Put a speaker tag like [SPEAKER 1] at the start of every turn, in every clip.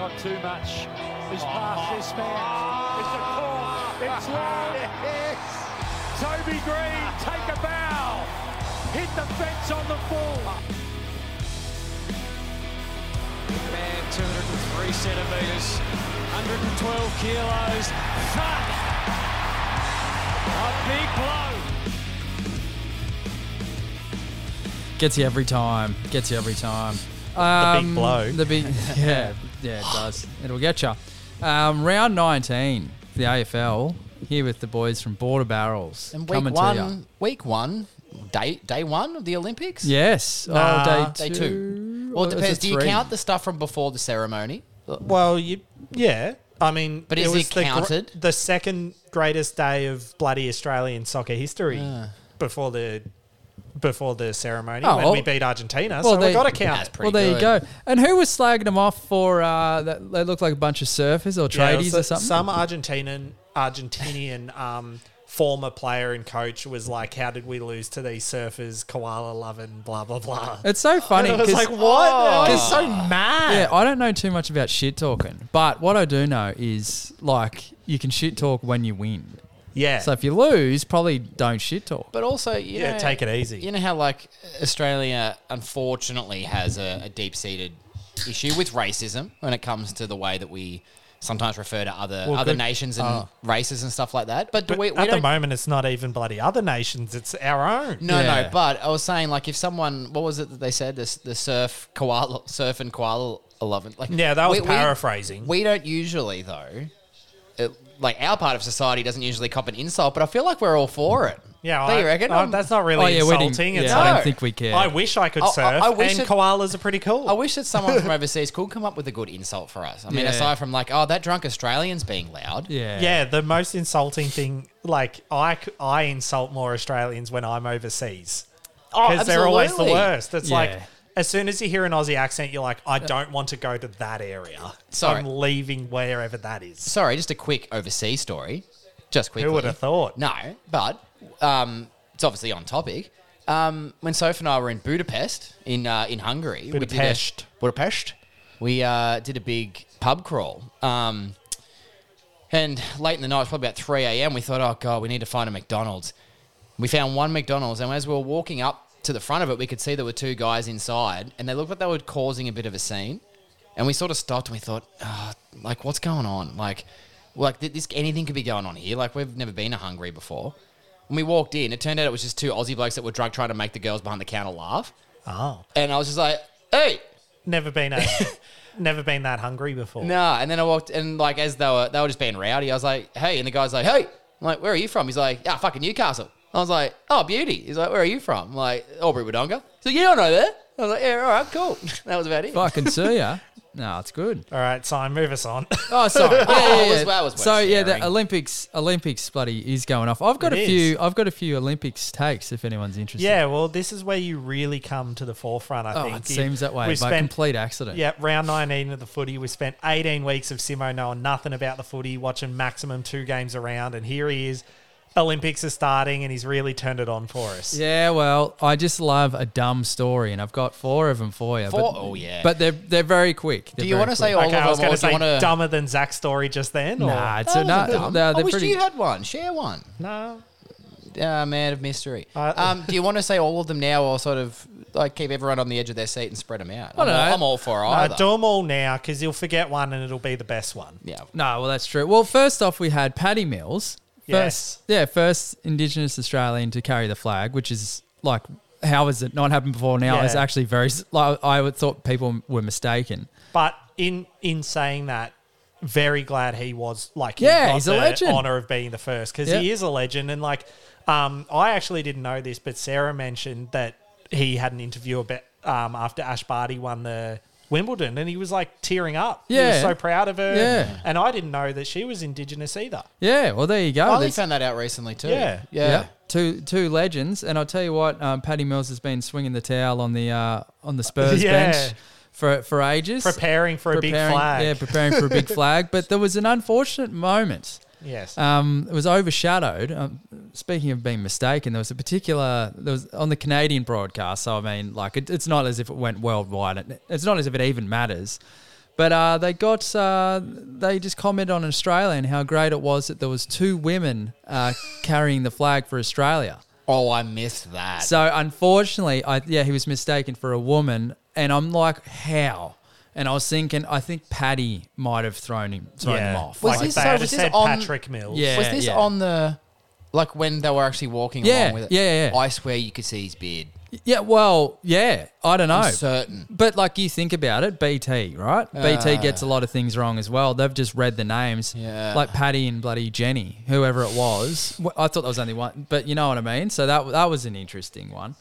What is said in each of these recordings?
[SPEAKER 1] on too much. His
[SPEAKER 2] Oh.
[SPEAKER 1] pass is fair. It's a call. It's long. Toby Green, take a bow. Hit the fence on the full.
[SPEAKER 2] Man, 203 centimetres, 112 kilos. Fuck! A big blow.
[SPEAKER 3] Gets you every time. Gets you every time.
[SPEAKER 4] big
[SPEAKER 3] Um,
[SPEAKER 4] blow.
[SPEAKER 3] The big, yeah, yeah, it does. It'll get you. Um, round 19, the AFL. Here with the boys from Border Barrels.
[SPEAKER 5] And week
[SPEAKER 3] coming to you.
[SPEAKER 5] one, week one, day day one of the Olympics.
[SPEAKER 3] Yes.
[SPEAKER 4] Nah.
[SPEAKER 3] oh, day
[SPEAKER 5] day
[SPEAKER 3] two.
[SPEAKER 5] two. Well,
[SPEAKER 3] Or
[SPEAKER 5] it
[SPEAKER 3] is
[SPEAKER 5] depends. Do you
[SPEAKER 3] three?
[SPEAKER 5] count the stuff from before the ceremony?
[SPEAKER 4] Well, you yeah. I mean,
[SPEAKER 5] But
[SPEAKER 4] it
[SPEAKER 5] is it
[SPEAKER 4] was the gr-
[SPEAKER 5] counted?
[SPEAKER 4] The, second greatest day of bloody Australian soccer history
[SPEAKER 5] Ah.
[SPEAKER 4] before the before the ceremony
[SPEAKER 3] Oh,
[SPEAKER 4] when
[SPEAKER 3] well-
[SPEAKER 4] we beat Argentina.
[SPEAKER 3] well,
[SPEAKER 4] so
[SPEAKER 3] they-
[SPEAKER 4] we've got to count.
[SPEAKER 5] That's
[SPEAKER 4] it.
[SPEAKER 5] pretty
[SPEAKER 3] Well, there you
[SPEAKER 5] good.
[SPEAKER 3] go. And who was slagging them off for uh, that? They look like a bunch of surfers or
[SPEAKER 4] Yeah, it
[SPEAKER 3] tradies
[SPEAKER 4] was
[SPEAKER 3] or
[SPEAKER 4] the-
[SPEAKER 3] something.
[SPEAKER 4] Some Argentinian Argentinian um, former player and coach was like, "How did we lose to these surfers, koala loving, blah blah blah."
[SPEAKER 5] Uh,
[SPEAKER 3] It's so funny.
[SPEAKER 4] And I was
[SPEAKER 3] 'cause-
[SPEAKER 4] like, "What? I was
[SPEAKER 3] Oh.
[SPEAKER 4] so mad."
[SPEAKER 3] Yeah, I don't know too much about shit talking, but what I do know is like you can shit talk when you win.
[SPEAKER 4] Yeah.
[SPEAKER 3] So if you lose, probably don't shit talk.
[SPEAKER 5] But also, you
[SPEAKER 4] Yeah,
[SPEAKER 5] know,
[SPEAKER 4] take it easy.
[SPEAKER 5] You know how like Australia unfortunately has a, a deep seated issue with racism when it comes to the way that we sometimes refer to other
[SPEAKER 4] Well,
[SPEAKER 5] other
[SPEAKER 4] good-
[SPEAKER 5] nations and
[SPEAKER 3] Oh.
[SPEAKER 5] races and stuff like that. But, do
[SPEAKER 4] But
[SPEAKER 5] we, we
[SPEAKER 4] at the
[SPEAKER 5] don't
[SPEAKER 4] moment, it's not even bloody other nations; it's our own.
[SPEAKER 5] No,
[SPEAKER 3] Yeah.
[SPEAKER 5] no. But I was saying, like, if someone, what was it that they said? This the surf koala, surf and koala eleven. Like,
[SPEAKER 4] Yeah, that was paraphrasing.
[SPEAKER 5] We, don't usually though. It, like our part of society doesn't usually cop an insult, but I feel like we're all for it.
[SPEAKER 4] Yeah,
[SPEAKER 5] do
[SPEAKER 4] I,
[SPEAKER 5] you reckon? Um,
[SPEAKER 4] I,
[SPEAKER 5] I'm-
[SPEAKER 4] that's not really
[SPEAKER 3] oh yeah, we didn't-
[SPEAKER 4] insulting. It's
[SPEAKER 3] yeah, I
[SPEAKER 4] like-
[SPEAKER 3] don't think we care.
[SPEAKER 4] I wish I could
[SPEAKER 5] I- I-
[SPEAKER 4] surf,
[SPEAKER 5] I wish
[SPEAKER 4] and
[SPEAKER 5] it-
[SPEAKER 4] koalas are pretty cool.
[SPEAKER 5] I wish that someone from overseas could come up with a good insult for us. I mean,
[SPEAKER 3] Yeah.
[SPEAKER 5] aside from like, oh, that drunk Australian's being loud.
[SPEAKER 3] yeah.
[SPEAKER 4] yeah. the most insulting thing, like I, c- I insult more Australians when I'm overseas because they're always the
[SPEAKER 5] Oh, absolutely.
[SPEAKER 4] worst. It's like
[SPEAKER 3] Yeah.
[SPEAKER 4] as soon as you hear an Aussie accent, you're like, I don't want to go to that area.
[SPEAKER 5] Sorry.
[SPEAKER 4] I'm leaving wherever that is.
[SPEAKER 5] Sorry, just a quick overseas story. Just quickly.
[SPEAKER 4] Who would have thought?
[SPEAKER 5] No, but um, it's obviously on topic. Um, when Soph and I were in Budapest in uh, in Hungary, we did a-
[SPEAKER 4] Budapest.
[SPEAKER 5] Budapest, we uh, did a big pub crawl. Um, and late in the night, it was probably about three a.m. We thought, oh god, we need to find a McDonald's. We found one McDonald's, and as we were walking up to the front of it, we could see there were two guys inside, and they looked like they were causing a bit of a scene. And we sort of stopped and we thought, oh, like, what's going on? Like, like th- this anything could be going on here. Like, we've never been to Hungary before. When we walked in, it turned out it was just two Aussie blokes that were drunk trying to make the girls behind the counter laugh.
[SPEAKER 4] Oh,
[SPEAKER 5] And I was just like, hey,
[SPEAKER 4] never been a, never been that hungry before.
[SPEAKER 5] Nah, and then I walked and like as they were they were just being rowdy, I was like, hey, and the guy's like, hey, I'm like, where are you from? He's like, ah, fucking Newcastle. I was like, oh, beauty. He's like, where are you from? I'm like, Albury Wodonga. He's like, yeah, I know that. I was like, yeah, all right, cool. that was about it.
[SPEAKER 3] Fucking see ya. No, it's good.
[SPEAKER 4] All right, Simon, move us on.
[SPEAKER 3] Oh, sorry. Yeah,
[SPEAKER 5] Oh,
[SPEAKER 3] yeah,
[SPEAKER 5] it was-
[SPEAKER 3] yeah.
[SPEAKER 5] that was worth
[SPEAKER 3] so yeah, the
[SPEAKER 5] sharing.
[SPEAKER 3] Olympics, Olympics bloody is going off. I've got
[SPEAKER 4] It
[SPEAKER 3] a
[SPEAKER 4] is.
[SPEAKER 3] few. I've got a few Olympics takes if anyone's interested.
[SPEAKER 4] Yeah, well, this is where you really come to the forefront. I
[SPEAKER 3] Oh,
[SPEAKER 4] think
[SPEAKER 3] it seems that way.
[SPEAKER 4] We
[SPEAKER 3] by
[SPEAKER 4] spent
[SPEAKER 3] complete accident.
[SPEAKER 4] yeah round nineteen of the footy. We spent eighteen weeks of Simo knowing nothing about the footy, watching maximum two games around, and here he is. Olympics are starting, and he's really turned it on for us.
[SPEAKER 3] Yeah, well, I just love a dumb story, and I've got four of them for you.
[SPEAKER 5] Four?
[SPEAKER 3] But,
[SPEAKER 5] Oh, yeah.
[SPEAKER 3] But they're they're very quick.
[SPEAKER 5] do you want to say all
[SPEAKER 4] Okay, I was
[SPEAKER 5] of them
[SPEAKER 4] going to
[SPEAKER 5] or do
[SPEAKER 4] say
[SPEAKER 5] you want to...
[SPEAKER 4] dumber than Zach's story just then. or- Uh,
[SPEAKER 3] Nah, it's
[SPEAKER 5] That
[SPEAKER 3] a, no,
[SPEAKER 5] wasn't dumb.
[SPEAKER 3] no,
[SPEAKER 5] I
[SPEAKER 3] they're
[SPEAKER 5] wish
[SPEAKER 3] pretty.
[SPEAKER 5] you had one. Share one.
[SPEAKER 4] no.
[SPEAKER 5] Uh, man of mystery.
[SPEAKER 4] Uh,
[SPEAKER 5] um, do you want to say all of them now or sort of like keep everyone on the edge of their seat and spread them out? I
[SPEAKER 3] don't
[SPEAKER 5] am
[SPEAKER 3] know.
[SPEAKER 5] All, I'm all for
[SPEAKER 4] Uh,
[SPEAKER 5] either.
[SPEAKER 4] do them all now because you'll forget one, and it'll be the best one.
[SPEAKER 5] yeah.
[SPEAKER 3] No, well, that's true. Well, first off, we had Paddy Mills. First,
[SPEAKER 4] Yes.
[SPEAKER 3] Yeah, first Indigenous Australian to carry the flag, which is like, how has it not happened before now?
[SPEAKER 4] Yeah.
[SPEAKER 3] It's actually very, s- like, I would thought people were mistaken.
[SPEAKER 4] But in in saying that, very glad he was like he
[SPEAKER 3] Yeah,
[SPEAKER 4] got
[SPEAKER 3] he's a
[SPEAKER 4] the
[SPEAKER 3] legend.
[SPEAKER 4] Honor of being the first because he
[SPEAKER 3] Yeah.
[SPEAKER 4] is a legend. And like, um, I actually didn't know this, but Sarah mentioned that he had an interview about um, after Ash Barty won the Wimbledon, and he was like tearing up. he was
[SPEAKER 3] Yeah.
[SPEAKER 4] so proud of her.
[SPEAKER 3] Yeah.
[SPEAKER 4] and I didn't know that she was Indigenous either.
[SPEAKER 3] Yeah, well, there you go.
[SPEAKER 5] I only
[SPEAKER 3] That's-
[SPEAKER 5] Oh, found that out recently too.
[SPEAKER 4] Yeah.
[SPEAKER 5] Yeah.
[SPEAKER 3] Two two legends, and I'll tell you what, um, Paddy Mills has been swinging the towel on the uh, on the Spurs
[SPEAKER 4] Yeah.
[SPEAKER 3] bench for for ages,
[SPEAKER 4] Preparing for a big flag.
[SPEAKER 3] Yeah, preparing for a big flag. But there was an unfortunate moment.
[SPEAKER 4] Yes,
[SPEAKER 3] Um, it was overshadowed. Um, speaking of being mistaken, there was a particular there was on the Canadian broadcast. So I mean, like it, it's not as if it went worldwide. It, it's not as if it even matters. But uh, they got uh, they just commented on Australia and how great it was that there was two women uh, carrying the flag for Australia.
[SPEAKER 5] Oh, I missed that.
[SPEAKER 3] So unfortunately, I yeah, he was mistaken for a woman, and I'm like, how? And I was thinking, I think Paddy might have thrown him, thrown him off.
[SPEAKER 5] Was
[SPEAKER 4] like
[SPEAKER 5] this-
[SPEAKER 4] they
[SPEAKER 5] so
[SPEAKER 4] had
[SPEAKER 5] was this
[SPEAKER 4] said
[SPEAKER 5] on-
[SPEAKER 4] Patrick Mills.
[SPEAKER 3] Yeah.
[SPEAKER 5] was this
[SPEAKER 3] yeah.
[SPEAKER 5] on the like when they were actually walking
[SPEAKER 3] Yeah,
[SPEAKER 5] along with it?
[SPEAKER 3] yeah, yeah, yeah.
[SPEAKER 5] I swear you could see his beard.
[SPEAKER 3] Yeah, well, yeah, I don't know.
[SPEAKER 5] I'm certain.
[SPEAKER 3] But like you think about it, BT, right? BT gets a lot of things wrong as well. They've just read the names,
[SPEAKER 5] Ah. Yeah.
[SPEAKER 3] like Patty and bloody Jenny, whoever it was. Wh- I thought there was only one, but you know what I mean. So that that was an interesting one.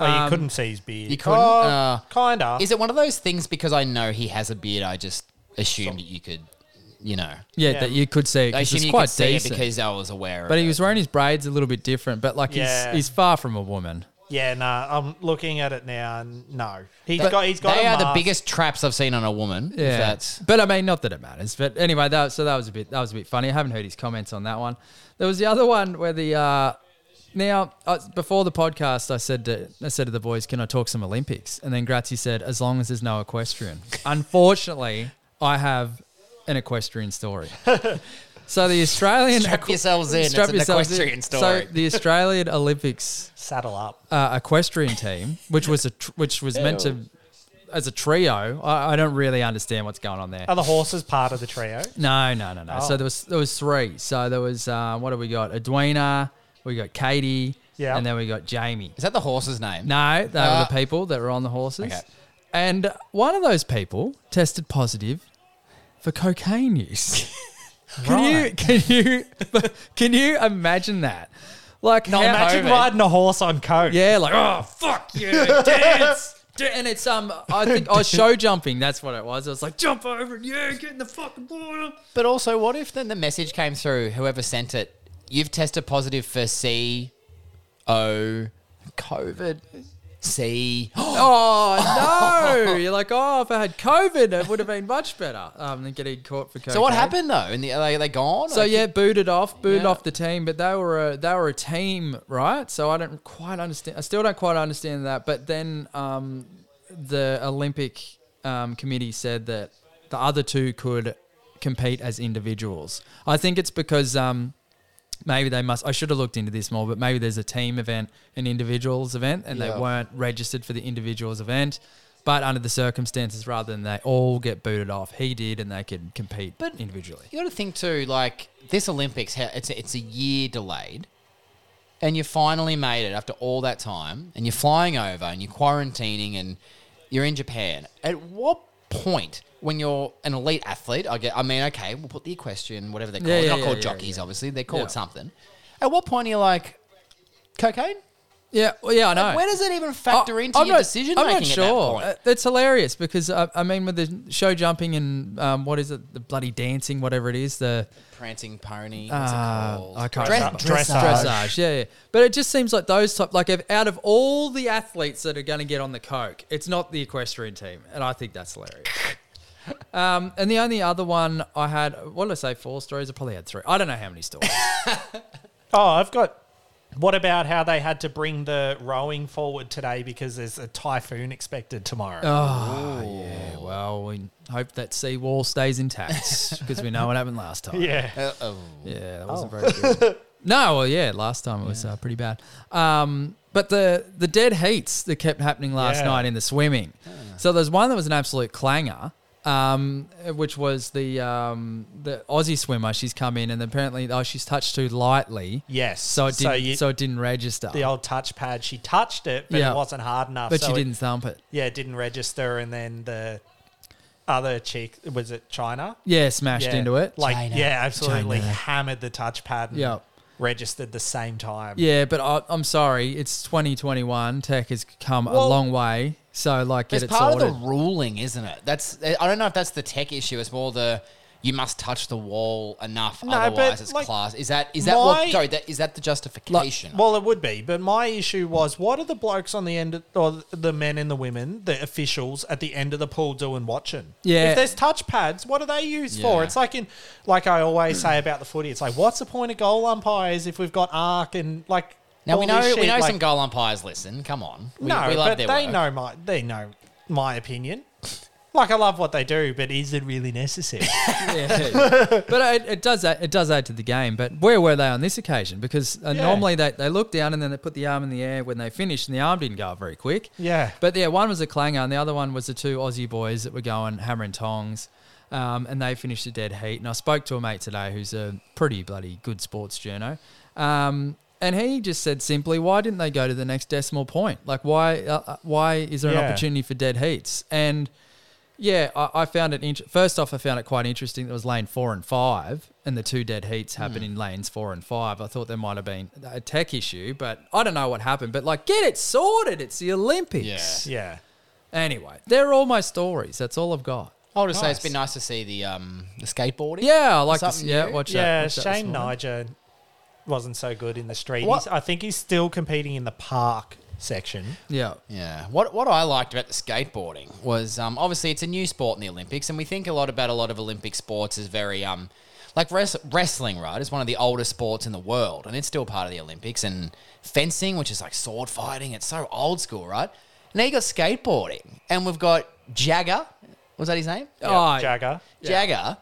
[SPEAKER 4] Oh, you couldn't see his beard.
[SPEAKER 5] um, you couldn't?
[SPEAKER 4] Oh,
[SPEAKER 5] Uh,
[SPEAKER 4] kinda.
[SPEAKER 5] Is it one of those things because I know he has a beard? I just assumed that you could, you know,
[SPEAKER 3] Yeah,
[SPEAKER 4] Yeah.
[SPEAKER 3] that you could see
[SPEAKER 5] I
[SPEAKER 3] because
[SPEAKER 5] assumed
[SPEAKER 3] it's
[SPEAKER 5] you
[SPEAKER 3] quite
[SPEAKER 5] could see it
[SPEAKER 3] decent.
[SPEAKER 5] because I was aware.
[SPEAKER 3] but
[SPEAKER 5] of
[SPEAKER 3] he
[SPEAKER 5] it.
[SPEAKER 3] was wearing his braids a little bit different. But like
[SPEAKER 4] Yeah.
[SPEAKER 3] he's he's far from a woman.
[SPEAKER 4] yeah, no. I'm looking at it now. and No, he's
[SPEAKER 5] But
[SPEAKER 4] got. He's got.
[SPEAKER 5] They
[SPEAKER 4] a
[SPEAKER 5] are the
[SPEAKER 4] mask.
[SPEAKER 5] biggest traps I've seen on a woman. if
[SPEAKER 3] Yeah,
[SPEAKER 5] that's
[SPEAKER 3] but I mean, not that it matters. But anyway, that so that was a bit that was a bit funny. I haven't heard his comments on that one. There was the other one where the uh, now uh, before the podcast, I said to, I said to the boys, "Can I talk some Olympics?" And then Grazie said, "As long as there's no equestrian." Unfortunately, I have an equestrian story. So the Australian
[SPEAKER 5] Strap yourselves in, it's an equestrian story.
[SPEAKER 3] So the Australian Olympics
[SPEAKER 4] saddle up.
[SPEAKER 3] uh, equestrian team, which was a tr- which was meant to as a trio. I, I don't really understand what's going on there.
[SPEAKER 4] Are the horses part of the trio?
[SPEAKER 3] No, no, no, no. So there was there was three. So there was uh, what have we got? Edwina, we got Katie,
[SPEAKER 4] Yeah.
[SPEAKER 3] and then we got Jamie.
[SPEAKER 5] is that the horse's name?
[SPEAKER 3] No, they
[SPEAKER 5] Uh,
[SPEAKER 3] were the people that were on the horses.
[SPEAKER 5] Okay.
[SPEAKER 3] And one of those people tested positive for cocaine use. can you can you can you imagine that? Like how-
[SPEAKER 4] Imagine riding a horse on coke.
[SPEAKER 3] yeah, like oh fuck you, dance. Da- And it's um, I think I was show jumping. That's what it was. I was like, jump over and yeah, get in the fucking water.
[SPEAKER 5] But also, what if then the message came through? Whoever sent it, you've tested positive for C O COVID C.
[SPEAKER 3] Oh no! You're like, oh, if I had COVID, it would have been much better um, than getting caught for COVID.
[SPEAKER 5] So what happened though? And the, are, they, are they gone?
[SPEAKER 3] So
[SPEAKER 5] Like,
[SPEAKER 3] yeah, booted off, booted
[SPEAKER 5] Yeah.
[SPEAKER 3] off the team, but they were a they were a team, right? So I don't quite understand. I still don't quite understand that. But then um, the Olympic um, committee said that the other two could compete as individuals. I think it's because. Um, maybe they must. I should have looked into this more, but maybe there's a team event, an individuals event, and
[SPEAKER 5] Yeah.
[SPEAKER 3] they weren't registered for the individuals event. But under the circumstances, rather than they all get booted off, he did, and they could compete
[SPEAKER 5] But-
[SPEAKER 3] individually.
[SPEAKER 5] You got to think too. Like this Olympics, ha- it's a, it's a year delayed, and you finally made it after all that time, and you're flying over, and you're quarantining, and you're in Japan. At what point? When you're an elite athlete, I get. I mean, okay, we'll put the equestrian, whatever they're called.
[SPEAKER 3] Yeah,
[SPEAKER 5] they're
[SPEAKER 3] yeah,
[SPEAKER 5] not
[SPEAKER 3] yeah,
[SPEAKER 5] called
[SPEAKER 3] yeah,
[SPEAKER 5] jockeys,
[SPEAKER 3] yeah.
[SPEAKER 5] obviously. They're called
[SPEAKER 3] Yeah.
[SPEAKER 5] something. At what point are you like, cocaine?
[SPEAKER 3] Yeah, well, yeah, I know.
[SPEAKER 5] Where does it even factor
[SPEAKER 3] I-
[SPEAKER 5] into your decision
[SPEAKER 3] I'm
[SPEAKER 5] making
[SPEAKER 3] not sure.
[SPEAKER 5] at that point?
[SPEAKER 3] Uh, It's hilarious because uh, I mean, with the show jumping and um, what is it, the bloody dancing, whatever it is, the
[SPEAKER 5] Prancing pony. What's
[SPEAKER 3] uh,
[SPEAKER 5] it called?
[SPEAKER 3] I can't
[SPEAKER 5] Dress-
[SPEAKER 3] remember.
[SPEAKER 4] dressage.
[SPEAKER 3] dressage, yeah, yeah. But it just seems like those type, like if, out of all the athletes that are going to get on the coke, it's not the equestrian team, and I think that's hilarious. Um, and the only other one I had, what did I say, four stories? I probably had three. I don't know how many stories.
[SPEAKER 4] Oh, I've got. What about how they had to bring the rowing forward today because there's a typhoon expected tomorrow?
[SPEAKER 3] Oh. yeah, well, we hope that seawall stays intact because we know what happened last time.
[SPEAKER 4] yeah.
[SPEAKER 3] Yeah, that
[SPEAKER 4] Oh.
[SPEAKER 3] wasn't very good. no, well, yeah, last time it was uh, pretty bad. Um, but the the dead heats that kept happening last
[SPEAKER 4] Yeah. Ah.
[SPEAKER 3] night in the swimming. So there's one that was an absolute clanger, um, which was the um, the Aussie swimmer. She's come in and apparently oh she's touched too lightly.
[SPEAKER 4] Yes.
[SPEAKER 3] So it
[SPEAKER 4] So
[SPEAKER 3] didn't. So,
[SPEAKER 4] you-
[SPEAKER 3] it didn't register.
[SPEAKER 4] The old touchpad, she touched it, but
[SPEAKER 3] Yeah.
[SPEAKER 4] it wasn't hard enough.
[SPEAKER 3] but
[SPEAKER 4] so
[SPEAKER 3] she
[SPEAKER 4] it-
[SPEAKER 3] didn't thump it.
[SPEAKER 4] yeah, it didn't register. And then the other cheek, was it China?
[SPEAKER 3] Yeah, smashed
[SPEAKER 4] Yeah,
[SPEAKER 3] into it.
[SPEAKER 4] Like,
[SPEAKER 5] China.
[SPEAKER 4] yeah, absolutely
[SPEAKER 3] China.
[SPEAKER 4] hammered the touchpad and
[SPEAKER 3] Yeah.
[SPEAKER 4] registered the same time.
[SPEAKER 3] yeah, but I, I'm sorry. It's 2021. Tech has come a
[SPEAKER 5] Well-
[SPEAKER 3] long way. So like, get
[SPEAKER 5] It's
[SPEAKER 3] it
[SPEAKER 5] part
[SPEAKER 3] sorted.
[SPEAKER 5] of the ruling, isn't it? That's I don't know if that's the tech issue. It's more the you must touch the wall enough,
[SPEAKER 4] No,
[SPEAKER 5] otherwise
[SPEAKER 4] but,
[SPEAKER 5] it's
[SPEAKER 4] like,
[SPEAKER 5] class. Is that is that
[SPEAKER 4] my-
[SPEAKER 5] what? Sorry, that is that the justification?
[SPEAKER 4] Well, it would be, but my issue was what are the blokes on the end, of, or the men and the women, the officials at the end of the pool doing watching?
[SPEAKER 3] Yeah.
[SPEAKER 4] If there's touch pads, what are they used
[SPEAKER 5] Yeah.
[SPEAKER 4] for? It's like in, like I always say about the footy, it's like, what's the point of goal umpires if we've got arc and like.
[SPEAKER 5] now we
[SPEAKER 4] all
[SPEAKER 5] know
[SPEAKER 4] this
[SPEAKER 5] we
[SPEAKER 4] shit,
[SPEAKER 5] know
[SPEAKER 4] like-
[SPEAKER 5] some goal umpires. Listen, come on, we,
[SPEAKER 4] no,
[SPEAKER 5] we love
[SPEAKER 4] but
[SPEAKER 5] their
[SPEAKER 4] they
[SPEAKER 5] work.
[SPEAKER 4] know my they know my opinion. Like I love what they do, but is it really necessary?
[SPEAKER 3] but it, it does add, it does add to the game. But where were they on this occasion? Because uh,
[SPEAKER 4] Yeah.
[SPEAKER 3] normally they, they look down and then they put the arm in the air when they finished, and the arm didn't go up very quick.
[SPEAKER 4] Yeah.
[SPEAKER 3] But yeah, one was a clanger, and the other one was the two Aussie boys that were going hammer and tongs, um, and they finished a dead heat. And I spoke to a mate today who's a pretty bloody good sports journo. Um, and he just said simply, why didn't they go to the next decimal point? Like, why? Uh, uh, why is there an
[SPEAKER 4] Yeah.
[SPEAKER 3] opportunity for dead heats? And yeah, I, I found it. Int- First off, I found it quite interesting. There was lane four and five, and the two dead heats happened
[SPEAKER 5] Hmm.
[SPEAKER 3] in lanes four and five. I thought there might have been a tech issue, but I don't know what happened. But like, get it sorted. It's the Olympics.
[SPEAKER 4] yeah.
[SPEAKER 3] Anyway, they're all my stories. That's all I've got.
[SPEAKER 5] I would just say it's
[SPEAKER 4] Nice.
[SPEAKER 5] been nice to see the um the skateboarding.
[SPEAKER 3] Yeah, I like this.
[SPEAKER 5] Something
[SPEAKER 3] Yeah,
[SPEAKER 5] new?
[SPEAKER 3] watch
[SPEAKER 4] Yeah,
[SPEAKER 3] that. watch that this
[SPEAKER 4] Shane
[SPEAKER 3] morning.
[SPEAKER 4] Niger wasn't so good in the street.
[SPEAKER 5] What-
[SPEAKER 4] He's, I think he's still competing in the park section.
[SPEAKER 3] Yeah.
[SPEAKER 5] Yeah. What what I liked about the skateboarding was um, obviously it's a new sport in the Olympics, and we think a lot about a lot of Olympic sports as very um like res- wrestling, right? It's one of the oldest sports in the world, and it's still part of the Olympics. And fencing, which is like sword fighting, it's so old school, right? Now you got skateboarding, and we've got Jagger. Was that his name?
[SPEAKER 3] Oh,
[SPEAKER 4] Jagger.
[SPEAKER 5] Jagger.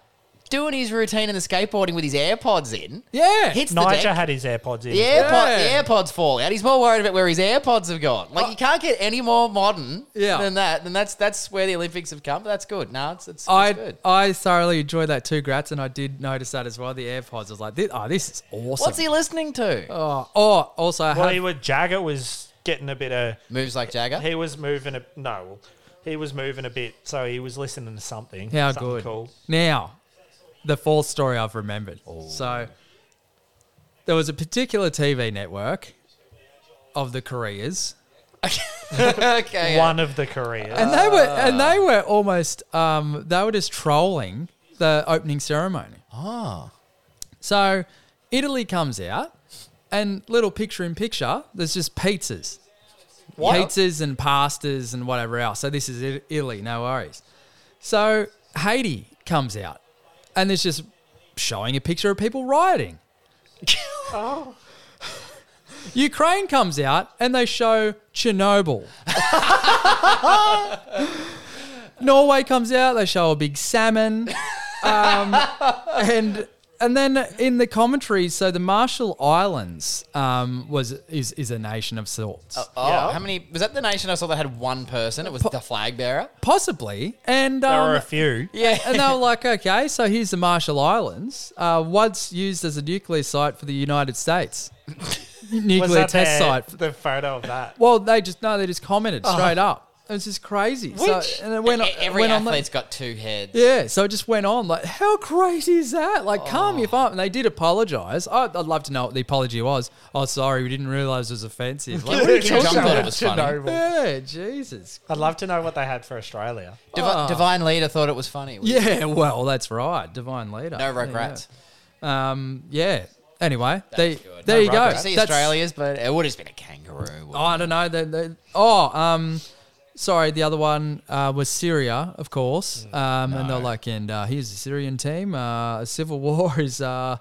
[SPEAKER 5] Doing his routine in the skateboarding with his AirPods in.
[SPEAKER 3] Yeah.
[SPEAKER 5] Hits the
[SPEAKER 4] Niger
[SPEAKER 5] deck.
[SPEAKER 4] had his AirPods in.
[SPEAKER 5] The, AirPod,
[SPEAKER 3] Yeah. Oh.
[SPEAKER 5] the AirPods fall out. He's more worried about where his AirPods have gone. Like you can't get any more modern
[SPEAKER 3] Yeah.
[SPEAKER 5] than that. And that's that's where the Olympics have come. But that's good. No, it's it's, it's
[SPEAKER 3] I
[SPEAKER 5] good.
[SPEAKER 3] I thoroughly enjoyed that too, Gratz, and I did notice that as well. The AirPods I was like, this, oh, this is awesome.
[SPEAKER 5] What's he listening to?
[SPEAKER 3] Oh, oh, also I
[SPEAKER 4] Well,
[SPEAKER 3] have-
[SPEAKER 4] he was, Jagger was getting a bit of.
[SPEAKER 5] Moves like Jagger.
[SPEAKER 4] He was moving a no. He was moving a bit, so he was listening to something.
[SPEAKER 3] How
[SPEAKER 4] something
[SPEAKER 3] good.
[SPEAKER 4] Cool.
[SPEAKER 3] Now, the fourth story I've remembered. So, there was a particular TV network of the Koreas,
[SPEAKER 5] okay.
[SPEAKER 4] One of the careers.
[SPEAKER 3] and they were and they were almost um, they were just trolling the opening ceremony. Oh. So, Italy comes out, and little picture in picture, there's just pizzas. pizzas and pastas and whatever else. So this is I- Italy, no worries. So Haiti comes out, and there's just showing a picture of people rioting.
[SPEAKER 4] Oh.
[SPEAKER 3] Ukraine comes out, and they show Chernobyl. Norway comes out, they show a big salmon, um, and. And then in the commentary, so the Marshall Islands um, was is, is a nation of sorts.
[SPEAKER 5] Oh, how many was that the nation I saw that had one person? It was the flag bearer.
[SPEAKER 3] Possibly. And
[SPEAKER 4] there were
[SPEAKER 3] um,
[SPEAKER 4] a few.
[SPEAKER 5] Yeah.
[SPEAKER 3] and they were like, okay, so here's the Marshall Islands, uh, once used as a nuclear site for the United States,
[SPEAKER 4] Was
[SPEAKER 3] nuclear
[SPEAKER 4] that
[SPEAKER 3] test
[SPEAKER 4] their-
[SPEAKER 3] site.
[SPEAKER 4] The photo of that.
[SPEAKER 3] Well, they just no, they just commented straight up. It was just crazy.
[SPEAKER 5] Oh. Which-
[SPEAKER 3] so and it went on,
[SPEAKER 5] E-, every
[SPEAKER 3] went on like-
[SPEAKER 5] athlete's got two heads.
[SPEAKER 3] yeah, so it just went on like, how crazy is that? Like,
[SPEAKER 5] Oh.
[SPEAKER 3] calm your farm. And they did apologize. I'd, I'd love to know what the apology was. Oh, sorry, we didn't realize it was offensive. Like, what are you
[SPEAKER 5] Kim Jong
[SPEAKER 3] talking
[SPEAKER 5] thought
[SPEAKER 3] about?
[SPEAKER 5] it was funny.
[SPEAKER 3] Yeah, Jesus.
[SPEAKER 4] I'd love to know what they had for Australia.
[SPEAKER 5] Divi- Divine leader thought it was funny.
[SPEAKER 3] Yeah, well, that's right. Divine leader.
[SPEAKER 5] No
[SPEAKER 3] There you go.
[SPEAKER 5] regrets.
[SPEAKER 3] Um, yeah. Anyway, they,
[SPEAKER 5] good.
[SPEAKER 3] there
[SPEAKER 5] No
[SPEAKER 3] you go.
[SPEAKER 5] I see
[SPEAKER 3] That's-
[SPEAKER 5] Australia's, but it would have been a kangaroo.
[SPEAKER 3] Oh, I don't know. They, they, oh, um, sorry. The other one uh, was Syria, of course. Um, And they're like, and uh, here's the Syrian team. Uh, a civil war is uh,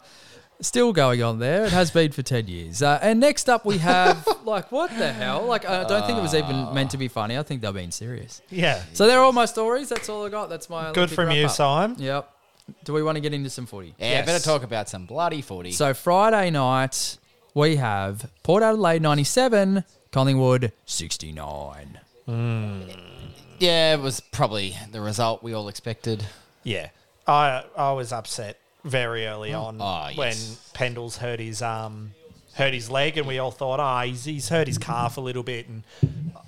[SPEAKER 3] still going on there. It has been for 10 years. Uh, and next up, we have, like, what the hell? Like, I don't think it was even meant to be funny. I think they're being serious.
[SPEAKER 4] Yeah.
[SPEAKER 3] So they're all my stories. That's all I got. That's my.
[SPEAKER 4] Good
[SPEAKER 3] Olympic
[SPEAKER 4] from you,
[SPEAKER 3] wrap-up.
[SPEAKER 4] Simon.
[SPEAKER 3] Yep. Do we want to get into some footy?
[SPEAKER 5] yeah,
[SPEAKER 4] yes.
[SPEAKER 5] better talk about some bloody footy.
[SPEAKER 3] So Friday night we have Port Adelaide 97, Collingwood 69.
[SPEAKER 5] Yeah, it was probably the result we all expected.
[SPEAKER 4] Yeah. I I was upset very early on
[SPEAKER 5] Ah, yes.
[SPEAKER 4] when Pendles hurt his um hurt his leg and we all thought, ah, he's, he's hurt his calf a little bit and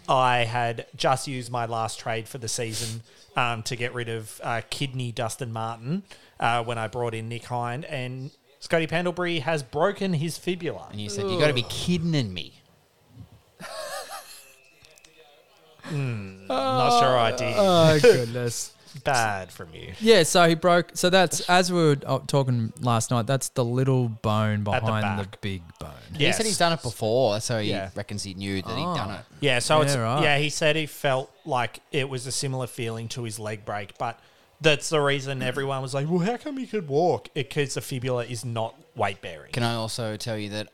[SPEAKER 4] I had just used my last trade for the season um, to get rid of uh, kidney Dustin Martin uh, when I brought in Nick Hind and Scotty Pendlebury has broken his fibula.
[SPEAKER 5] And you said, you got to be kidding me.
[SPEAKER 4] Not sure I did.
[SPEAKER 3] Oh goodness.
[SPEAKER 4] Bad from you.
[SPEAKER 3] yeah, so he broke so that's as we were uh, talking last night, that's the little bone
[SPEAKER 4] the
[SPEAKER 3] behind the,
[SPEAKER 4] back.
[SPEAKER 3] big bone.
[SPEAKER 5] He said he's done it before, so he
[SPEAKER 4] Yeah. Oh.
[SPEAKER 5] reckons he knew that he'd done it.
[SPEAKER 4] Yeah, so it's
[SPEAKER 3] Yeah, right.
[SPEAKER 4] yeah. He said he felt like it was a similar feeling to his leg break, but that's the reason everyone was like, "Well, how come he could walk?" Because the fibula is not weight bearing.
[SPEAKER 5] Can I also tell you that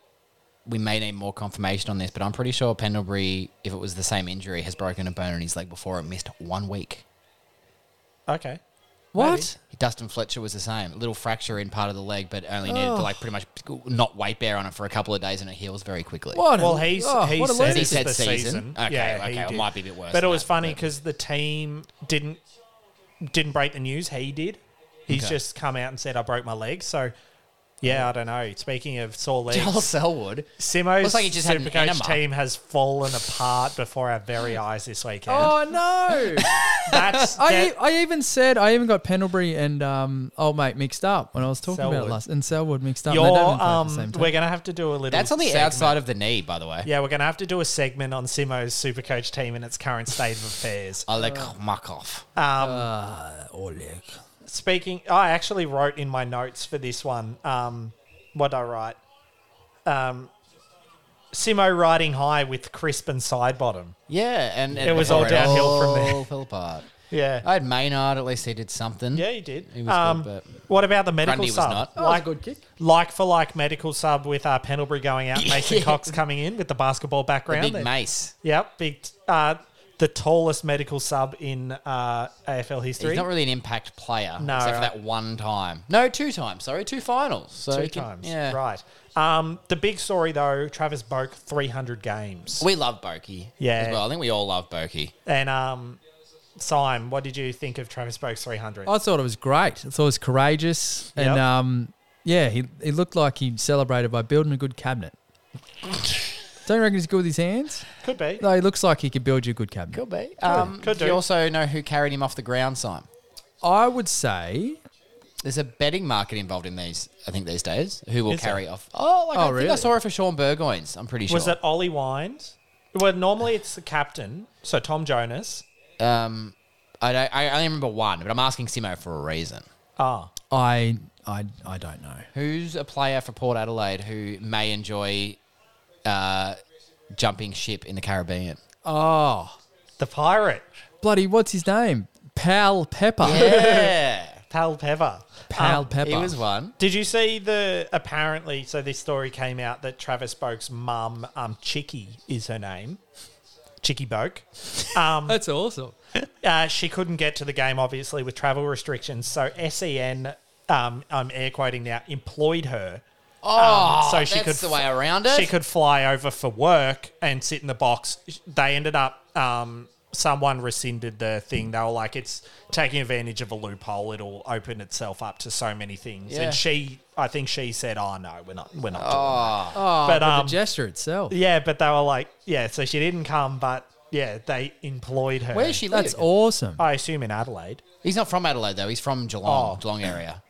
[SPEAKER 5] we may need more confirmation on this, but I'm pretty sure Pendlebury, if it was the same injury, has broken a bone in his leg before and missed one week.
[SPEAKER 4] Okay.
[SPEAKER 3] What?
[SPEAKER 5] Dustin Fletcher was the same. A little fracture in part of the leg, but only needed to like pretty much not weight bear on it for a couple of days, and it heals very quickly.
[SPEAKER 3] What? a-
[SPEAKER 4] Well, he's,
[SPEAKER 3] oh,
[SPEAKER 4] he
[SPEAKER 3] what a
[SPEAKER 4] said
[SPEAKER 3] loser.
[SPEAKER 5] He
[SPEAKER 4] this
[SPEAKER 5] said
[SPEAKER 4] is the
[SPEAKER 5] season.
[SPEAKER 4] season.
[SPEAKER 5] Okay, okay,
[SPEAKER 4] he
[SPEAKER 5] well, it
[SPEAKER 4] did.
[SPEAKER 5] might be a bit worse
[SPEAKER 4] But it
[SPEAKER 5] than
[SPEAKER 4] was
[SPEAKER 5] that,
[SPEAKER 4] funny
[SPEAKER 5] but-
[SPEAKER 4] because the team didn't didn't break the news. He did. He's
[SPEAKER 5] Okay.
[SPEAKER 4] just come out and said, "I broke my leg." So, yeah, I don't know. Speaking of sore legs,
[SPEAKER 5] Joel Selwood.
[SPEAKER 4] Simo's
[SPEAKER 5] Looks like he just had an
[SPEAKER 4] Supercoach
[SPEAKER 5] enema.
[SPEAKER 4] team has fallen apart before our very eyes this weekend.
[SPEAKER 3] Oh no!
[SPEAKER 4] That's
[SPEAKER 3] I, e,
[SPEAKER 4] that-
[SPEAKER 3] I even said I even got Pendlebury and um old mate mixed up when I was talking about
[SPEAKER 4] Selwood.
[SPEAKER 3] it last and Selwood mixed up. and they don't even
[SPEAKER 4] your
[SPEAKER 3] play at the
[SPEAKER 4] um.
[SPEAKER 3] same time.
[SPEAKER 4] We're gonna have to do a little.
[SPEAKER 5] That's on the
[SPEAKER 4] segment.
[SPEAKER 5] outside of the knee, by the way.
[SPEAKER 4] Yeah, we're gonna have to do a segment on Simo's Supercoach team and its current state of affairs.
[SPEAKER 5] Oleg Makov.
[SPEAKER 4] Ah. speaking i actually wrote in my notes for this one um, what did i write um, simo riding high with crisp and side bottom
[SPEAKER 5] Yeah, and, and
[SPEAKER 4] It was
[SPEAKER 5] before
[SPEAKER 4] all downhill from there.
[SPEAKER 5] all fell apart.
[SPEAKER 4] yeah
[SPEAKER 5] I had Maynard. At least he did something.
[SPEAKER 4] yeah you did
[SPEAKER 5] He was
[SPEAKER 4] um,
[SPEAKER 5] good, but-
[SPEAKER 4] what about the medical
[SPEAKER 5] Grundy was
[SPEAKER 4] sub
[SPEAKER 5] not. Oh, That
[SPEAKER 3] was a
[SPEAKER 4] like,
[SPEAKER 3] Oh, good kick.
[SPEAKER 4] like for like medical sub with uh, pendlebury going out mason cox coming in with the basketball background
[SPEAKER 5] Big
[SPEAKER 4] there.
[SPEAKER 5] Mace.
[SPEAKER 4] yep big uh, the tallest medical sub in uh, afl history
[SPEAKER 5] He's not really an impact player,
[SPEAKER 4] No,
[SPEAKER 5] except for
[SPEAKER 4] right.
[SPEAKER 5] that one time. No, two times. Sorry, two finals. So
[SPEAKER 4] two
[SPEAKER 5] he can-
[SPEAKER 4] times
[SPEAKER 5] Yeah,
[SPEAKER 4] right um, the big story though travis boak 300 games
[SPEAKER 5] We love Bokey.
[SPEAKER 4] Yeah.
[SPEAKER 5] as well. I think we all love Bokey.
[SPEAKER 4] And um, Syme, what did you think of Travis Boak's 300?
[SPEAKER 3] I thought it was great. I thought it was courageous, and
[SPEAKER 4] Yep.
[SPEAKER 3] um, yeah, he he looked like he celebrated by building a good cabinet. Don't you reckon he's good with his hands?
[SPEAKER 4] Could be.
[SPEAKER 3] No, he looks like he could build you a good cabinet.
[SPEAKER 5] Could be. Um,
[SPEAKER 4] Could do.
[SPEAKER 5] do you also know who carried him off the ground, Simon?
[SPEAKER 3] I would say
[SPEAKER 5] There's a betting market involved in these, I think, these days. Who will
[SPEAKER 4] Is
[SPEAKER 5] carry off? Oh, like, I
[SPEAKER 3] Oh,
[SPEAKER 5] think I
[SPEAKER 3] really?
[SPEAKER 5] saw it for Sean Burgoynes. I'm pretty sure.
[SPEAKER 4] Was it Ollie Wines? Well, normally it's the captain, so Tom Jonas.
[SPEAKER 5] Um, I, don't, I only remember one, but I'm asking Simo for a reason.
[SPEAKER 4] Ah,
[SPEAKER 3] I I I don't know.
[SPEAKER 5] Who's a player for Port Adelaide who may enjoy uh, jumping ship in the Caribbean?
[SPEAKER 3] Oh,
[SPEAKER 4] the pirate,
[SPEAKER 3] bloody what's his name? Pal Pepper.
[SPEAKER 5] Yeah,
[SPEAKER 4] Pal Pepper.
[SPEAKER 3] Pal
[SPEAKER 4] Um,
[SPEAKER 3] Pepper.
[SPEAKER 5] he was one.
[SPEAKER 4] Did you see the apparently? So this story came out that Travis Boak's mum, um, Chicky, is her name. Chicky Boak. Um,
[SPEAKER 3] That's awesome.
[SPEAKER 4] Uh, she couldn't get to the game, obviously, with travel restrictions. So SEN, um, I'm air quoting now, employed her. Oh, so she
[SPEAKER 5] that's
[SPEAKER 4] could
[SPEAKER 5] the way around it.
[SPEAKER 4] She could fly over for work and sit in the box. They ended up. Um, someone rescinded the thing. They were like, "It's taking advantage of a loophole. It'll open itself up to so many things."
[SPEAKER 5] Yeah.
[SPEAKER 4] And she, I think she said, "Oh no, we're not. We're not doing that."
[SPEAKER 3] Oh,
[SPEAKER 4] But,
[SPEAKER 3] but,
[SPEAKER 4] um,
[SPEAKER 3] the gesture itself.
[SPEAKER 4] Yeah, but they were like, "Yeah." So she didn't come, but yeah, they employed her.
[SPEAKER 5] Where's she?
[SPEAKER 3] That's
[SPEAKER 5] live?
[SPEAKER 3] awesome.
[SPEAKER 4] I assume in Adelaide.
[SPEAKER 5] He's not from Adelaide though. He's from Geelong,
[SPEAKER 4] Oh.
[SPEAKER 5] Geelong area.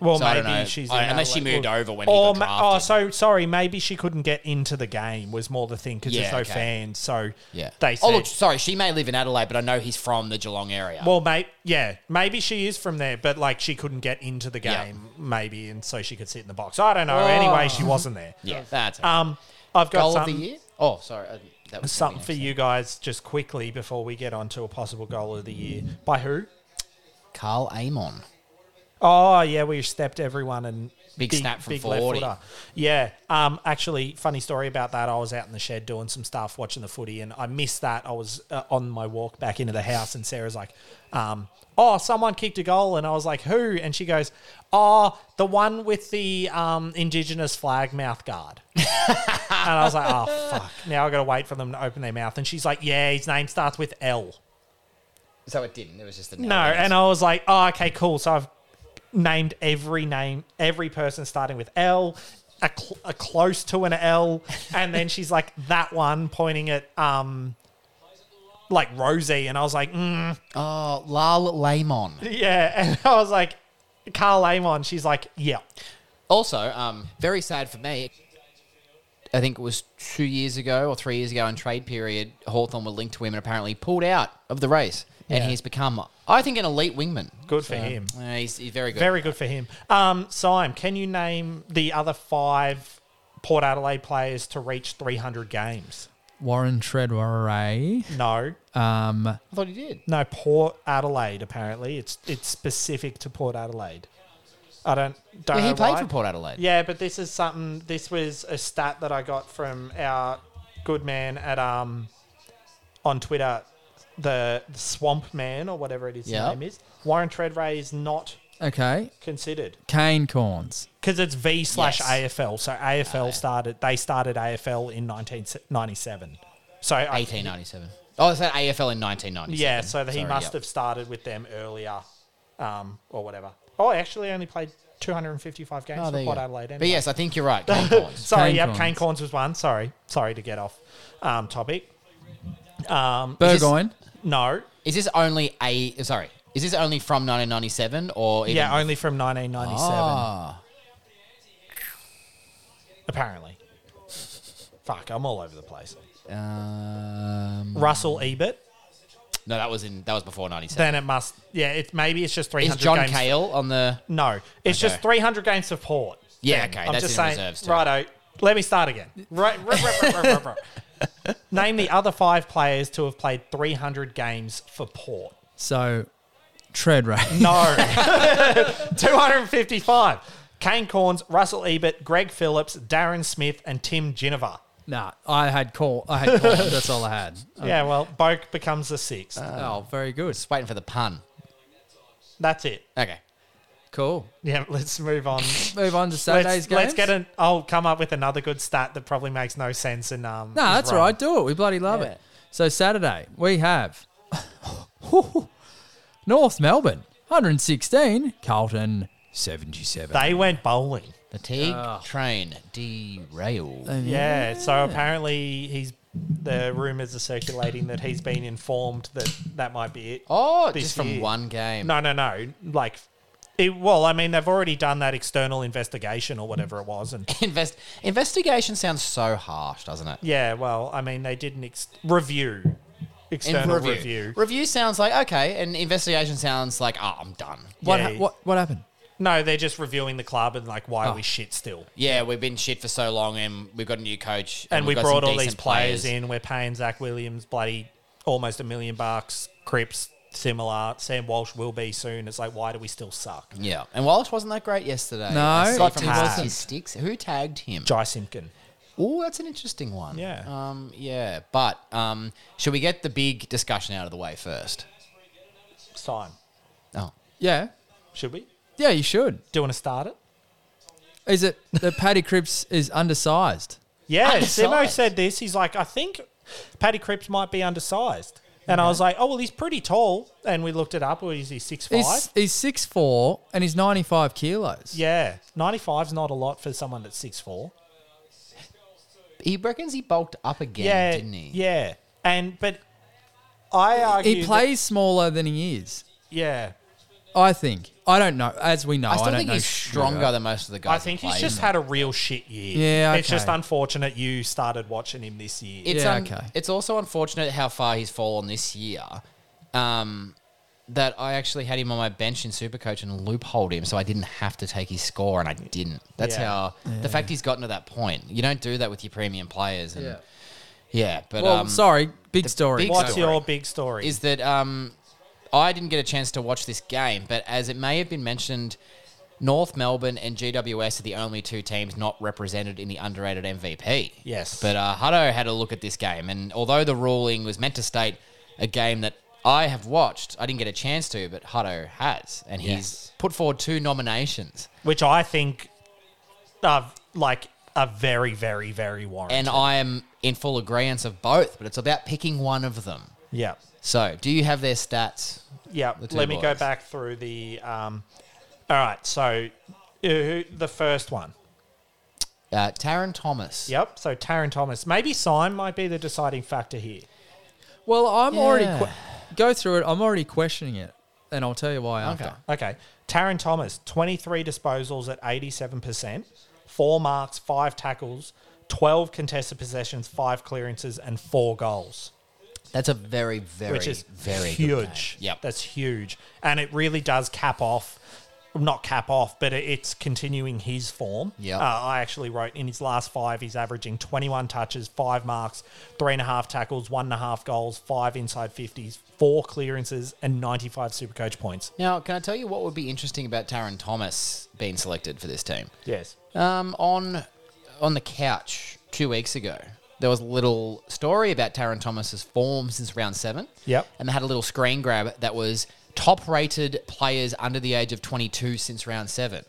[SPEAKER 4] Well,
[SPEAKER 5] So I
[SPEAKER 4] maybe
[SPEAKER 5] don't know.
[SPEAKER 4] she's
[SPEAKER 5] Oh,
[SPEAKER 4] in
[SPEAKER 5] unless she
[SPEAKER 4] Adelaide.
[SPEAKER 5] moved
[SPEAKER 4] Well,
[SPEAKER 5] over when he
[SPEAKER 4] or
[SPEAKER 5] got
[SPEAKER 4] ma-
[SPEAKER 5] drafted.
[SPEAKER 4] oh, so sorry. Maybe she couldn't get into the game. Was more the thing because
[SPEAKER 5] Yeah,
[SPEAKER 4] there's no
[SPEAKER 5] okay.
[SPEAKER 4] fans. So
[SPEAKER 5] Yeah.
[SPEAKER 4] they said.
[SPEAKER 5] oh, look, sorry, she may live in Adelaide, but I know he's from the Geelong area.
[SPEAKER 4] well, mate, yeah, maybe she is from there, but like she couldn't get into the
[SPEAKER 5] Yeah. Oh.
[SPEAKER 4] game, maybe, and so she could sit in the box. I don't know. Anyway, she wasn't there.
[SPEAKER 5] yeah, that's all right.
[SPEAKER 4] Um, I've got
[SPEAKER 5] goal of the
[SPEAKER 4] something,
[SPEAKER 5] year. Oh, sorry, I- that was
[SPEAKER 4] something for
[SPEAKER 5] else.
[SPEAKER 4] you guys just quickly before we get on to a possible goal of the year by who?
[SPEAKER 5] Carl Amon.
[SPEAKER 4] Oh yeah, we stepped everyone and
[SPEAKER 5] Big snap from 40.
[SPEAKER 4] Yeah. Um. Actually, funny story about that. I was out in the shed doing some stuff, watching the footy, and I missed that. I was uh, on my walk back into the house, and Sarah's like, um, "Oh, someone kicked a goal," and I was like, "Who?" And she goes, "Oh, the one with the um indigenous flag mouth guard." and I was like, "Oh fuck!" Now I got to wait for them to open their mouth, and she's like, "Yeah, his name starts with L."
[SPEAKER 5] So it didn't. It was just a
[SPEAKER 4] No, and I was like, oh, okay, cool. So I've named every name, every person starting with L, a, cl- a close to an L, and then she's like that one pointing at um, like Rosie, and I was like, mm,
[SPEAKER 5] oh, Lal Lamon.
[SPEAKER 4] yeah, and I was like, Carl Amon. She's like, yeah,
[SPEAKER 5] Also, um, very sad for me. I think it was two years ago or three years ago in trade period, Hawthorn were linked to him and apparently pulled out of the race. And
[SPEAKER 4] Yeah.
[SPEAKER 5] he's become, I think, an elite wingman.
[SPEAKER 4] Good for him.
[SPEAKER 5] Yeah, he's, he's very good.
[SPEAKER 4] very good for him. Um, Syme, can you name the other five Port Adelaide players to reach 300 games?
[SPEAKER 3] Warren Treadway.
[SPEAKER 4] No,
[SPEAKER 3] Um,
[SPEAKER 5] I thought he did.
[SPEAKER 4] No, Port Adelaide. Apparently, it's it's specific to Port Adelaide. I don't don't.
[SPEAKER 5] Yeah, he
[SPEAKER 4] know
[SPEAKER 5] played
[SPEAKER 4] why.
[SPEAKER 5] for Port Adelaide.
[SPEAKER 4] Yeah, but this is something. This was a stat that I got from our good man at um on Twitter, the, the Swamp Man or whatever it is his
[SPEAKER 5] Yeah.
[SPEAKER 4] name is, Warren Treadray is not
[SPEAKER 3] Okay.
[SPEAKER 4] considered
[SPEAKER 3] Cane corns.
[SPEAKER 4] because it's V slash
[SPEAKER 5] Yes.
[SPEAKER 4] AFL. So AFL started they started AFl in 1997. So I-
[SPEAKER 5] 1897. Oh, is that AFL in 1997?
[SPEAKER 4] yeah, so he
[SPEAKER 5] Sorry,
[SPEAKER 4] must
[SPEAKER 5] yep.
[SPEAKER 4] have started with them earlier, um, or whatever. Oh, I actually only played 255 games
[SPEAKER 5] Oh, there
[SPEAKER 4] for
[SPEAKER 5] you
[SPEAKER 4] Port
[SPEAKER 5] go.
[SPEAKER 4] Adelaide.
[SPEAKER 5] But
[SPEAKER 4] Anyway.
[SPEAKER 5] yes, I think you're right. Cane Corns.
[SPEAKER 4] sorry,
[SPEAKER 3] Cane
[SPEAKER 4] yep,
[SPEAKER 3] Corns.
[SPEAKER 4] Cane Corns was one. Sorry, sorry to get off um, topic. Um,
[SPEAKER 3] Burgoyne.
[SPEAKER 4] no,
[SPEAKER 5] Is this only a sorry? Is this only from 1997 or even,
[SPEAKER 4] yeah, only from 1997,
[SPEAKER 5] Ah,
[SPEAKER 4] apparently. Fuck, I'm all over the place.
[SPEAKER 5] um,
[SPEAKER 4] Russell Ebert.
[SPEAKER 5] no, that was in that was before 97.
[SPEAKER 4] Then it must, yeah. It maybe it's just 300
[SPEAKER 5] Is John
[SPEAKER 4] games.
[SPEAKER 5] Cale on the?
[SPEAKER 4] No, it's
[SPEAKER 5] Okay.
[SPEAKER 4] just 300 games of Port.
[SPEAKER 5] Yeah,
[SPEAKER 4] Then.
[SPEAKER 5] okay, that's in reserves too.
[SPEAKER 4] Righto, let me start again. Right, right, right, right, right, right, right. Name the other five players to have played 300 games for Port.
[SPEAKER 3] So, tread rate.
[SPEAKER 4] No, 255. Kane Corns, Russell Ebert, Greg Phillips, Darren Smith, and Tim Ginniver.
[SPEAKER 3] Nah, I had call. I had corns. That's all I had.
[SPEAKER 4] Yeah, well, Boak becomes the sixth.
[SPEAKER 5] Uh.
[SPEAKER 3] Oh, very good.
[SPEAKER 5] Just waiting for the pun.
[SPEAKER 4] That's it.
[SPEAKER 5] Okay,
[SPEAKER 3] Cool.
[SPEAKER 4] Yeah, let's move on.
[SPEAKER 3] Move on to Saturday's
[SPEAKER 4] let's,
[SPEAKER 3] game.
[SPEAKER 4] let's get an. I'll come up with another good stat that probably makes no sense. And um,
[SPEAKER 3] No,
[SPEAKER 4] is
[SPEAKER 3] that's
[SPEAKER 4] wrong.
[SPEAKER 3] all right. Do it. We bloody love
[SPEAKER 5] Yeah.
[SPEAKER 3] it. So Saturday we have North Melbourne 116, Carlton 77.
[SPEAKER 4] They went bowling.
[SPEAKER 5] the Teague
[SPEAKER 4] Ah.
[SPEAKER 5] train derailed.
[SPEAKER 4] Yeah, so apparently he's the rumors are circulating that he's been informed that that might be it.
[SPEAKER 5] Oh,
[SPEAKER 4] This
[SPEAKER 5] just from
[SPEAKER 4] year.
[SPEAKER 5] one game.
[SPEAKER 4] No, no, no. Like, it, well, I mean, they've already done that external investigation or whatever it was, and
[SPEAKER 5] Invest investigation sounds so harsh, doesn't it?
[SPEAKER 4] yeah, well, I mean, they did an ex- review, external
[SPEAKER 5] review.
[SPEAKER 4] review.
[SPEAKER 5] Review sounds like okay, and investigation sounds like oh, I'm done.
[SPEAKER 3] What,
[SPEAKER 4] Yeah.
[SPEAKER 3] ha- what what happened?
[SPEAKER 4] No, they're just reviewing the club and like why are we
[SPEAKER 5] Oh.
[SPEAKER 4] shit still.
[SPEAKER 5] Yeah, we've been shit for so long, and we've got a new coach,
[SPEAKER 4] And, we
[SPEAKER 5] we've got
[SPEAKER 4] brought
[SPEAKER 5] some
[SPEAKER 4] all these
[SPEAKER 5] decent
[SPEAKER 4] players, in. We're paying Zach Williams bloody almost a million bucks. Cripps similar. Sam Walsh will be soon. It's like why do we still suck?
[SPEAKER 5] Yeah, and Walsh wasn't that great yesterday.
[SPEAKER 3] No,
[SPEAKER 5] I see
[SPEAKER 3] got
[SPEAKER 5] from
[SPEAKER 4] tagged.
[SPEAKER 5] his sticks. Who tagged him?
[SPEAKER 4] Jai Simpkin.
[SPEAKER 5] Oh, that's an interesting one.
[SPEAKER 4] Yeah.
[SPEAKER 5] um, yeah. But um, should we get the big discussion out of the way first?
[SPEAKER 4] It's time.
[SPEAKER 5] Oh,
[SPEAKER 3] Yeah,
[SPEAKER 4] Should we?
[SPEAKER 3] yeah, you should.
[SPEAKER 4] Do you want to start it?
[SPEAKER 3] Is it that Paddy Cripps is undersized?
[SPEAKER 4] Yeah, Simo
[SPEAKER 5] Undersized.
[SPEAKER 4] said this. He's like, I think Paddy Cripps might be undersized. And I was like, oh, well, he's pretty tall. And we looked it up. Well, is he 6'5?
[SPEAKER 3] He's he's six four and he's ninety five kilos.
[SPEAKER 4] yeah, 95's not a lot for someone that's 6'4.
[SPEAKER 5] he reckons he bulked up again,
[SPEAKER 4] Yeah,
[SPEAKER 5] didn't he?
[SPEAKER 4] yeah. And, but I argue.
[SPEAKER 3] he
[SPEAKER 4] that-
[SPEAKER 3] plays smaller than he is.
[SPEAKER 4] yeah.
[SPEAKER 3] I think. Oh, I don't know. As we know,
[SPEAKER 5] I still
[SPEAKER 3] don't
[SPEAKER 5] think
[SPEAKER 3] know
[SPEAKER 5] he's
[SPEAKER 3] shit
[SPEAKER 5] stronger
[SPEAKER 3] about-
[SPEAKER 5] than most of the guys.
[SPEAKER 4] I think
[SPEAKER 5] that
[SPEAKER 4] he's
[SPEAKER 5] play,
[SPEAKER 4] just
[SPEAKER 5] isn't
[SPEAKER 4] had a real shit year.
[SPEAKER 3] Yeah,
[SPEAKER 4] It's just
[SPEAKER 3] okay.
[SPEAKER 4] unfortunate you started watching him this year.
[SPEAKER 5] he? It's
[SPEAKER 3] Yeah,
[SPEAKER 5] um,
[SPEAKER 3] okay.
[SPEAKER 5] It's also unfortunate how far he's fallen this year. Um, that I actually had him on my bench in Supercoach and loopholed him, so I didn't have to take his score, and I didn't. That's
[SPEAKER 4] Yeah.
[SPEAKER 5] how the fact he's gotten to that point. You don't do that with your premium players, and yeah,
[SPEAKER 3] Yeah.
[SPEAKER 5] but
[SPEAKER 3] Well,
[SPEAKER 5] um,
[SPEAKER 3] sorry, big story.
[SPEAKER 5] big
[SPEAKER 4] What's
[SPEAKER 5] story.
[SPEAKER 4] your big story?
[SPEAKER 5] is that um, I didn't get a chance to watch this game, but as it may have been mentioned, North Melbourne and GWS are the only two teams not represented in the underrated MVP.
[SPEAKER 4] Yes.
[SPEAKER 5] But uh, Hutto had a look at this game, and although the ruling was meant to state a game that I have watched, I didn't get a chance to, but Hutto has, and he's
[SPEAKER 4] Yes.
[SPEAKER 5] put forward two nominations.
[SPEAKER 4] which I think are like are very, very, very warranted.
[SPEAKER 5] And I am in full agreement of both, but it's about picking one of them.
[SPEAKER 4] yeah.
[SPEAKER 5] So, do you have their stats?
[SPEAKER 4] Yeah,
[SPEAKER 5] the two
[SPEAKER 4] let me go
[SPEAKER 5] boys.
[SPEAKER 4] back through the. Um, all right, so uh, who- the first one.
[SPEAKER 5] Uh, Taron Thomas.
[SPEAKER 4] Yep, so Taryn Thomas. Maybe Syme might be the deciding factor here.
[SPEAKER 3] Well, I'm already
[SPEAKER 5] Yeah.
[SPEAKER 3] que- go through it. I'm already questioning it, and I'll tell you why after.
[SPEAKER 5] Okay.
[SPEAKER 4] Okay, Taryn Thomas, 23 disposals at 87%, four marks, five tackles, 12 contested possessions, five clearances, and four goals.
[SPEAKER 5] That's a very, very,
[SPEAKER 4] which is
[SPEAKER 5] very Good game.
[SPEAKER 4] huge.
[SPEAKER 5] Yep.
[SPEAKER 4] that's huge, and it really does cap off, not cap off, but it- it's continuing his form.
[SPEAKER 5] Yep.
[SPEAKER 4] uh, I actually wrote in his last five, he's averaging twenty-one touches, five marks, three and a half tackles, one and a half goals, five inside fifties, four clearances, and ninety-five super coach points.
[SPEAKER 5] now, can I tell you what would be interesting about Taron Thomas being selected for this team?
[SPEAKER 4] Yes,
[SPEAKER 5] Um, on on the couch two weeks ago, there was a little story about Taron Thomas's form since round seven.
[SPEAKER 4] Yep.
[SPEAKER 5] And they had a little screen grab that was top rated players under the age of 22 since round seven.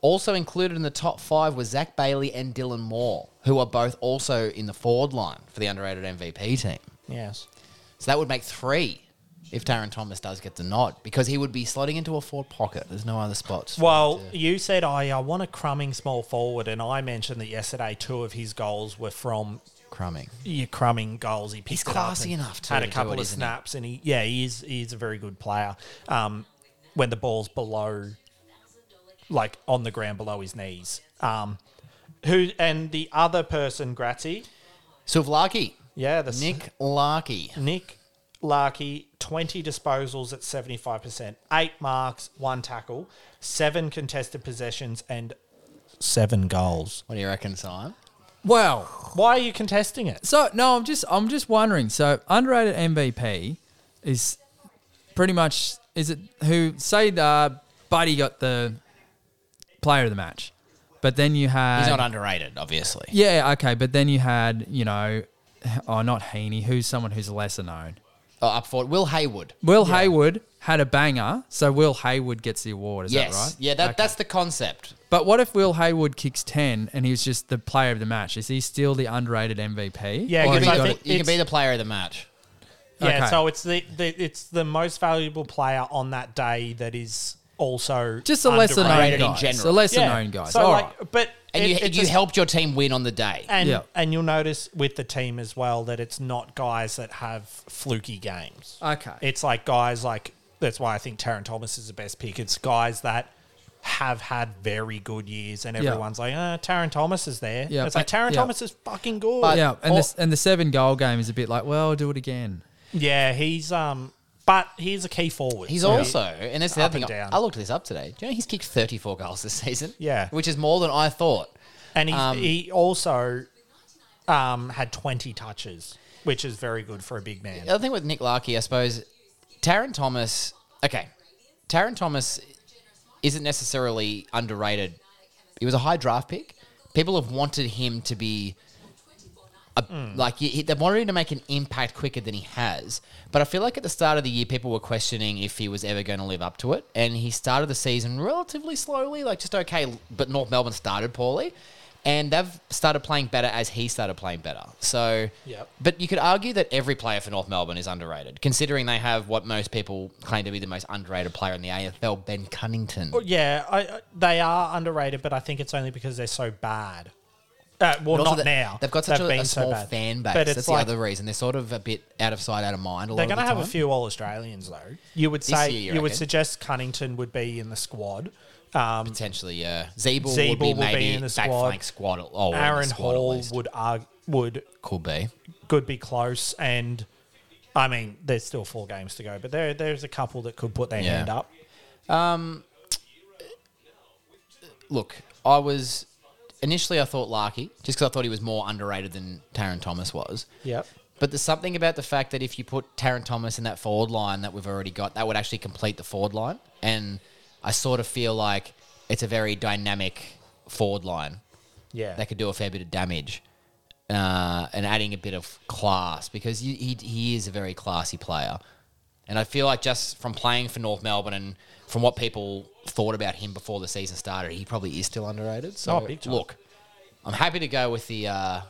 [SPEAKER 5] Also included in the top five was Zach Bailey and Dylan Moore, who are both also in the forward line for the underrated MVP team.
[SPEAKER 4] Yes.
[SPEAKER 5] So that would make three if Taron Thomas does get the nod because he would be slotting into a forward pocket. There's no other spots. for
[SPEAKER 4] Well,
[SPEAKER 5] him to-
[SPEAKER 4] you said I, I want a crumbing small forward, and I mentioned that yesterday two of his goals were from
[SPEAKER 5] crumbing.
[SPEAKER 4] your crumbing goals. He picked
[SPEAKER 5] He's
[SPEAKER 4] it up
[SPEAKER 5] classy
[SPEAKER 4] and
[SPEAKER 5] enough too
[SPEAKER 4] Had a
[SPEAKER 5] to do
[SPEAKER 4] couple
[SPEAKER 5] it,
[SPEAKER 4] of
[SPEAKER 5] isn't he?
[SPEAKER 4] snaps, and he yeah, he is he is a very good player. Um, when the ball's below, like on the ground below his knees. Um, who and the other person, Grazzi,
[SPEAKER 5] Suvlaki.
[SPEAKER 4] yeah, the s-
[SPEAKER 5] Nick Larky.
[SPEAKER 4] Nick Larky, 20 disposals at 75%, eight marks, one tackle, seven contested possessions, and seven goals.
[SPEAKER 5] What do you reckon, Simon?
[SPEAKER 3] Wow.
[SPEAKER 4] Why are you contesting it?
[SPEAKER 3] So no, I'm just I'm just wondering. So underrated MVP is pretty much is it who say the Buddy got the player of the match, but then you had
[SPEAKER 4] Uh,
[SPEAKER 5] He's not underrated, obviously.
[SPEAKER 3] yeah okay, but then you had you know oh not Heaney who's someone who's lesser known.
[SPEAKER 5] Oh, up forward. Will Haywood.
[SPEAKER 3] Will Haywood had a banger, so Will Haywood gets the award. Is
[SPEAKER 5] yes.
[SPEAKER 3] that right?
[SPEAKER 5] Yeah, that,
[SPEAKER 3] Okay.
[SPEAKER 5] that's the concept.
[SPEAKER 3] But what if Will Haywood kicks ten and he's just the player of the match? Is he still the underrated MVP?
[SPEAKER 4] Yeah,
[SPEAKER 3] Or
[SPEAKER 5] You
[SPEAKER 3] have
[SPEAKER 4] because
[SPEAKER 5] can, be,
[SPEAKER 3] you
[SPEAKER 4] I
[SPEAKER 5] the,
[SPEAKER 3] got
[SPEAKER 4] think
[SPEAKER 5] you can
[SPEAKER 4] it's-
[SPEAKER 5] be the player of the match.
[SPEAKER 4] Yeah,
[SPEAKER 3] Okay.
[SPEAKER 4] so it's the, the it's the most valuable player on that day that is also
[SPEAKER 3] just a lesser known
[SPEAKER 4] underrated.
[SPEAKER 5] Underrated in
[SPEAKER 3] guy. A
[SPEAKER 5] general.
[SPEAKER 3] lesser
[SPEAKER 4] Yeah.
[SPEAKER 3] known guy.
[SPEAKER 4] So
[SPEAKER 3] All
[SPEAKER 4] like,
[SPEAKER 3] right.
[SPEAKER 4] but
[SPEAKER 5] And
[SPEAKER 4] it-
[SPEAKER 5] you,
[SPEAKER 4] it's
[SPEAKER 5] you
[SPEAKER 4] a-
[SPEAKER 5] helped your team win on the day.
[SPEAKER 4] and
[SPEAKER 3] Yeah.
[SPEAKER 4] and you'll notice with the team as well that it's not guys that have fluky games.
[SPEAKER 3] Okay.
[SPEAKER 4] It's like guys like that's why I think Taron Thomas is the best pick. It's guys that have had very good years, and
[SPEAKER 3] Yeah.
[SPEAKER 4] everyone's like, "Ah, Taron Thomas is there."
[SPEAKER 3] Yeah,
[SPEAKER 4] It's like
[SPEAKER 3] but-
[SPEAKER 4] Taron
[SPEAKER 3] yeah.
[SPEAKER 4] Thomas is fucking good.
[SPEAKER 3] yeah, and
[SPEAKER 4] Or-
[SPEAKER 3] the and the seven goal game is a bit like, well, do it again.
[SPEAKER 4] yeah, he's um, but he's a key forward.
[SPEAKER 5] He's
[SPEAKER 4] So-
[SPEAKER 5] also, and that's the
[SPEAKER 4] Up
[SPEAKER 5] other
[SPEAKER 4] and
[SPEAKER 5] thing.
[SPEAKER 4] down.
[SPEAKER 5] I looked this up today. Do you know he's kicked 34 goals this season?
[SPEAKER 4] Yeah.
[SPEAKER 5] Which is more than I thought.
[SPEAKER 4] and he's,
[SPEAKER 5] um,
[SPEAKER 4] he also um had twenty touches, which is very good for a big man.
[SPEAKER 5] The other thing with Nick Larkey, I suppose, Taron Thomas. Okay, Taron Thomas isn't necessarily underrated. He was a high draft pick. People have wanted him to be, a, like he- he, they've wanted him to make an impact quicker than he has. But I feel like at the start of the year, people were questioning if he was ever going to live up to it, and he started the season relatively slowly, like just okay. But North Melbourne started poorly. And they've started playing better as he started playing better. So,
[SPEAKER 4] Yep.
[SPEAKER 5] but you could argue that every player for North Melbourne is underrated, considering they have what most people claim to be the most underrated player in the AFL, Ben Cunnington.
[SPEAKER 4] Well, yeah, I, I- they are underrated, but I think it's only because they're so bad. Uh, well,
[SPEAKER 5] But also
[SPEAKER 4] not
[SPEAKER 5] that-
[SPEAKER 4] now.
[SPEAKER 5] They've got such
[SPEAKER 4] They've
[SPEAKER 5] a,
[SPEAKER 4] been
[SPEAKER 5] a
[SPEAKER 4] so
[SPEAKER 5] small
[SPEAKER 4] bad.
[SPEAKER 5] fan base.
[SPEAKER 4] But it's
[SPEAKER 5] That's
[SPEAKER 4] like-
[SPEAKER 5] the other reason. They're sort of a bit out of sight, out of mind. A
[SPEAKER 4] They're
[SPEAKER 5] lot
[SPEAKER 4] going to
[SPEAKER 5] of the
[SPEAKER 4] have a
[SPEAKER 5] time.
[SPEAKER 4] few All Australians though. You would
[SPEAKER 5] This
[SPEAKER 4] say
[SPEAKER 5] year, you
[SPEAKER 4] you, would
[SPEAKER 5] reckon?
[SPEAKER 4] suggest Cunnington would be in the squad. Um,
[SPEAKER 5] Potentially, yeah. Zeeble, would
[SPEAKER 4] Zeeble will
[SPEAKER 5] be
[SPEAKER 4] be
[SPEAKER 5] maybe
[SPEAKER 4] in the
[SPEAKER 5] back
[SPEAKER 4] squad.
[SPEAKER 5] flank squad. Oh,
[SPEAKER 4] Aaron
[SPEAKER 5] squad at
[SPEAKER 4] Hall
[SPEAKER 5] least.
[SPEAKER 4] would arg- would
[SPEAKER 5] could be.
[SPEAKER 4] could be close, and I mean, there's still four games to go, but there there's a couple that could put their
[SPEAKER 5] Yeah.
[SPEAKER 4] hand up.
[SPEAKER 5] Look, I was initially I thought Larky, just because I thought he was more underrated than Taron Thomas was.
[SPEAKER 4] Yep.
[SPEAKER 5] But there's something about the fact that if you put Taron Thomas in that forward line that we've already got, that would actually complete the forward line. And I sort of feel like it's a very dynamic forward line
[SPEAKER 4] Yeah.
[SPEAKER 5] that could do a fair bit of damage. Uh, and adding a bit of class because you, he, he is a very classy player. And I feel like just from playing for North Melbourne and from what people thought about him before the season started, he probably is still underrated. So
[SPEAKER 4] Oh, big time.
[SPEAKER 5] look, I'm happy to go with the uh,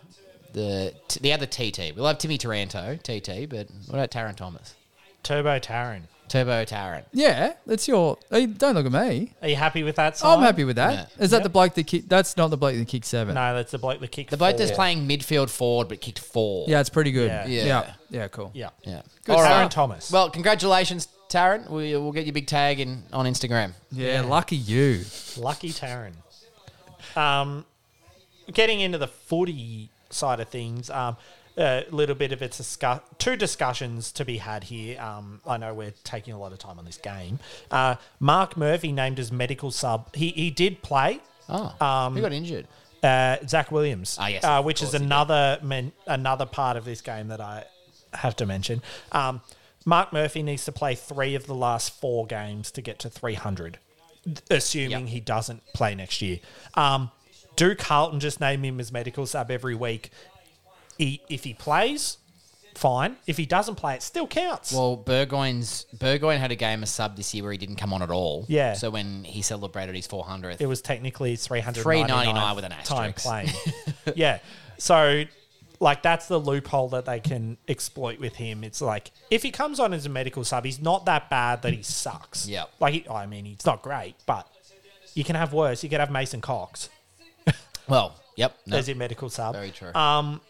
[SPEAKER 5] the t- the other TT. We'll have Timmy Taranto TT, but what about Taron Thomas?
[SPEAKER 4] Turbo Taron.
[SPEAKER 5] Turbo Taron.
[SPEAKER 3] Yeah, that's your. Hey, don't look at me.
[SPEAKER 4] Are you happy with that?
[SPEAKER 3] I'm
[SPEAKER 4] Simon?
[SPEAKER 3] happy with that. Is
[SPEAKER 5] Yeah.
[SPEAKER 3] that
[SPEAKER 4] Yep.
[SPEAKER 3] the bloke that kick? That's not the bloke that kicked seven.
[SPEAKER 4] No, that's the bloke that kicked
[SPEAKER 5] The bloke that's
[SPEAKER 4] four.
[SPEAKER 5] playing midfield forward but kicked four.
[SPEAKER 3] Yeah, it's pretty good.
[SPEAKER 4] Yeah.
[SPEAKER 3] Yeah,
[SPEAKER 5] Yeah.
[SPEAKER 3] yeah, yeah, cool.
[SPEAKER 4] Yeah.
[SPEAKER 5] Yeah.
[SPEAKER 3] Good
[SPEAKER 5] All
[SPEAKER 3] stuff.
[SPEAKER 4] Taron Thomas.
[SPEAKER 5] Well, congratulations, Taron. We, we'll get your big tag in on Instagram.
[SPEAKER 3] Yeah, lucky you.
[SPEAKER 4] Lucky Taron. Um, getting into the footy side of things, um, a little bit of a discuss- two discussions to be had here. Um, I know we're taking a lot of time on this game. Uh, Mark Murphy named as medical sub. He he did play.
[SPEAKER 5] Oh,
[SPEAKER 4] Um,
[SPEAKER 5] who got injured?
[SPEAKER 4] Uh, Zach Williams,
[SPEAKER 5] Ah, yes,
[SPEAKER 4] uh,
[SPEAKER 5] of
[SPEAKER 4] which is
[SPEAKER 5] course he did.
[SPEAKER 4] another men- another part of this game that I have to mention. Um, Mark Murphy needs to play three of the last four games to get to 300, th- assuming
[SPEAKER 5] Yep.
[SPEAKER 4] he doesn't play next year. Um, do Carlton just name him as medical sub every week? He, if he plays, fine. If he doesn't play, it still counts.
[SPEAKER 5] Well, Burgoyne's Burgoyne had a game of sub this year where he didn't come on at all.
[SPEAKER 4] Yeah.
[SPEAKER 5] So when he celebrated his 400th,
[SPEAKER 4] it was technically 399
[SPEAKER 5] 399 with an
[SPEAKER 4] time
[SPEAKER 5] asterisk.
[SPEAKER 4] playing. yeah. So like that's the loophole that they can exploit with him. It's like if he comes on as a medical sub, he's not that bad that he sucks.
[SPEAKER 5] Yep.
[SPEAKER 4] Like he, I mean, he's not great, but you can have worse. You could have Mason Cox
[SPEAKER 5] well, yep, no,
[SPEAKER 4] as your medical sub. Um,
[SPEAKER 5] very true.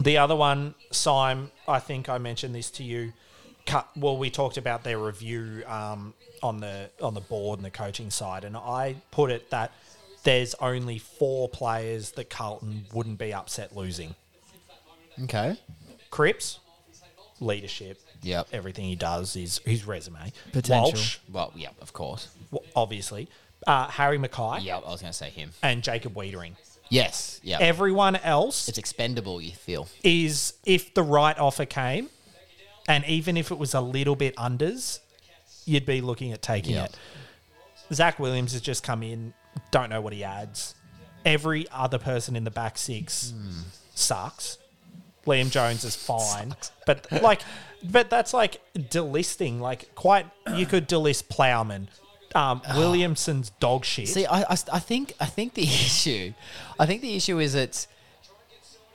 [SPEAKER 4] The other one, Syme, I think I mentioned this to you. Cut, well, we talked about their review um, on the on the board and the coaching side, and I put it that there's only four players that Carlton wouldn't be upset losing:
[SPEAKER 5] okay.
[SPEAKER 4] Cripps, leadership,
[SPEAKER 5] Yep.
[SPEAKER 4] everything he does is his resume,
[SPEAKER 3] Potential.
[SPEAKER 4] Walsh,
[SPEAKER 5] Well, yeah, of course.
[SPEAKER 4] w- obviously, uh, Harry Mackay,
[SPEAKER 5] Yeah, I was going to say him.
[SPEAKER 4] and Jacob Wiedering.
[SPEAKER 5] Yes. Yeah.
[SPEAKER 4] Everyone else
[SPEAKER 5] it's expendable, you feel.
[SPEAKER 4] is if the right offer came, and even if it was a little bit unders, you'd be looking at taking
[SPEAKER 5] Yeah.
[SPEAKER 4] it. Zach Williams has just come in, don't know what he adds. Every other person in the back six sucks. Liam Jones is fine, but like, but that's like delisting. Like, quite you could delist Plowman. Um,
[SPEAKER 3] Ah.
[SPEAKER 4] Williamson's dog shit.
[SPEAKER 5] See, I, I, I think I think the issue, I think the issue is it's,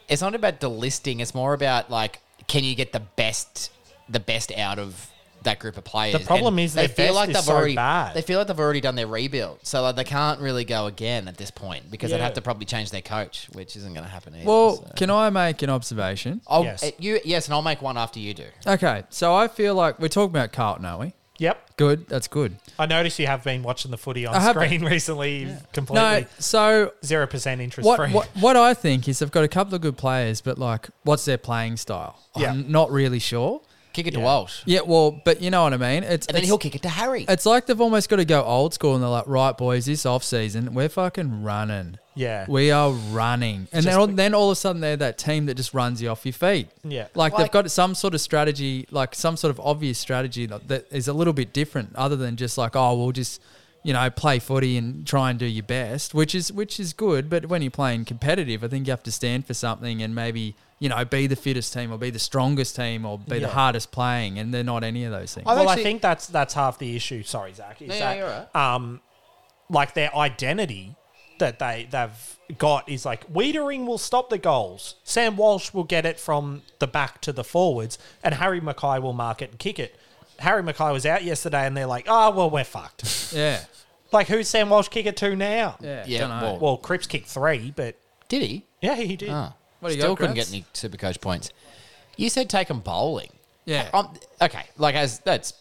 [SPEAKER 5] it's not about delisting. It's more about like, can you get the best, the best out of that group of players?
[SPEAKER 4] problem is their best is so
[SPEAKER 5] already,
[SPEAKER 4] bad.
[SPEAKER 5] They feel like they've already done their rebuild, so like they can't really go again at this point because they'd
[SPEAKER 4] Yeah.
[SPEAKER 5] have to probably change their coach, which isn't going to happen either.
[SPEAKER 3] Well,
[SPEAKER 5] so.
[SPEAKER 3] can I make an observation?
[SPEAKER 5] I'll,
[SPEAKER 4] Yes.
[SPEAKER 5] uh, you yes, and I'll make one after you do.
[SPEAKER 3] Okay, so I feel like we're talking about Carlton, are we?
[SPEAKER 4] yep,
[SPEAKER 3] Good, that's good.
[SPEAKER 4] I noticed you have been watching the footy on
[SPEAKER 3] I have
[SPEAKER 4] screen recently. You've Completely
[SPEAKER 3] No, so
[SPEAKER 4] zero percent interest
[SPEAKER 3] what,
[SPEAKER 4] free.
[SPEAKER 3] what what I think is they've got a couple of good players, but like, what's their playing style?
[SPEAKER 4] Yeah.
[SPEAKER 3] I'm not really sure.
[SPEAKER 5] Kick it to Walsh,
[SPEAKER 3] Yeah, well, but you know what I mean. It's
[SPEAKER 5] and then
[SPEAKER 3] it's-
[SPEAKER 5] he'll kick it to Harry.
[SPEAKER 3] It's like they've almost got to go old school, and they're like, "Right, boys, this off season, we're fucking running.
[SPEAKER 4] Yeah.
[SPEAKER 3] we are running." And then, all, then all of a sudden, they're that team that just runs you off your feet.
[SPEAKER 4] Yeah.
[SPEAKER 3] like,
[SPEAKER 5] Like-
[SPEAKER 3] they've got some sort of strategy, like some sort of obvious strategy that that is a little bit different, other than just like, "Oh, we'll just." You know, play footy and try and do your best, which is which is good. But when you're playing competitive, I think you have to stand for something and maybe you know be the fittest team or be the strongest team or be the
[SPEAKER 4] Yeah.
[SPEAKER 3] hardest playing, and they're not any of those things.
[SPEAKER 5] I've
[SPEAKER 4] well, I
[SPEAKER 5] actually-
[SPEAKER 4] think that's that's half the issue. Sorry, Zach. Is
[SPEAKER 5] No, no,
[SPEAKER 4] that,
[SPEAKER 5] you're all
[SPEAKER 4] Um, like their identity that they they've got is like Wiedering will stop the goals. Sam Walsh will get it from the back to the forwards, and Harry Mackay will mark it and kick it. Harry Mackay was out yesterday, and they're like, "Oh, well, we're fucked."
[SPEAKER 3] Yeah.
[SPEAKER 4] like, who's Sam Walsh kick it to now?
[SPEAKER 3] Yeah.
[SPEAKER 5] Yeah,
[SPEAKER 3] dunno.
[SPEAKER 5] well-
[SPEAKER 4] Well, Cripps kicked three, but
[SPEAKER 5] Did he?
[SPEAKER 4] yeah, he did.
[SPEAKER 5] Ah,
[SPEAKER 3] What do you
[SPEAKER 5] still
[SPEAKER 3] got,
[SPEAKER 5] couldn't
[SPEAKER 3] Gratz?
[SPEAKER 5] get any super coach points. You said take 'em bowling.
[SPEAKER 3] Yeah.
[SPEAKER 5] Um, okay, like as that's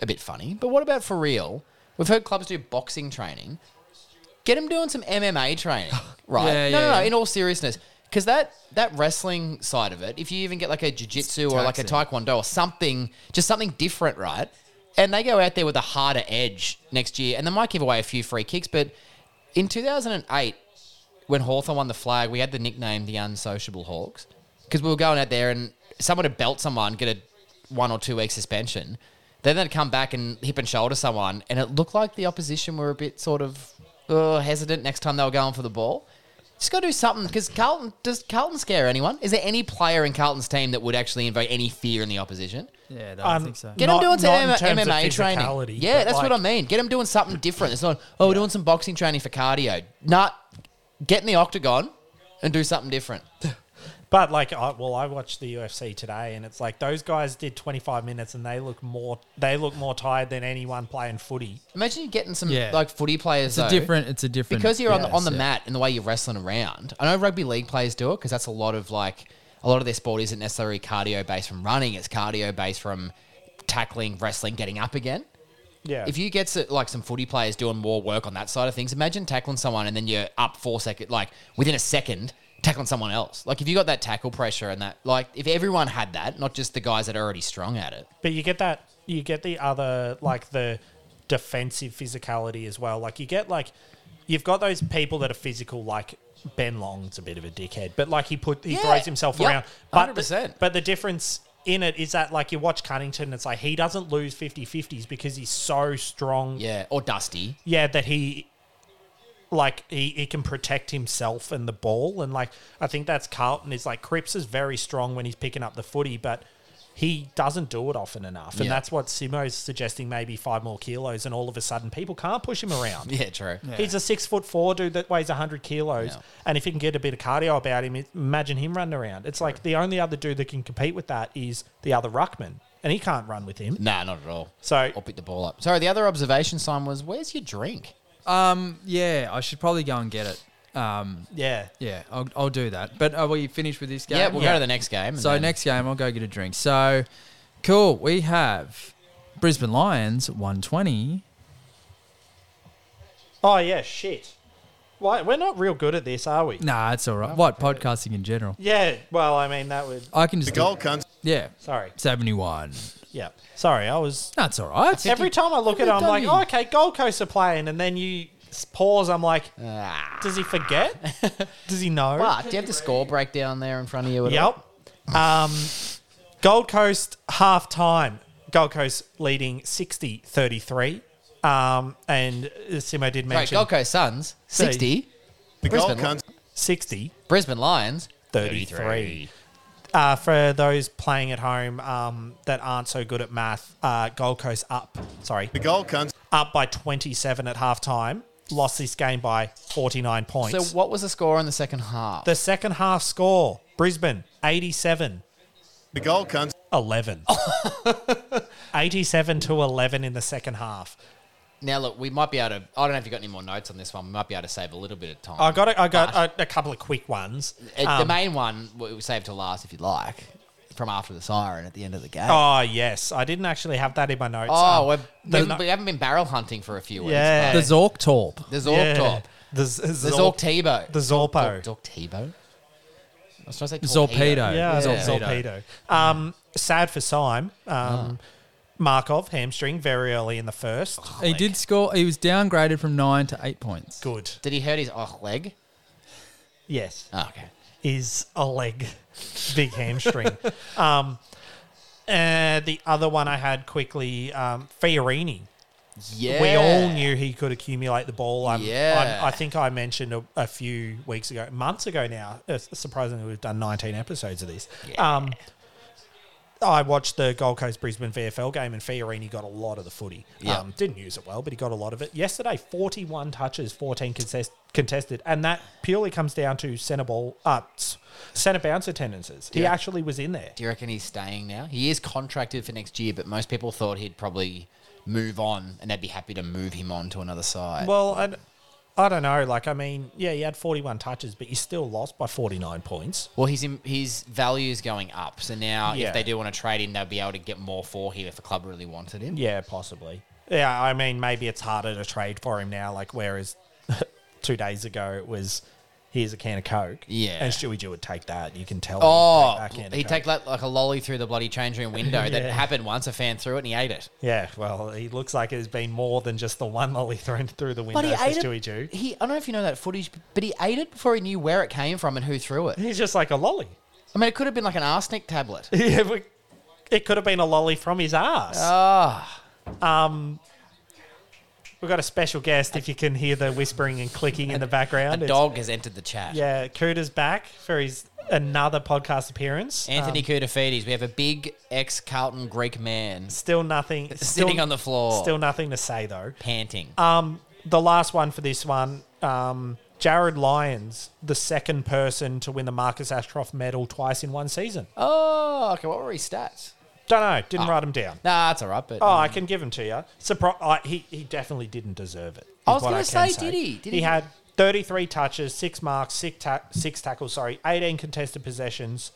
[SPEAKER 5] a bit funny, but what about for real? We've heard clubs do boxing training. Get them doing some MMA training, right?
[SPEAKER 3] Yeah,
[SPEAKER 5] no,
[SPEAKER 3] yeah,
[SPEAKER 5] no,
[SPEAKER 3] yeah.
[SPEAKER 5] no. In all seriousness, because that that wrestling side of it, if you even get like a jiu-jitsu or like a taekwondo or something, just something different, right? And they go out there with a harder edge next year, and they might give away a few free kicks, but in 2008, when Hawthorn won the flag, we had the nickname the Unsociable Hawks because we were going out there and someone would belt someone, get a one or two week suspension. Then they'd come back and hip and shoulder someone, and it looked like the opposition were a bit sort of uh, hesitant next time they were going for the ball. Just got to do something because Carlton does Carlton scare anyone? Is there any player in Carlton's team that would actually invoke any fear in the opposition?
[SPEAKER 3] Yeah, I don't
[SPEAKER 4] Um,
[SPEAKER 3] think so.
[SPEAKER 5] Get
[SPEAKER 4] Not-
[SPEAKER 5] them doing some
[SPEAKER 4] not in
[SPEAKER 5] M-
[SPEAKER 4] terms of
[SPEAKER 5] MMA
[SPEAKER 4] physicality,
[SPEAKER 5] training. Yeah,
[SPEAKER 4] but
[SPEAKER 5] that's what I
[SPEAKER 4] like-
[SPEAKER 5] mean. Get them doing something different. It's not, oh, we're doing some boxing training for cardio. Nah, get in the octagon and do something different.
[SPEAKER 4] But like, I, well, I watched the UFC today, and it's like those guys did 25 minutes, and they look more they look more tired than anyone playing footy.
[SPEAKER 5] Imagine you getting some
[SPEAKER 3] Yeah.
[SPEAKER 5] like footy players.
[SPEAKER 3] It's a
[SPEAKER 5] though,
[SPEAKER 3] different. It's a different
[SPEAKER 5] because you're on the,
[SPEAKER 3] yeah,
[SPEAKER 5] on the
[SPEAKER 3] yeah.
[SPEAKER 5] mat and the way you're wrestling around. I know rugby league players do it because that's a lot of like a lot of their sport isn't necessarily cardio based from running. It's cardio based from tackling, wrestling, getting up again.
[SPEAKER 4] Yeah.
[SPEAKER 5] If you get so- like some footy players doing more work on that side of things, imagine tackling someone and then you're up four second, like within a second, tackling someone else. Like if you got that tackle pressure and that, like if everyone had that, not just the guys that are already strong at it.
[SPEAKER 4] but you get that you get the other like the defensive physicality as well. Like you get like you've got those people that are physical, like. Ben Long's a bit of a dickhead, but like he put he
[SPEAKER 5] Yeah.
[SPEAKER 4] throws himself
[SPEAKER 5] Yep.
[SPEAKER 4] around. But the,
[SPEAKER 5] 100%.
[SPEAKER 4] but the difference in it is that like you watch Cunnington, it's like he doesn't lose 50-50s because he's so strong
[SPEAKER 5] Yeah, or Dusty.
[SPEAKER 4] yeah, that he like he, he can protect himself and the ball and like I think that's Carlton is like Cripps is very strong when he's picking up the footy, but he doesn't do it often enough. And
[SPEAKER 5] Yeah.
[SPEAKER 4] that's what Simo's suggesting maybe five more kilos and all of a sudden people can't push him around.
[SPEAKER 5] Yeah, true.
[SPEAKER 4] He's a six foot four dude that weighs 100 kilos.
[SPEAKER 5] Yeah.
[SPEAKER 4] And if he can get a bit of cardio about him, imagine him running around. It's like the only other dude that can compete with that is the other Ruckman. And he can't run with him.
[SPEAKER 5] Nah, not at all.
[SPEAKER 4] So-
[SPEAKER 5] I'll pick the ball up. Sorry, the other observation sign was where's your drink?
[SPEAKER 3] Yeah, I should probably go and get it. Um,
[SPEAKER 4] Yeah.
[SPEAKER 3] yeah, I'll, I'll do that. But are we finished with this game?
[SPEAKER 5] Yeah, we'll go to the next game. and
[SPEAKER 3] So
[SPEAKER 5] then-
[SPEAKER 3] next game, I'll go get a drink. So cool. We have Brisbane Lions 120.
[SPEAKER 4] Oh, yeah, shit. Why? We're not real good at this, are we?
[SPEAKER 3] Nah, it's all right. What podcasting in general?
[SPEAKER 4] Yeah. Well, I mean, that would.
[SPEAKER 3] I can just
[SPEAKER 6] The goal cunts.
[SPEAKER 3] Yeah,
[SPEAKER 4] Sorry.
[SPEAKER 3] 71.
[SPEAKER 4] Yeah. Sorry. I was.
[SPEAKER 3] That's all right.
[SPEAKER 4] Every time I look at it, I'm like,
[SPEAKER 3] W.
[SPEAKER 4] oh, okay, Gold Coast are playing. And then you s- pause. I'm like,
[SPEAKER 5] Ah.
[SPEAKER 4] does he forget? does he know?
[SPEAKER 5] But do you have the score breakdown there in front of you? At all?
[SPEAKER 4] Yep. Um, Gold Coast half time. Gold Coast leading 60 33. Um, and Simo did
[SPEAKER 5] Right,
[SPEAKER 4] mention
[SPEAKER 5] Gold Coast Suns, 60.
[SPEAKER 6] The goal
[SPEAKER 5] Brisbane.
[SPEAKER 6] cunts.
[SPEAKER 4] 60
[SPEAKER 5] Brisbane Lions,
[SPEAKER 4] 33. Uh, for those playing at home um, that aren't so good at math, uh, Gold Coast up, sorry,
[SPEAKER 6] The goal cunts.
[SPEAKER 4] up by 27 at half time. Lost this game by 49 points.
[SPEAKER 5] So what was the score in the second half?
[SPEAKER 4] the second half score Brisbane 87
[SPEAKER 6] The goal cunts.
[SPEAKER 4] 11. 87 to 11 in the second half.
[SPEAKER 5] now look, we might be able to. I don't know if you got any more notes on this one. We might be able to save a little bit of time.
[SPEAKER 4] I got a, I got a, a couple of quick ones.
[SPEAKER 5] It- Uh, the
[SPEAKER 4] Um,
[SPEAKER 5] main one we we saved to last, if you like, from after the siren at the end of the game.
[SPEAKER 4] oh yes, I didn't actually have that in my notes.
[SPEAKER 5] Oh,
[SPEAKER 4] Um,
[SPEAKER 5] we're,
[SPEAKER 4] the
[SPEAKER 5] we-
[SPEAKER 4] no-
[SPEAKER 5] we haven't been barrel hunting for a few weeks.
[SPEAKER 4] Yeah.
[SPEAKER 5] Yeah.
[SPEAKER 3] the Zork Torp.
[SPEAKER 5] There's
[SPEAKER 4] yeah.
[SPEAKER 5] Zork Top.
[SPEAKER 4] The, Z-
[SPEAKER 5] There's
[SPEAKER 4] Zorp-
[SPEAKER 5] Zork Tebo.
[SPEAKER 4] the Zorpo.
[SPEAKER 5] Zork Tebo? I was trying to say
[SPEAKER 3] Zorpedo.
[SPEAKER 4] Yeah,
[SPEAKER 5] Yeah.
[SPEAKER 4] Zorpedo. Um, sad for Syme. Um, Markov hamstring very early in the first.
[SPEAKER 3] He did score. He was downgraded from nine to eight points.
[SPEAKER 4] Good.
[SPEAKER 5] Did he hurt his oh, leg?
[SPEAKER 4] Yes.
[SPEAKER 5] Oh, okay.
[SPEAKER 4] is a leg, big hamstring. um, uh, the other one I had quickly, um, Fiorini.
[SPEAKER 5] Yeah.
[SPEAKER 4] We all knew he could accumulate the ball. I'm,
[SPEAKER 5] Yeah.
[SPEAKER 4] I'm, I think I mentioned a, a few weeks ago, months ago now. uh, Surprisingly, we've done 19 episodes of this. Um, I watched the Gold Coast Brisbane VFL game, and Fiorini got a lot of the footy.
[SPEAKER 5] Yeah.
[SPEAKER 4] Um, didn't use it well, but he got a lot of it. Yesterday, 41 touches, 14 contest- contested, and that purely comes down to centre ball, uh, s- centre bounce attendances. He
[SPEAKER 5] Yeah.
[SPEAKER 4] actually was in there.
[SPEAKER 5] Do you reckon he's staying now? He is contracted for next year, but most people thought he'd probably move on and they'd be happy to move him on to another side.
[SPEAKER 4] Well, I, I don't know. Like, I mean, yeah, he had 41 touches, but you still lost by 49 points.
[SPEAKER 5] Well, his his value is going up, so now
[SPEAKER 4] Yeah.
[SPEAKER 5] if they do want to trade him, they'll be able to get more for him if the club really wanted him.
[SPEAKER 4] Yeah, possibly. Yeah, I mean, maybe it's harder to trade for him now. Like, whereas two days ago it was, here's a can of Coke.
[SPEAKER 5] Yeah.
[SPEAKER 4] And Stewie Jew would take that. You can tell.
[SPEAKER 5] Oh,
[SPEAKER 4] he'd that can of
[SPEAKER 5] he
[SPEAKER 4] Coke.
[SPEAKER 5] take like, like a lolly through the bloody change room window. That happened once. A fan threw it and he ate it.
[SPEAKER 4] Yeah, well, he looks like there's been more than just the one lolly thrown through the window
[SPEAKER 5] But he
[SPEAKER 4] for
[SPEAKER 5] ate it.
[SPEAKER 4] Stewie Jew.
[SPEAKER 5] He, I don't know if you know that footage, but he ate it before he knew where it came from and who threw it.
[SPEAKER 4] He's just like a lolly.
[SPEAKER 5] I mean, it could have been like an arsenic tablet.
[SPEAKER 4] Yeah, we- it could have been a lolly from his ass. Um,
[SPEAKER 5] Ah,
[SPEAKER 4] We've got a special guest if you can hear the whispering and clicking in the
[SPEAKER 5] a
[SPEAKER 4] background. It's-
[SPEAKER 5] dog has entered the chat.
[SPEAKER 4] Yeah, Cooter's back for his another podcast appearance.
[SPEAKER 5] Anthony Koutafidis. We have a big ex-Carlton Greek man
[SPEAKER 4] Still nothing. still-
[SPEAKER 5] sitting on the floor,
[SPEAKER 4] Still nothing to say though.
[SPEAKER 5] panting.
[SPEAKER 4] Um, the last one for this one, um, Jared Lyons, the second person to win the Marcus Ashcroft medal twice in one season.
[SPEAKER 5] oh, okay. What were his stats?
[SPEAKER 4] Don't know. Didn't
[SPEAKER 5] Ah.
[SPEAKER 4] write them down.
[SPEAKER 5] Nah, that's all right. But
[SPEAKER 4] Oh, I can give them to you. Surpri- I, he he definitely didn't deserve it. is
[SPEAKER 5] I was
[SPEAKER 4] what
[SPEAKER 5] gonna
[SPEAKER 4] can
[SPEAKER 5] say, did he? Did
[SPEAKER 4] he,
[SPEAKER 5] he-
[SPEAKER 4] had 33 touches, six marks, six, ta- six tackles. Sorry, 18 contested possessions.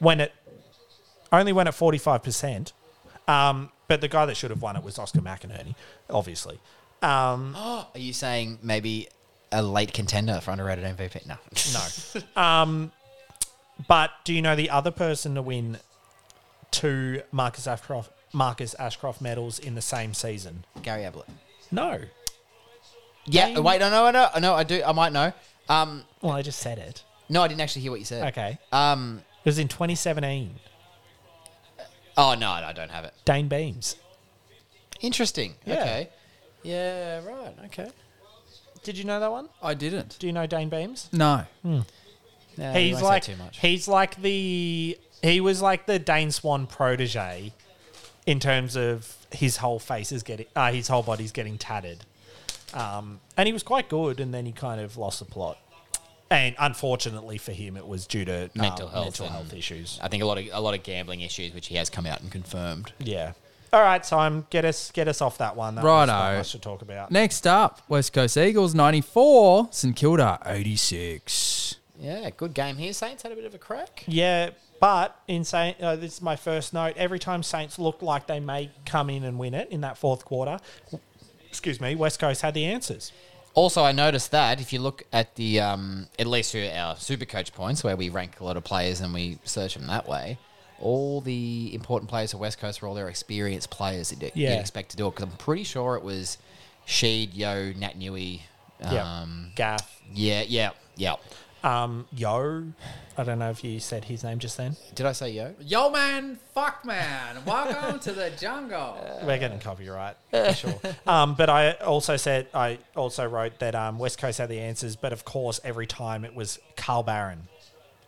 [SPEAKER 4] When it only went at 45 percent. Um, but the guy that should have won it was Oscar McInerney, obviously. Um,
[SPEAKER 5] Are you saying maybe a late contender for underrated MVP? No.
[SPEAKER 4] No. um, but do you know the other person to win two Marcus Ashcroft Marcus Ashcroft medals in the same season?
[SPEAKER 5] Gary Ablett.
[SPEAKER 4] No.
[SPEAKER 5] Yeah. Wait. No. No. No. No. I do. I might know. Um.
[SPEAKER 4] Well, I just said it.
[SPEAKER 5] No, I didn't actually hear what you said.
[SPEAKER 4] Okay.
[SPEAKER 5] Um.
[SPEAKER 4] It was in 2017.
[SPEAKER 5] Oh no, I don't have it.
[SPEAKER 4] Dane Beams.
[SPEAKER 5] Interesting.
[SPEAKER 4] Yeah.
[SPEAKER 5] Okay. Yeah. Right. Okay.
[SPEAKER 4] Did you know that one?
[SPEAKER 3] I didn't.
[SPEAKER 4] Do you know Dane Beams?
[SPEAKER 3] No.
[SPEAKER 5] Nah, you
[SPEAKER 4] he's
[SPEAKER 5] won't say
[SPEAKER 4] like
[SPEAKER 5] too much.
[SPEAKER 4] he's like the he was like the Dane Swan protege in terms of his whole face is getting uh, his whole body's getting tattered, um, and he was quite good, and then he kind of lost the plot. And unfortunately for him, it was due to um,
[SPEAKER 5] Mental health
[SPEAKER 4] mental
[SPEAKER 5] and-
[SPEAKER 4] health issues.
[SPEAKER 5] I think a lot of a lot of gambling issues, which he has come out and confirmed.
[SPEAKER 4] Yeah. All right, Simon, get us get us off that one. That was not
[SPEAKER 3] Righto.
[SPEAKER 4] much to talk about.
[SPEAKER 3] Next up, West Coast Eagles 94, St Kilda 86.
[SPEAKER 5] Yeah, good game here. Saints had a bit of a crack.
[SPEAKER 4] Yeah, but in Saint, uh, this is my first note. Every time Saints looked like they may come in and win it in that fourth quarter, excuse me, West Coast had the answers.
[SPEAKER 5] Also, I noticed that if you look at the um, at least through our super coach points, where we rank a lot of players and we search them that way, all the important players of West Coast were all their experienced players that
[SPEAKER 4] Yeah.
[SPEAKER 5] you'd expect to do it. Because I'm pretty sure it was Sheed, Yo, Nat Nui.
[SPEAKER 4] Yeah,
[SPEAKER 5] Um,
[SPEAKER 4] Gaff,
[SPEAKER 5] yeah, yeah, yeah.
[SPEAKER 4] um, Yo, I don't know if you said his name just then.
[SPEAKER 5] Did I say Yo?
[SPEAKER 3] Yo, man, fuck, man. Welcome to the jungle.
[SPEAKER 4] We're getting copyright for sure. Um, but I also said I also wrote that um, West Coast had the answers, but of course every time it was Carl Barron,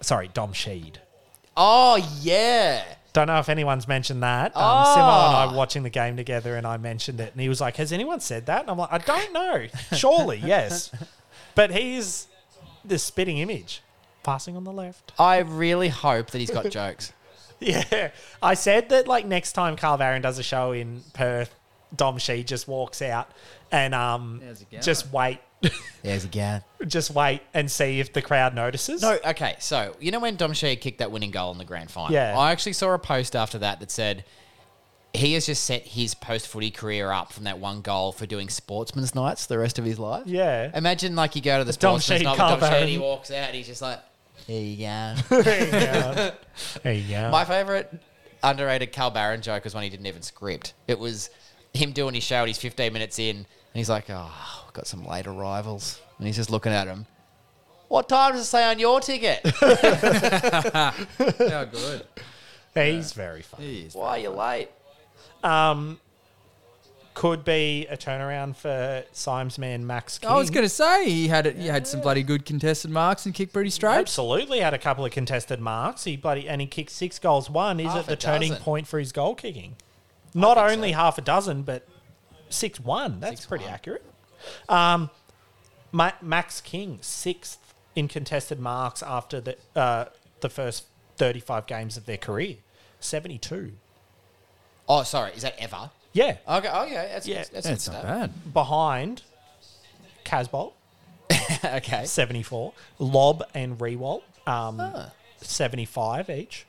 [SPEAKER 4] sorry Dom Sheed.
[SPEAKER 5] Oh yeah.
[SPEAKER 4] Don't know if anyone's mentioned that. Um,
[SPEAKER 5] Oh.
[SPEAKER 4] Simo and I were watching the game together, and I mentioned it, and he was like, "Has anyone said that?" And I'm like, "I don't know. Surely, yes." But he's the spitting image, passing on the left.
[SPEAKER 5] I really hope that he's got jokes.
[SPEAKER 4] Yeah, I said that. Like next time Carl Barron does a show in Perth, Dom She just walks out and um,
[SPEAKER 3] There's a gown.
[SPEAKER 4] just wait,
[SPEAKER 5] There's again.
[SPEAKER 4] just wait and see if the crowd notices.
[SPEAKER 5] No, okay. So you know when Dom Shea kicked that winning goal in the grand final?
[SPEAKER 4] Yeah.
[SPEAKER 5] I actually saw a post after that that said he has just set his post footy career up from that one goal for doing sportsman's nights the rest of his life.
[SPEAKER 4] Yeah.
[SPEAKER 5] Imagine like you go to the
[SPEAKER 4] Dom
[SPEAKER 5] sportsman's
[SPEAKER 4] Shea
[SPEAKER 5] night with Dom
[SPEAKER 4] cover.
[SPEAKER 5] Shea and he walks out. He's just like, here you go.
[SPEAKER 4] there you go. There you go.
[SPEAKER 5] My favorite underrated Cal Barron joke was when he didn't even script. It was him doing his show and he's 15 minutes in and he's like, oh, we've got some late arrivals. And he's just looking at him. What time does it say on your ticket?
[SPEAKER 3] How good.
[SPEAKER 4] he's very funny.
[SPEAKER 3] Jeez.
[SPEAKER 5] Why are you late?
[SPEAKER 4] could be a turnaround for Symes man Max King.
[SPEAKER 3] I was going to say he had it, he had some bloody good contested marks and kicked pretty straight.
[SPEAKER 4] absolutely had a couple of contested marks. He bloody and he kicked six goals. One is
[SPEAKER 5] Half
[SPEAKER 4] it the
[SPEAKER 5] a
[SPEAKER 4] turning
[SPEAKER 5] dozen.
[SPEAKER 4] point for his goal kicking? Not
[SPEAKER 5] think
[SPEAKER 4] only
[SPEAKER 5] so.
[SPEAKER 4] half a dozen, but six one. That's pretty
[SPEAKER 5] 6-1.
[SPEAKER 4] accurate. Um, Ma- Max King sixth in contested marks after the uh, the first thirty five games of their career, seventy two.
[SPEAKER 5] Oh, sorry. Is that ever?
[SPEAKER 4] Yeah,
[SPEAKER 5] Okay. Oh, yeah. That's,
[SPEAKER 4] Yeah.
[SPEAKER 5] That's, that's,
[SPEAKER 3] That's not bad.
[SPEAKER 4] behind Casbolt.
[SPEAKER 5] bad. okay.
[SPEAKER 4] 74. Lob and Rewalt, um, 75 each.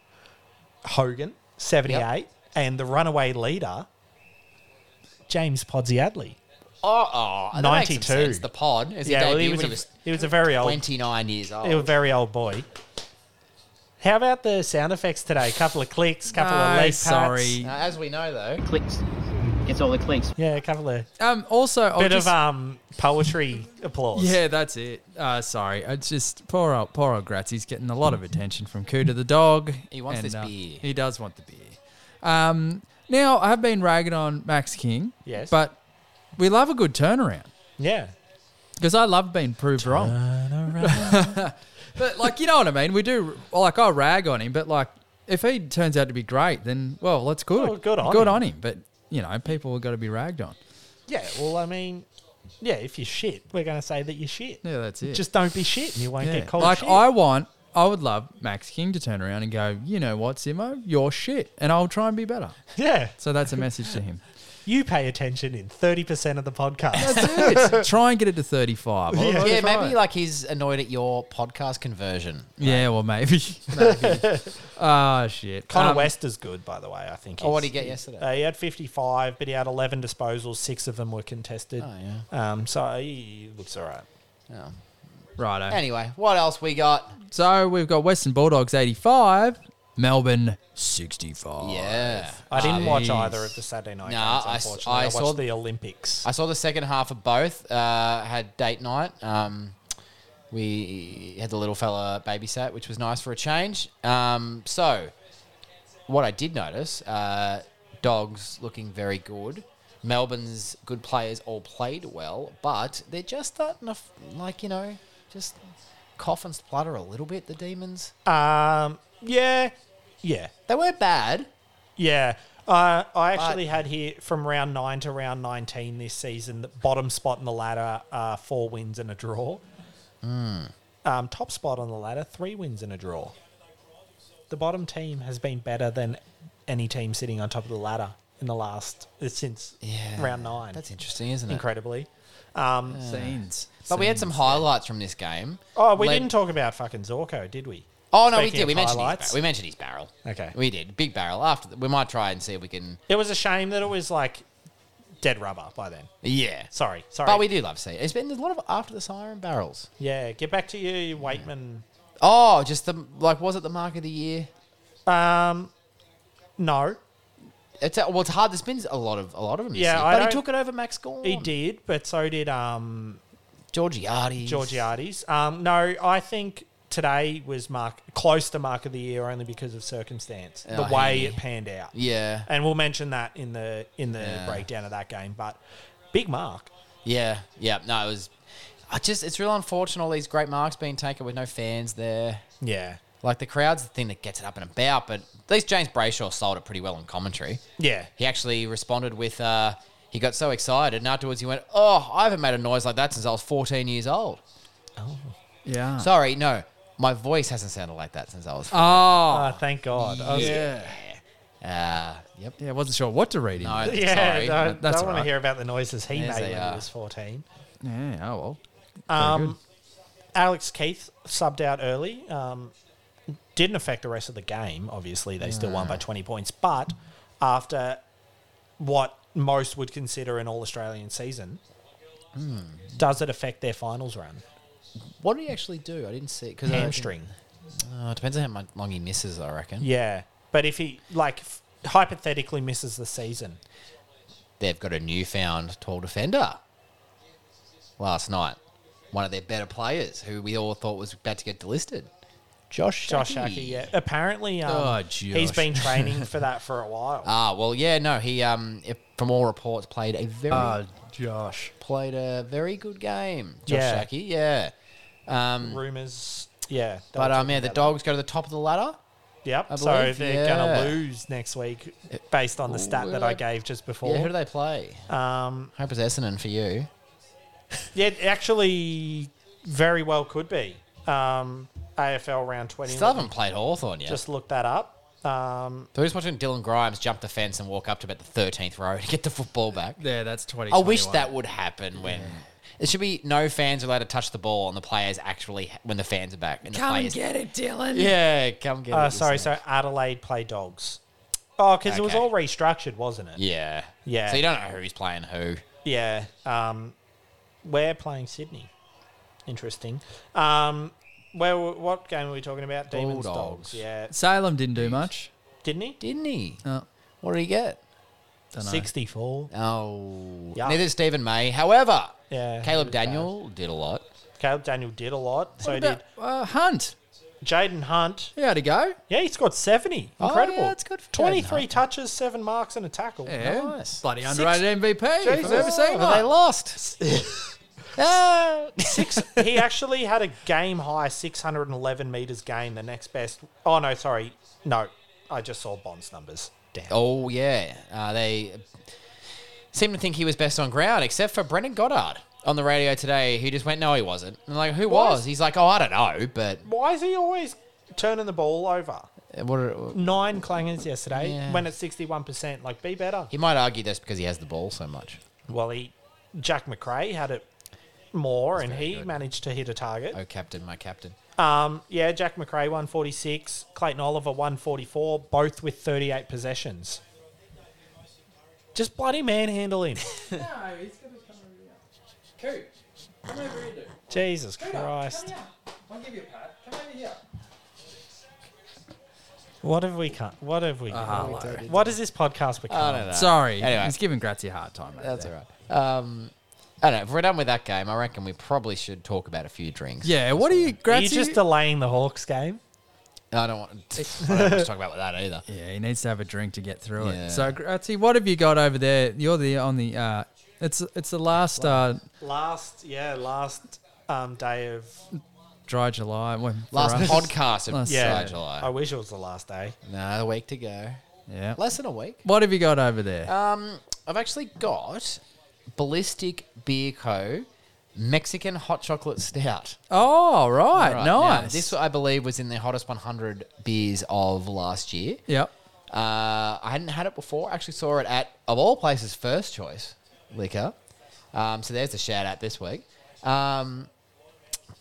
[SPEAKER 4] Hogan, 78. And the runaway leader, James Podziadli.
[SPEAKER 5] Oh, oh. 92.
[SPEAKER 4] 92.
[SPEAKER 5] The pod. Is
[SPEAKER 4] Yeah,
[SPEAKER 5] yeah,
[SPEAKER 4] well,
[SPEAKER 5] he,
[SPEAKER 4] he, was a, he was a very old,
[SPEAKER 5] 29 years old.
[SPEAKER 4] he was a very old boy. How about the sound effects today? couple of clicks, couple of
[SPEAKER 3] No,
[SPEAKER 4] leg pats.
[SPEAKER 3] sorry.
[SPEAKER 5] Now, as we know, though,
[SPEAKER 7] clicks. Gets all the clicks.
[SPEAKER 4] Yeah, a couple of
[SPEAKER 3] Um, also, I'll
[SPEAKER 4] bit
[SPEAKER 3] just,
[SPEAKER 4] of um, poetry applause.
[SPEAKER 3] Yeah, that's it. Uh, sorry, I just poor old poor old Gratz. He's getting a lot of attention from Cooter the dog. uh,
[SPEAKER 5] He wants this beer.
[SPEAKER 3] He does want the beer. Um, now I have been ragging on Max King.
[SPEAKER 4] Yes.
[SPEAKER 3] but we love a good turnaround
[SPEAKER 4] Yeah.
[SPEAKER 3] because I love being proved wrong. but like you know what I mean. We do like I rag on him, but like if he turns out to be great, then well, that's good.
[SPEAKER 4] Well, good on
[SPEAKER 3] good
[SPEAKER 4] him.
[SPEAKER 3] on him. But you know, people have got to be ragged on.
[SPEAKER 4] Yeah, well, I mean, yeah, if you're shit, we're going to say that you're shit.
[SPEAKER 3] Yeah, that's it.
[SPEAKER 4] Just don't be shit and you won't
[SPEAKER 3] Yeah.
[SPEAKER 4] get called
[SPEAKER 3] like
[SPEAKER 4] shit.
[SPEAKER 3] I want, I would love Max King to turn around and go, you know what, Simo, you're shit, and I'll try and be better.
[SPEAKER 4] yeah.
[SPEAKER 3] So that's a message to him.
[SPEAKER 4] you pay attention in 30% of the podcast.
[SPEAKER 3] That's it. try and get it to thirty-five. I'll- I'll
[SPEAKER 5] yeah,
[SPEAKER 3] try
[SPEAKER 5] maybe
[SPEAKER 3] it.
[SPEAKER 5] like he's annoyed at your podcast conversion.
[SPEAKER 3] yeah, well, maybe. Maybe. Ah, shit.
[SPEAKER 4] Connor
[SPEAKER 3] Um,
[SPEAKER 4] West is good, by the way, I think.
[SPEAKER 5] Oh, what did he
[SPEAKER 4] he's-
[SPEAKER 5] get yesterday?
[SPEAKER 4] Uh, he had 55, but he had 11 disposals. Six of them were contested.
[SPEAKER 5] Oh,
[SPEAKER 4] Um, so he looks all right.
[SPEAKER 5] Oh.
[SPEAKER 3] Righto.
[SPEAKER 5] Anyway, what else we got?
[SPEAKER 3] so we've got Western Bulldogs eighty-five, Melbourne
[SPEAKER 4] Oh,
[SPEAKER 3] sixty-five.
[SPEAKER 5] Yeah.
[SPEAKER 4] I didn't watch
[SPEAKER 3] Jeez.
[SPEAKER 4] either of the Saturday night
[SPEAKER 5] Ah, Nah, I
[SPEAKER 4] games,
[SPEAKER 5] s-
[SPEAKER 4] unfortunately. I,
[SPEAKER 5] I
[SPEAKER 4] watched
[SPEAKER 5] saw-
[SPEAKER 4] the Olympics.
[SPEAKER 5] I saw the second half of both. Uh, had date night. Um, we had the little fella babysat, which was nice for a change. Um, so, what I did notice, uh, dogs looking very good. Melbourne's good players all played well, but they're just starting to, f- like, you know, just cough and splutter a little bit, the Demons.
[SPEAKER 4] Um, yeah, yeah,
[SPEAKER 5] They weren't bad.
[SPEAKER 4] yeah. Uh, I actually had here from round nine to round nineteen this season. The bottom spot in the ladder, uh, four wins and a draw.
[SPEAKER 5] Hmm.
[SPEAKER 4] Um, top spot on the ladder, three wins and a draw. The bottom team has been better than any team sitting on top of the ladder in the last uh, since
[SPEAKER 5] Yeah.
[SPEAKER 4] round nine.
[SPEAKER 5] That's interesting, isn't it?
[SPEAKER 4] incredibly. Um,
[SPEAKER 3] Scenes.
[SPEAKER 5] But we had some highlights from this game.
[SPEAKER 4] Oh, we
[SPEAKER 5] Led-
[SPEAKER 4] didn't talk about fucking Zorko, did we?
[SPEAKER 5] Oh no, we
[SPEAKER 4] Speaking
[SPEAKER 5] did.
[SPEAKER 4] of
[SPEAKER 5] We mentioned his,
[SPEAKER 4] highlights.
[SPEAKER 5] bar- we mentioned his barrel.
[SPEAKER 4] Okay.
[SPEAKER 5] we did big barrel. After the, we might try and see if we can.
[SPEAKER 4] It was a shame that it was like dead rubber by then.
[SPEAKER 5] Yeah,
[SPEAKER 4] Sorry, sorry.
[SPEAKER 5] but we do love to see. it. It's been there's a lot of after the siren barrels.
[SPEAKER 4] yeah, get back to you, Waitman.
[SPEAKER 5] Oh, just the like was it the mark of the year?
[SPEAKER 4] Um, no,
[SPEAKER 5] It's a, well, it's hard. There's been a lot of a lot of them. this
[SPEAKER 4] Yeah,
[SPEAKER 5] year.
[SPEAKER 4] I
[SPEAKER 5] but he
[SPEAKER 4] don't-
[SPEAKER 5] took it over Max Gorn.
[SPEAKER 4] he did, but so did um
[SPEAKER 5] Georgiades.
[SPEAKER 4] Georgiades. Um, no, I think today was mark close to mark of the year only because of circumstance, the
[SPEAKER 5] Oh,
[SPEAKER 4] way
[SPEAKER 5] yeah.
[SPEAKER 4] it panned out.
[SPEAKER 5] Yeah,
[SPEAKER 4] and we'll mention that in the in the
[SPEAKER 5] Yeah.
[SPEAKER 4] breakdown of that game. But big mark.
[SPEAKER 5] yeah, yeah. No, it was. I just it's real unfortunate. All these great marks being taken with no fans there.
[SPEAKER 4] Yeah,
[SPEAKER 5] Like the crowd's the thing that gets it up and about. But at least James Brayshaw sold it pretty well on commentary.
[SPEAKER 4] yeah.
[SPEAKER 5] he actually responded with uh, he got so excited and afterwards he went oh i haven't made a noise like that since i was 14 years old
[SPEAKER 3] Yeah.
[SPEAKER 5] sorry no my voice hasn't sounded like that since i was
[SPEAKER 3] oh.
[SPEAKER 4] Oh, thank God. I was-
[SPEAKER 3] yeah.
[SPEAKER 5] uh, yep
[SPEAKER 3] Yeah, I wasn't sure what to read in.
[SPEAKER 5] no
[SPEAKER 4] Yeah,
[SPEAKER 5] sorry
[SPEAKER 4] I
[SPEAKER 3] That- that's
[SPEAKER 4] don't want
[SPEAKER 3] all right.
[SPEAKER 4] to hear about the noises he
[SPEAKER 5] There's
[SPEAKER 4] made
[SPEAKER 5] a,
[SPEAKER 4] when
[SPEAKER 5] uh,
[SPEAKER 4] he was 14.
[SPEAKER 3] Yeah, oh well.
[SPEAKER 4] Um, Alex Keith subbed out early. Um, didn't affect the rest of the game, obviously. They still won by
[SPEAKER 5] Mm.
[SPEAKER 4] 20 points. But after what most would consider an All Australian season,
[SPEAKER 5] Mm.
[SPEAKER 4] does it affect their finals run?
[SPEAKER 5] what did he actually do i didn't see it because
[SPEAKER 4] Hamstring.
[SPEAKER 5] oh, it depends on how mon- long he misses i reckon
[SPEAKER 4] Yeah. But if he, like, f- hypothetically misses the season,
[SPEAKER 5] they've got a newfound tall defender last night one of their better players who we all thought was about to get delisted josh
[SPEAKER 4] Josh Aki, yeah. Apparently, um,
[SPEAKER 5] Oh,
[SPEAKER 4] he's
[SPEAKER 5] Josh.
[SPEAKER 4] been training for that for a while.
[SPEAKER 5] Ah, well, yeah, no, he um, if, from all reports played a very
[SPEAKER 4] Uh,
[SPEAKER 3] Josh.
[SPEAKER 5] played a very good game. Josh
[SPEAKER 4] Yeah.
[SPEAKER 5] Saki, yeah. Um,
[SPEAKER 4] Rumors. Yeah. they
[SPEAKER 5] but
[SPEAKER 4] were
[SPEAKER 5] um,
[SPEAKER 4] talking
[SPEAKER 5] yeah, the
[SPEAKER 4] about that.
[SPEAKER 5] dogs go to the top of the ladder.
[SPEAKER 4] Yep.
[SPEAKER 5] I
[SPEAKER 4] so
[SPEAKER 5] believe,
[SPEAKER 4] they're
[SPEAKER 5] yeah.
[SPEAKER 4] going to lose next week based on the
[SPEAKER 5] Ooh,
[SPEAKER 4] stat
[SPEAKER 5] who
[SPEAKER 4] that
[SPEAKER 5] do
[SPEAKER 4] I
[SPEAKER 5] they-
[SPEAKER 4] gave just before.
[SPEAKER 5] Yeah, who
[SPEAKER 4] Yeah,
[SPEAKER 5] do they play?
[SPEAKER 4] um,
[SPEAKER 5] Hope it's Essendon for you.
[SPEAKER 4] yeah it actually, very well could be. Um, AFL round 20.
[SPEAKER 5] Still haven't played Hawthorn yet.
[SPEAKER 4] Just look that up. Um,
[SPEAKER 5] so we're just watching Dylan Grimes jump the fence and walk up to about the thirteenth row to get the football back.
[SPEAKER 3] Yeah, that's 20.
[SPEAKER 5] I wish that would happen when. It should be no fans allowed to touch the ball, and the players actually when the fans are back. And the
[SPEAKER 3] Come
[SPEAKER 5] players,
[SPEAKER 3] get it, Dylan.
[SPEAKER 5] yeah, come get.
[SPEAKER 4] uh,
[SPEAKER 5] it,
[SPEAKER 4] sorry,
[SPEAKER 5] listen.
[SPEAKER 4] so Adelaide play dogs. Oh, because it was
[SPEAKER 5] Okay.
[SPEAKER 4] all restructured, wasn't it?
[SPEAKER 5] Yeah,
[SPEAKER 4] Yeah.
[SPEAKER 5] So you don't know who's playing who.
[SPEAKER 4] Yeah. Um, we're playing Sydney. Interesting. Um, where, were- what game were we talking about? Demons
[SPEAKER 5] Bulldogs.
[SPEAKER 4] Dogs. Yeah.
[SPEAKER 3] Salem didn't do much.
[SPEAKER 4] Didn't he?
[SPEAKER 5] Didn't he?
[SPEAKER 3] Oh,
[SPEAKER 5] What did he get?
[SPEAKER 3] don't know.
[SPEAKER 4] 64.
[SPEAKER 5] Oh,
[SPEAKER 4] Yeah.
[SPEAKER 5] neither did Stephen May. However,
[SPEAKER 4] Yeah,
[SPEAKER 5] Caleb
[SPEAKER 4] he was bad.
[SPEAKER 5] Daniel did a lot.
[SPEAKER 4] Caleb Daniel did a lot. So
[SPEAKER 3] What about,
[SPEAKER 4] did
[SPEAKER 3] uh, Hunt.
[SPEAKER 4] Jaden Hunt.
[SPEAKER 3] He had a go.
[SPEAKER 4] Yeah, he's got 70.
[SPEAKER 5] Oh,
[SPEAKER 4] Incredible.
[SPEAKER 5] yeah, that's good for Jaden
[SPEAKER 4] 23
[SPEAKER 5] Hunt.
[SPEAKER 4] touches, seven marks, and a tackle.
[SPEAKER 3] Yeah.
[SPEAKER 5] Nice.
[SPEAKER 3] Bloody underrated MVP. if I've ever
[SPEAKER 4] Jesus.
[SPEAKER 3] seen
[SPEAKER 5] But they
[SPEAKER 3] one.
[SPEAKER 5] lost. Ah.
[SPEAKER 4] Six, he actually had a game high 611 meters gain, the next best. Oh, no, sorry. No, I just saw Bond's numbers. Damn.
[SPEAKER 5] oh yeah, uh, they seem to think he was best on ground, except for Brendan Goddard on the radio today. He just went, "No, he wasn't." And like, who was? He's like, "Oh, I don't know," but
[SPEAKER 4] Why is he always turning the ball over?
[SPEAKER 5] uh, what? Are,
[SPEAKER 4] Nine clangers yesterday
[SPEAKER 5] Yeah.
[SPEAKER 4] when it's 61%. Like, be better.
[SPEAKER 5] he might argue that's because he has the ball so much.
[SPEAKER 4] Well, he, Jack McRae had it more, and he managed to hit a target.
[SPEAKER 5] Oh, captain, my captain.
[SPEAKER 4] Um, yeah, Jack McRae 146, Clayton Oliver 144, both with 38 possessions. Just bloody manhandling. Jesus Christ. What have we cut? What have we? what has this podcast become?
[SPEAKER 5] I don't know.
[SPEAKER 3] Sorry.
[SPEAKER 5] Uh, Anyway.
[SPEAKER 3] He's giving Grazie a hard time. Right
[SPEAKER 5] That's
[SPEAKER 3] there.
[SPEAKER 5] all right. Um, I don't know. If we're done with that game, I reckon we probably should talk about a few drinks.
[SPEAKER 3] Yeah, what are you,
[SPEAKER 4] Are
[SPEAKER 3] Grazie?
[SPEAKER 4] you just delaying the Hawks game?
[SPEAKER 5] I don't want to I don't want to talk about that either.
[SPEAKER 3] Yeah, he needs to have a drink to get through
[SPEAKER 5] Yeah.
[SPEAKER 3] it. So, Grazi, what have you got over there? You're the on the. Uh, it's it's the last uh,
[SPEAKER 4] Last, yeah, last um, day of
[SPEAKER 3] dry July. Well, for
[SPEAKER 5] Last
[SPEAKER 3] us.
[SPEAKER 5] podcast of
[SPEAKER 3] Last- Oh.
[SPEAKER 4] yeah.
[SPEAKER 5] Dry July.
[SPEAKER 4] I wish it was the last day.
[SPEAKER 5] Another week to go.
[SPEAKER 3] Yeah.
[SPEAKER 5] Less than a week.
[SPEAKER 3] What have you got over there?
[SPEAKER 5] Um, I've actually got Ballistic Beer Co. Mexican hot chocolate stout.
[SPEAKER 3] oh, right,
[SPEAKER 5] Right, now,
[SPEAKER 3] nice.
[SPEAKER 5] this I believe was in the hottest 100 beers of last year.
[SPEAKER 3] Yep.
[SPEAKER 5] Uh, I hadn't had it before. I actually saw it at, of all places, First Choice Liquor. Um, so there's a shout out this week. Um,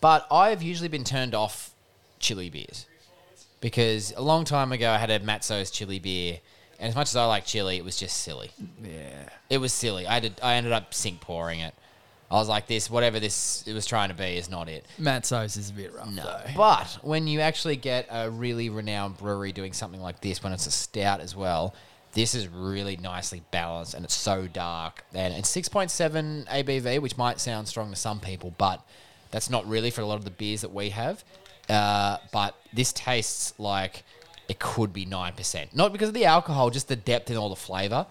[SPEAKER 5] but I've usually been turned off chili beers because a long time ago I had a Matzo's chili beer. And as much as I like chili, it was just silly.
[SPEAKER 3] Yeah.
[SPEAKER 5] It was silly. I, did, I ended up sink pouring it. I was like, this, whatever this it was trying to be, is not it.
[SPEAKER 3] Matzos is a bit rough. though.
[SPEAKER 5] But when you actually get a really renowned brewery doing something like this, when it's a stout as well, this is really nicely balanced and it's so dark. And it's 6.7 ABV, which might sound strong to some people, but that's not really for a lot of the beers that we have. Uh, but this tastes like it could be 9%. Not because of the alcohol, just the depth and all the flavor.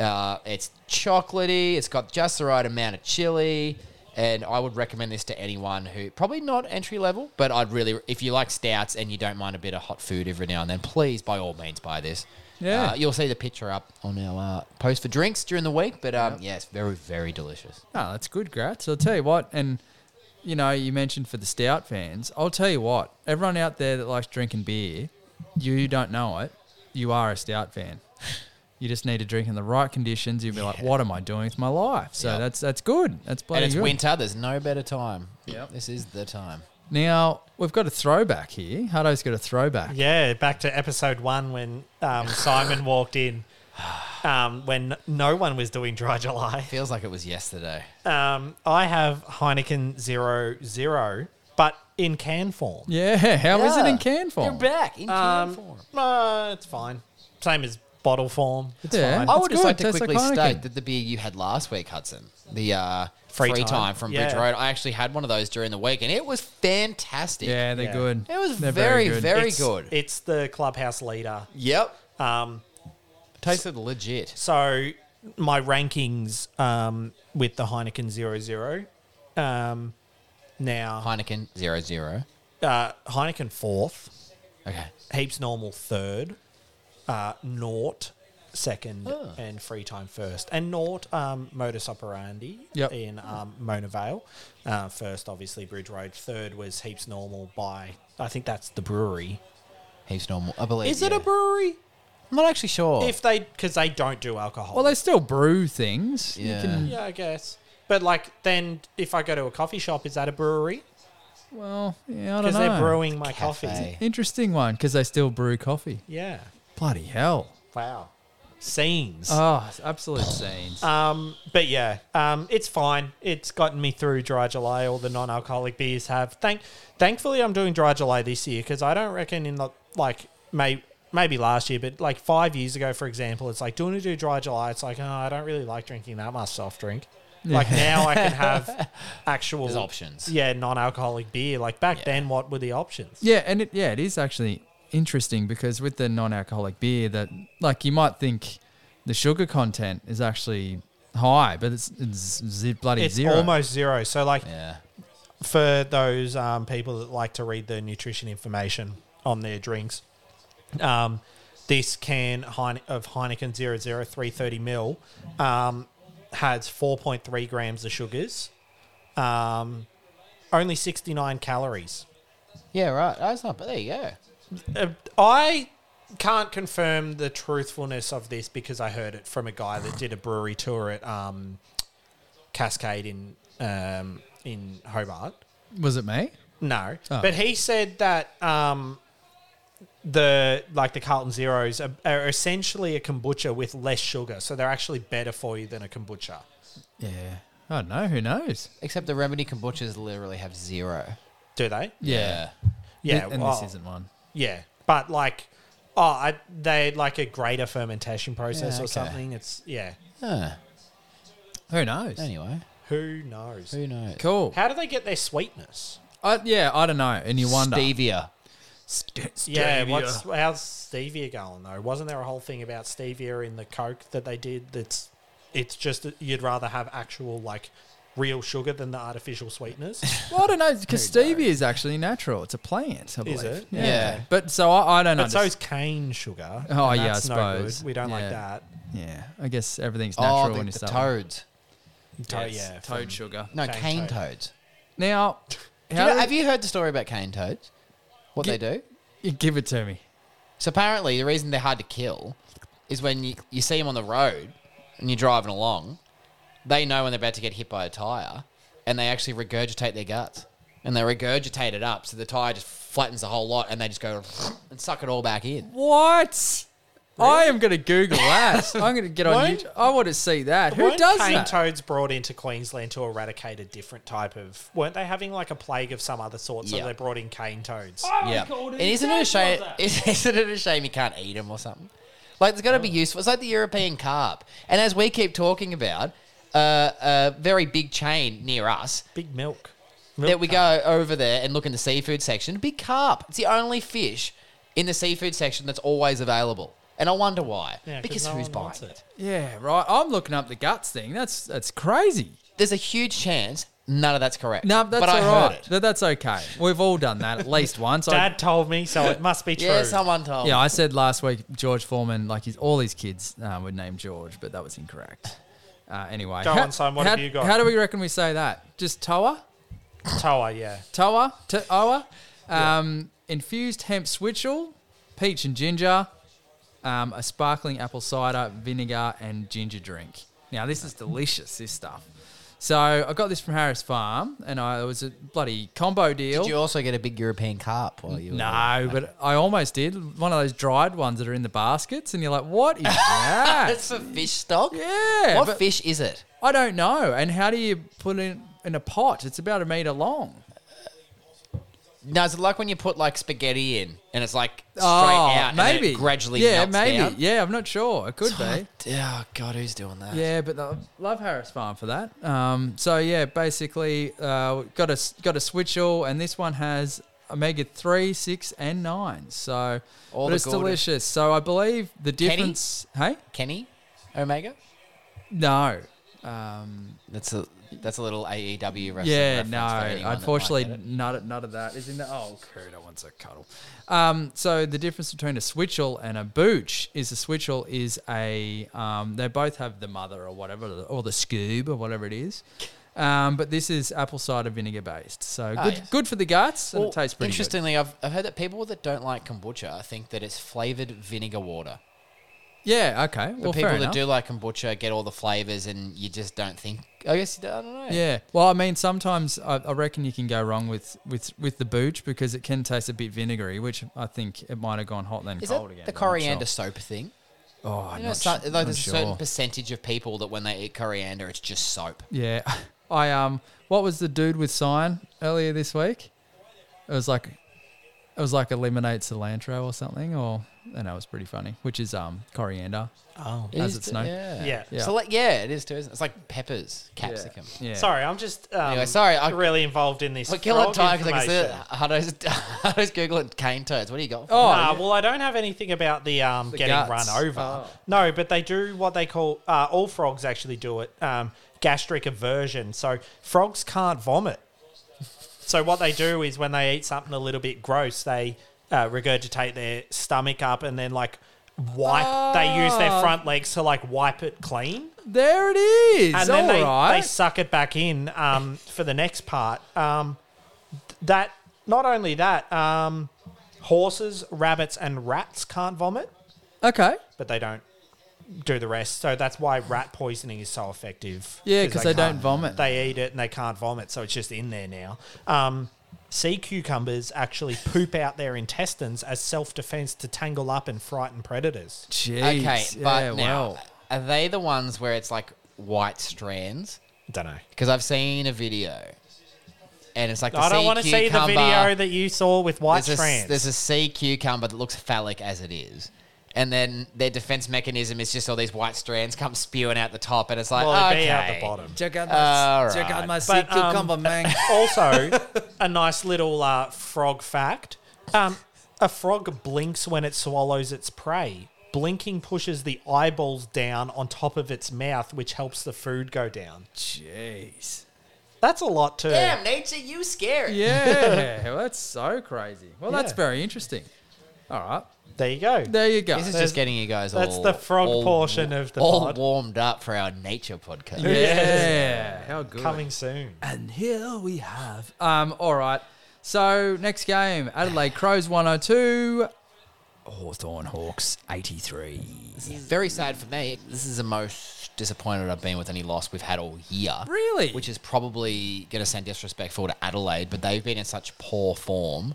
[SPEAKER 5] Uh, it's chocolatey. It's got just the right amount of chili, and I would recommend this to anyone who probably not entry level, but I'd really if you like stouts and you don't mind a bit of hot food every now and then, please by all means buy this.
[SPEAKER 3] Yeah.
[SPEAKER 5] Uh, you'll see the picture up on our uh, post for drinks during the week, but um, yeah, it's very very delicious.
[SPEAKER 3] No, that's good, Gratz. I'll tell you what, and you know, you mentioned for the stout fans, I'll tell you what, everyone out there that likes drinking beer, you don't know it, you are a stout fan. You just need to drink in the right conditions. You'll be like, "What am I doing with my life?" So
[SPEAKER 5] Yep.
[SPEAKER 3] that's that's good. That's bloody
[SPEAKER 5] and it's
[SPEAKER 3] good.
[SPEAKER 5] winter. There's no better time.
[SPEAKER 3] Yep.
[SPEAKER 5] this is the time.
[SPEAKER 3] Now we've got a throwback here. Hutto's got a throwback.
[SPEAKER 4] Yeah, back to episode one when um, Simon walked in um, when no one was doing Dry July.
[SPEAKER 5] Feels like it was yesterday.
[SPEAKER 4] Um, I have Heineken Zero Zero, but in can form.
[SPEAKER 3] Yeah, how is it
[SPEAKER 5] Yeah.
[SPEAKER 3] in can form?
[SPEAKER 5] You're back in can
[SPEAKER 4] Um,
[SPEAKER 5] form.
[SPEAKER 4] Uh, it's fine. Same as bottle form. It's
[SPEAKER 3] Yeah.
[SPEAKER 4] fine.
[SPEAKER 5] I
[SPEAKER 3] That's
[SPEAKER 5] would just
[SPEAKER 3] good.
[SPEAKER 5] like to
[SPEAKER 3] Tastes
[SPEAKER 5] quickly
[SPEAKER 3] like Heineken.
[SPEAKER 5] state that the beer you had last week, Hudson, the uh, free,
[SPEAKER 4] Free
[SPEAKER 5] time.
[SPEAKER 4] Time.
[SPEAKER 5] from
[SPEAKER 4] Yeah.
[SPEAKER 5] Bridge Road, I actually had one of those during the week, and it was fantastic.
[SPEAKER 3] yeah, they're
[SPEAKER 4] Yeah.
[SPEAKER 3] good.
[SPEAKER 5] it was
[SPEAKER 3] They're
[SPEAKER 5] very, very,
[SPEAKER 3] good.
[SPEAKER 4] It's-
[SPEAKER 5] good.
[SPEAKER 4] It's the clubhouse leader.
[SPEAKER 5] yep,
[SPEAKER 4] Um,
[SPEAKER 5] tasted legit.
[SPEAKER 4] so my rankings um, with the Heineken Zero Zero um, now
[SPEAKER 5] Heineken zero zero.
[SPEAKER 4] uh, Heineken fourth,
[SPEAKER 5] Okay,
[SPEAKER 4] Heaps Normal third, uh, Naught second, and Free Time first. And Naught um, modus operandi
[SPEAKER 3] Yep.
[SPEAKER 4] in um, Mona Vale. Uh, first, obviously, Bridge Road. Third was Heaps Normal by, I think that's the brewery.
[SPEAKER 5] heaps normal. I believe.
[SPEAKER 4] Is it a
[SPEAKER 5] yeah.
[SPEAKER 4] brewery?
[SPEAKER 5] I'm not actually sure.
[SPEAKER 4] If they, because they don't do alcohol.
[SPEAKER 3] Well, they still brew things. You
[SPEAKER 5] Yeah.
[SPEAKER 3] can-
[SPEAKER 4] yeah, I guess. But like, then if I go to a coffee shop, is that a brewery?
[SPEAKER 3] well, yeah, I don't
[SPEAKER 4] Because
[SPEAKER 3] know.
[SPEAKER 4] they're brewing my
[SPEAKER 5] Cafe.
[SPEAKER 4] coffee.
[SPEAKER 3] Interesting one because they still brew coffee.
[SPEAKER 4] Yeah.
[SPEAKER 3] Bloody hell.
[SPEAKER 4] Wow. Scenes.
[SPEAKER 3] Oh, it's absolute scenes.
[SPEAKER 4] Um, but yeah, um, it's fine. It's gotten me through dry July. All the non-alcoholic beers have. Thank, thankfully, I'm doing dry July this year because I don't reckon in the like may maybe last year, but like five years ago, for example, it's like do you want to do dry July? It's like oh, I don't really like drinking that much soft drink. Like now, I can have actual
[SPEAKER 5] There's options.
[SPEAKER 4] Yeah, non-alcoholic beer. Like back then, what were the options?
[SPEAKER 3] yeah, and it yeah, it is actually interesting because with the non-alcoholic beer, that like you might think the sugar content is actually high, but it's, it's z- bloody
[SPEAKER 4] It's
[SPEAKER 3] zero.
[SPEAKER 4] almost zero. So like
[SPEAKER 5] yeah,
[SPEAKER 4] for those um, people that like to read the nutrition information on their drinks, um, this can Heine- of Heineken 00 330 mil um, has 4.3 grams of sugars, um, only 69 calories.
[SPEAKER 5] yeah, right. That's not. But there you go.
[SPEAKER 4] Uh, I can't confirm the truthfulness of this because I heard it from a guy that did a brewery tour at um, Cascade in um, in Hobart.
[SPEAKER 3] Was it me?
[SPEAKER 4] No,
[SPEAKER 3] Oh.
[SPEAKER 4] but he said that um, the like the Carlton Zeros are, are essentially a kombucha with less sugar, so they're actually better for you than a kombucha.
[SPEAKER 3] Yeah. I don't know. Who knows?
[SPEAKER 5] Except the remedy kombuchas literally have zero.
[SPEAKER 4] Do they?
[SPEAKER 3] Yeah.
[SPEAKER 4] Yeah,
[SPEAKER 3] And
[SPEAKER 4] well,
[SPEAKER 3] this isn't one.
[SPEAKER 4] Yeah, but like, oh, I, they like a greater fermentation process
[SPEAKER 5] Yeah,
[SPEAKER 4] or
[SPEAKER 5] okay.
[SPEAKER 4] something. It's yeah.
[SPEAKER 5] Huh.
[SPEAKER 3] Who knows?
[SPEAKER 5] Anyway,
[SPEAKER 4] Who knows?
[SPEAKER 5] who knows?
[SPEAKER 3] Cool.
[SPEAKER 4] How do they get their sweetness?
[SPEAKER 3] I, yeah, I don't know. And you wonder.
[SPEAKER 5] Stevia.
[SPEAKER 8] St-
[SPEAKER 4] Yeah,
[SPEAKER 8] stevia.
[SPEAKER 4] what's how's stevia going though? Wasn't there a whole thing about stevia in the Coke that they did? That's it's just that you'd rather have actual like real sugar than the artificial sweeteners.
[SPEAKER 3] Well, I don't know because stevia is actually natural. It's a plant, I believe.
[SPEAKER 4] Is it?
[SPEAKER 3] Yeah.
[SPEAKER 5] Yeah.
[SPEAKER 3] But so I, I don't
[SPEAKER 4] but
[SPEAKER 3] know.
[SPEAKER 4] so's cane sugar.
[SPEAKER 3] Oh,
[SPEAKER 4] and
[SPEAKER 3] yeah, I
[SPEAKER 4] that's no good.
[SPEAKER 3] suppose.
[SPEAKER 4] we don't
[SPEAKER 3] Yeah.
[SPEAKER 4] like that.
[SPEAKER 3] yeah, I guess everything's natural
[SPEAKER 5] Oh, the,
[SPEAKER 3] when you
[SPEAKER 5] the
[SPEAKER 3] start.
[SPEAKER 5] toads.
[SPEAKER 4] To-
[SPEAKER 3] Yes,
[SPEAKER 4] yeah,
[SPEAKER 3] toad sugar.
[SPEAKER 5] No,
[SPEAKER 4] Cane
[SPEAKER 5] cane
[SPEAKER 4] toad.
[SPEAKER 5] toads.
[SPEAKER 3] Now,
[SPEAKER 5] Do you
[SPEAKER 3] how
[SPEAKER 5] know-
[SPEAKER 3] do-
[SPEAKER 5] have you heard the story about cane toads? What
[SPEAKER 3] Gi-
[SPEAKER 5] they do?
[SPEAKER 3] you give it to me?
[SPEAKER 5] So apparently, the reason they're hard to kill is when you, you see them on the road and you're driving along, they know when they're about to get hit by a tire, and they actually regurgitate their guts, and they regurgitate it up, so the tire just flattens the whole lot, and they just go and suck it all back in.
[SPEAKER 3] What? I am going to Google that. I'm going to get on
[SPEAKER 4] Won't-
[SPEAKER 3] YouTube. I want to see that. Who
[SPEAKER 4] Weren't
[SPEAKER 3] does
[SPEAKER 4] cane
[SPEAKER 3] that?
[SPEAKER 4] toads brought into Queensland to eradicate a different type of? Weren't they having like a plague of some other sort? So
[SPEAKER 5] Yeah.
[SPEAKER 4] they brought in cane toads.
[SPEAKER 5] Yeah, and isn't it a shame? Is, isn't it a shame you can't eat them or something? Like there's got to be useful. It's like the European carp, and as we keep talking about, uh, a very big chain near us
[SPEAKER 4] Big milk.
[SPEAKER 5] that we go over there and look in the seafood section. Big carp. It's the only fish in the seafood section that's always available. And I wonder why.
[SPEAKER 4] Yeah, 'cause
[SPEAKER 5] because
[SPEAKER 4] no
[SPEAKER 5] who's
[SPEAKER 4] one wants
[SPEAKER 5] buying it?
[SPEAKER 3] Yeah, right. I'm looking up the guts thing. That's that's crazy.
[SPEAKER 5] There's a huge chance none of that's correct.
[SPEAKER 3] No, that's
[SPEAKER 5] but I
[SPEAKER 3] all right.
[SPEAKER 5] heard it.
[SPEAKER 3] That- that's okay. We've all done that at least once. I-
[SPEAKER 4] Dad told me, so it must be true.
[SPEAKER 5] Yeah, someone told
[SPEAKER 3] yeah,
[SPEAKER 5] me.
[SPEAKER 3] I said last week George Foreman, like he's all his kids um, were named George, but that was incorrect. Uh, anyway,
[SPEAKER 4] Go on, son, what
[SPEAKER 3] how,
[SPEAKER 4] have you got?
[SPEAKER 3] How do we reckon we say that? Just Toa,
[SPEAKER 4] Toa, yeah.
[SPEAKER 3] Toa, Toa, um, infused hemp switchel, peach and ginger, um, a sparkling apple cider, vinegar, and ginger drink. Now this is delicious. This stuff. So I got this from Harris Farm, and I, it was a bloody combo deal.
[SPEAKER 5] Did you also get a big European carp while you were
[SPEAKER 3] No, but I almost did. One of those dried ones that are in the baskets, and you're like, what is that?
[SPEAKER 5] That's for fish stock?
[SPEAKER 3] Yeah,
[SPEAKER 5] What
[SPEAKER 3] but-
[SPEAKER 5] fish is it?
[SPEAKER 3] I don't know. And how do you put it in a pot? It's about a meter long.
[SPEAKER 5] No, is it like when you put like spaghetti in and it's like straight
[SPEAKER 3] Oh,
[SPEAKER 5] out and then it gradually
[SPEAKER 3] Yeah,
[SPEAKER 5] melts
[SPEAKER 3] maybe.
[SPEAKER 5] down?
[SPEAKER 3] Yeah, I'm not sure. It could be.
[SPEAKER 5] Oh, God, who's doing that?
[SPEAKER 3] Yeah, but I love Harris Farm for that. Um, so yeah, basically uh, got a got a switch all, and this one has omega three, six, and nine. So
[SPEAKER 5] All
[SPEAKER 3] but
[SPEAKER 5] the
[SPEAKER 3] it's
[SPEAKER 5] good.
[SPEAKER 3] delicious. So I believe the difference. Hey,
[SPEAKER 5] Kenny? Omega?
[SPEAKER 3] no. Um,
[SPEAKER 5] That's a that's a little AEW wrestling.
[SPEAKER 3] Yeah,
[SPEAKER 5] reference for anyone that
[SPEAKER 3] no.
[SPEAKER 5] might
[SPEAKER 3] Unfortunately,
[SPEAKER 5] get it.
[SPEAKER 3] none, none of that is in there. Oh, crude, I want to cuddle. Um, so the difference between a switchel and a booch is a switchel is a um, they both have the mother or whatever or the scoob or whatever it is. Um, but this is apple cider vinegar based, so good,
[SPEAKER 5] Ah, yes.
[SPEAKER 3] good for the guts and
[SPEAKER 5] Well,
[SPEAKER 3] it tastes pretty good.
[SPEAKER 5] Interestingly, I've, I've heard that people that don't like kombucha think that it's flavored vinegar water.
[SPEAKER 3] Yeah, okay.
[SPEAKER 5] But
[SPEAKER 3] Well,
[SPEAKER 5] people
[SPEAKER 3] fair
[SPEAKER 5] that
[SPEAKER 3] enough.
[SPEAKER 5] do like kombucha get all the flavors, and you just don't think. I guess I don't know.
[SPEAKER 3] Yeah. Well, I mean, sometimes I, I reckon you can go wrong with, with, with the booch because it can taste a bit vinegary, which I think it might have gone hot then
[SPEAKER 5] Is
[SPEAKER 3] cold
[SPEAKER 5] that
[SPEAKER 3] again.
[SPEAKER 5] the
[SPEAKER 3] I'm not sure.
[SPEAKER 5] coriander soap thing?
[SPEAKER 3] Oh, I'm
[SPEAKER 5] You know,
[SPEAKER 3] not
[SPEAKER 5] so-
[SPEAKER 3] su-
[SPEAKER 5] like
[SPEAKER 3] not
[SPEAKER 5] there's a certain
[SPEAKER 3] sure.
[SPEAKER 5] percentage of people that when they eat coriander, it's just soap.
[SPEAKER 3] Yeah, I um, what was the dude with sign earlier this week? It was like, it was like eliminate cilantro or something, or and that was pretty funny. Which is um coriander.
[SPEAKER 4] Oh.
[SPEAKER 3] As it's known.
[SPEAKER 5] Yeah.
[SPEAKER 4] Yeah.
[SPEAKER 3] Yeah.
[SPEAKER 5] So like, yeah, it is too. Isn't it? It's like peppers, capsicum.
[SPEAKER 3] Yeah.
[SPEAKER 4] Sorry, I'm just um,
[SPEAKER 5] Anyway, sorry, I-
[SPEAKER 4] really involved in this.
[SPEAKER 5] But kill on
[SPEAKER 4] frog
[SPEAKER 5] time because I can see
[SPEAKER 4] information.
[SPEAKER 5] that Hutto's, Hutto's googling cane toads. What do you Oh. got? For
[SPEAKER 3] Oh,
[SPEAKER 4] Nah, well, I don't have anything about the um, getting
[SPEAKER 3] guts.
[SPEAKER 4] run over. No, but they do what they call uh, all frogs actually do it um, gastric aversion. So frogs can't vomit. So what they do is when they eat something a little bit gross, they uh, regurgitate their stomach up and then like wipe. They use their
[SPEAKER 5] Oh.
[SPEAKER 3] Ah.
[SPEAKER 4] front legs to like wipe it clean,
[SPEAKER 3] there it is.
[SPEAKER 4] and then they, they
[SPEAKER 3] alright.
[SPEAKER 4] suck it back in um, for the next part. Um, th- that not only that, um, horses, rabbits, and rats can't vomit
[SPEAKER 3] okay.
[SPEAKER 4] but they don't do the rest. So that's why rat poisoning is so effective.
[SPEAKER 3] Yeah, 'cause they don't
[SPEAKER 4] can't-
[SPEAKER 3] vomit.
[SPEAKER 4] They eat it and they can't vomit, so it's just in there now. Um, sea cucumbers actually poop out their intestines as self defense to tangle up and frighten predators.
[SPEAKER 3] Jeez.
[SPEAKER 5] Okay, but
[SPEAKER 3] yeah,
[SPEAKER 5] now
[SPEAKER 3] wow.
[SPEAKER 5] are they the ones where it's like white strands?
[SPEAKER 4] Don't know.
[SPEAKER 5] Because I've seen a video, and it's like the
[SPEAKER 4] I don't
[SPEAKER 5] sea
[SPEAKER 4] want to see the
[SPEAKER 5] cucumber,
[SPEAKER 4] video that you saw with white
[SPEAKER 5] there's, a,
[SPEAKER 4] strands.
[SPEAKER 5] there's a sea cucumber that looks phallic as it is, and then their defense mechanism is just all these white strands come spewing out the top, and it's like
[SPEAKER 4] well, it'd
[SPEAKER 5] okay,
[SPEAKER 4] be out the bottom.
[SPEAKER 3] Check out
[SPEAKER 5] All
[SPEAKER 3] my, check
[SPEAKER 5] right.
[SPEAKER 3] out my sea
[SPEAKER 4] But, um,
[SPEAKER 3] cucumber, man.
[SPEAKER 4] Also, a nice little uh, frog fact. Um, a frog blinks when it swallows its prey. Blinking pushes the eyeballs down on top of its mouth, which helps the food go down.
[SPEAKER 3] Jeez.
[SPEAKER 4] That's a lot too.
[SPEAKER 5] Damn, nature, you scary.
[SPEAKER 3] Yeah, well, that's so crazy. Well, that's
[SPEAKER 4] Yeah.
[SPEAKER 3] very interesting. All right,
[SPEAKER 4] There you go.
[SPEAKER 3] there you go.
[SPEAKER 5] This is
[SPEAKER 4] There's-
[SPEAKER 5] just getting you guys
[SPEAKER 4] that's
[SPEAKER 5] all
[SPEAKER 4] the frog
[SPEAKER 5] all-
[SPEAKER 4] portion of the
[SPEAKER 5] all
[SPEAKER 4] pod.
[SPEAKER 5] warmed up for our nature podcast.
[SPEAKER 3] yeah,
[SPEAKER 4] Yes.
[SPEAKER 3] how good.
[SPEAKER 4] Coming soon.
[SPEAKER 3] And here we have. Um, all right. So next game, Adelaide Crows 102, Hawthorn Hawks 83.
[SPEAKER 5] Very sad for me. This is the most disappointed I've been with any loss we've had all year.
[SPEAKER 3] Really?
[SPEAKER 5] Which is probably going to sound disrespectful to Adelaide, but they've been in such poor form.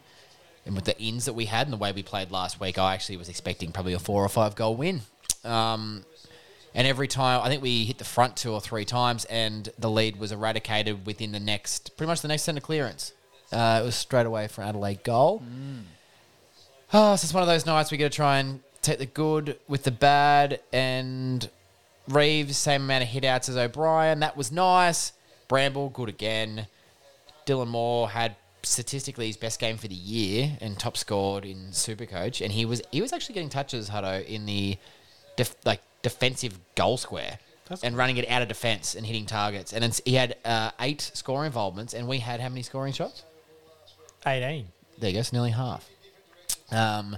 [SPEAKER 5] And with the ins that we had and the way we played last week, I actually was expecting probably a four or five goal win. Um, and every time, I think we hit the front two or three times, and the lead was eradicated within the next, pretty much the next centre clearance. Uh, it was straight away for an Adelaide goal. Oh, so it's one of those nights we got to try and take the good with the bad. And Reeves, same amount of hit outs as O'Brien. That was nice. Bramble, good again. Dylan Moore had statistically his best game for the year and top scored in Supercoach. And he was he was actually getting touches, Hutto, in the def, like defensive goal square and running it out of defense and hitting targets. And it's, he had uh, eight score involvements, and we had how many scoring shots?
[SPEAKER 4] 18.
[SPEAKER 5] There you go, it's nearly half. Um,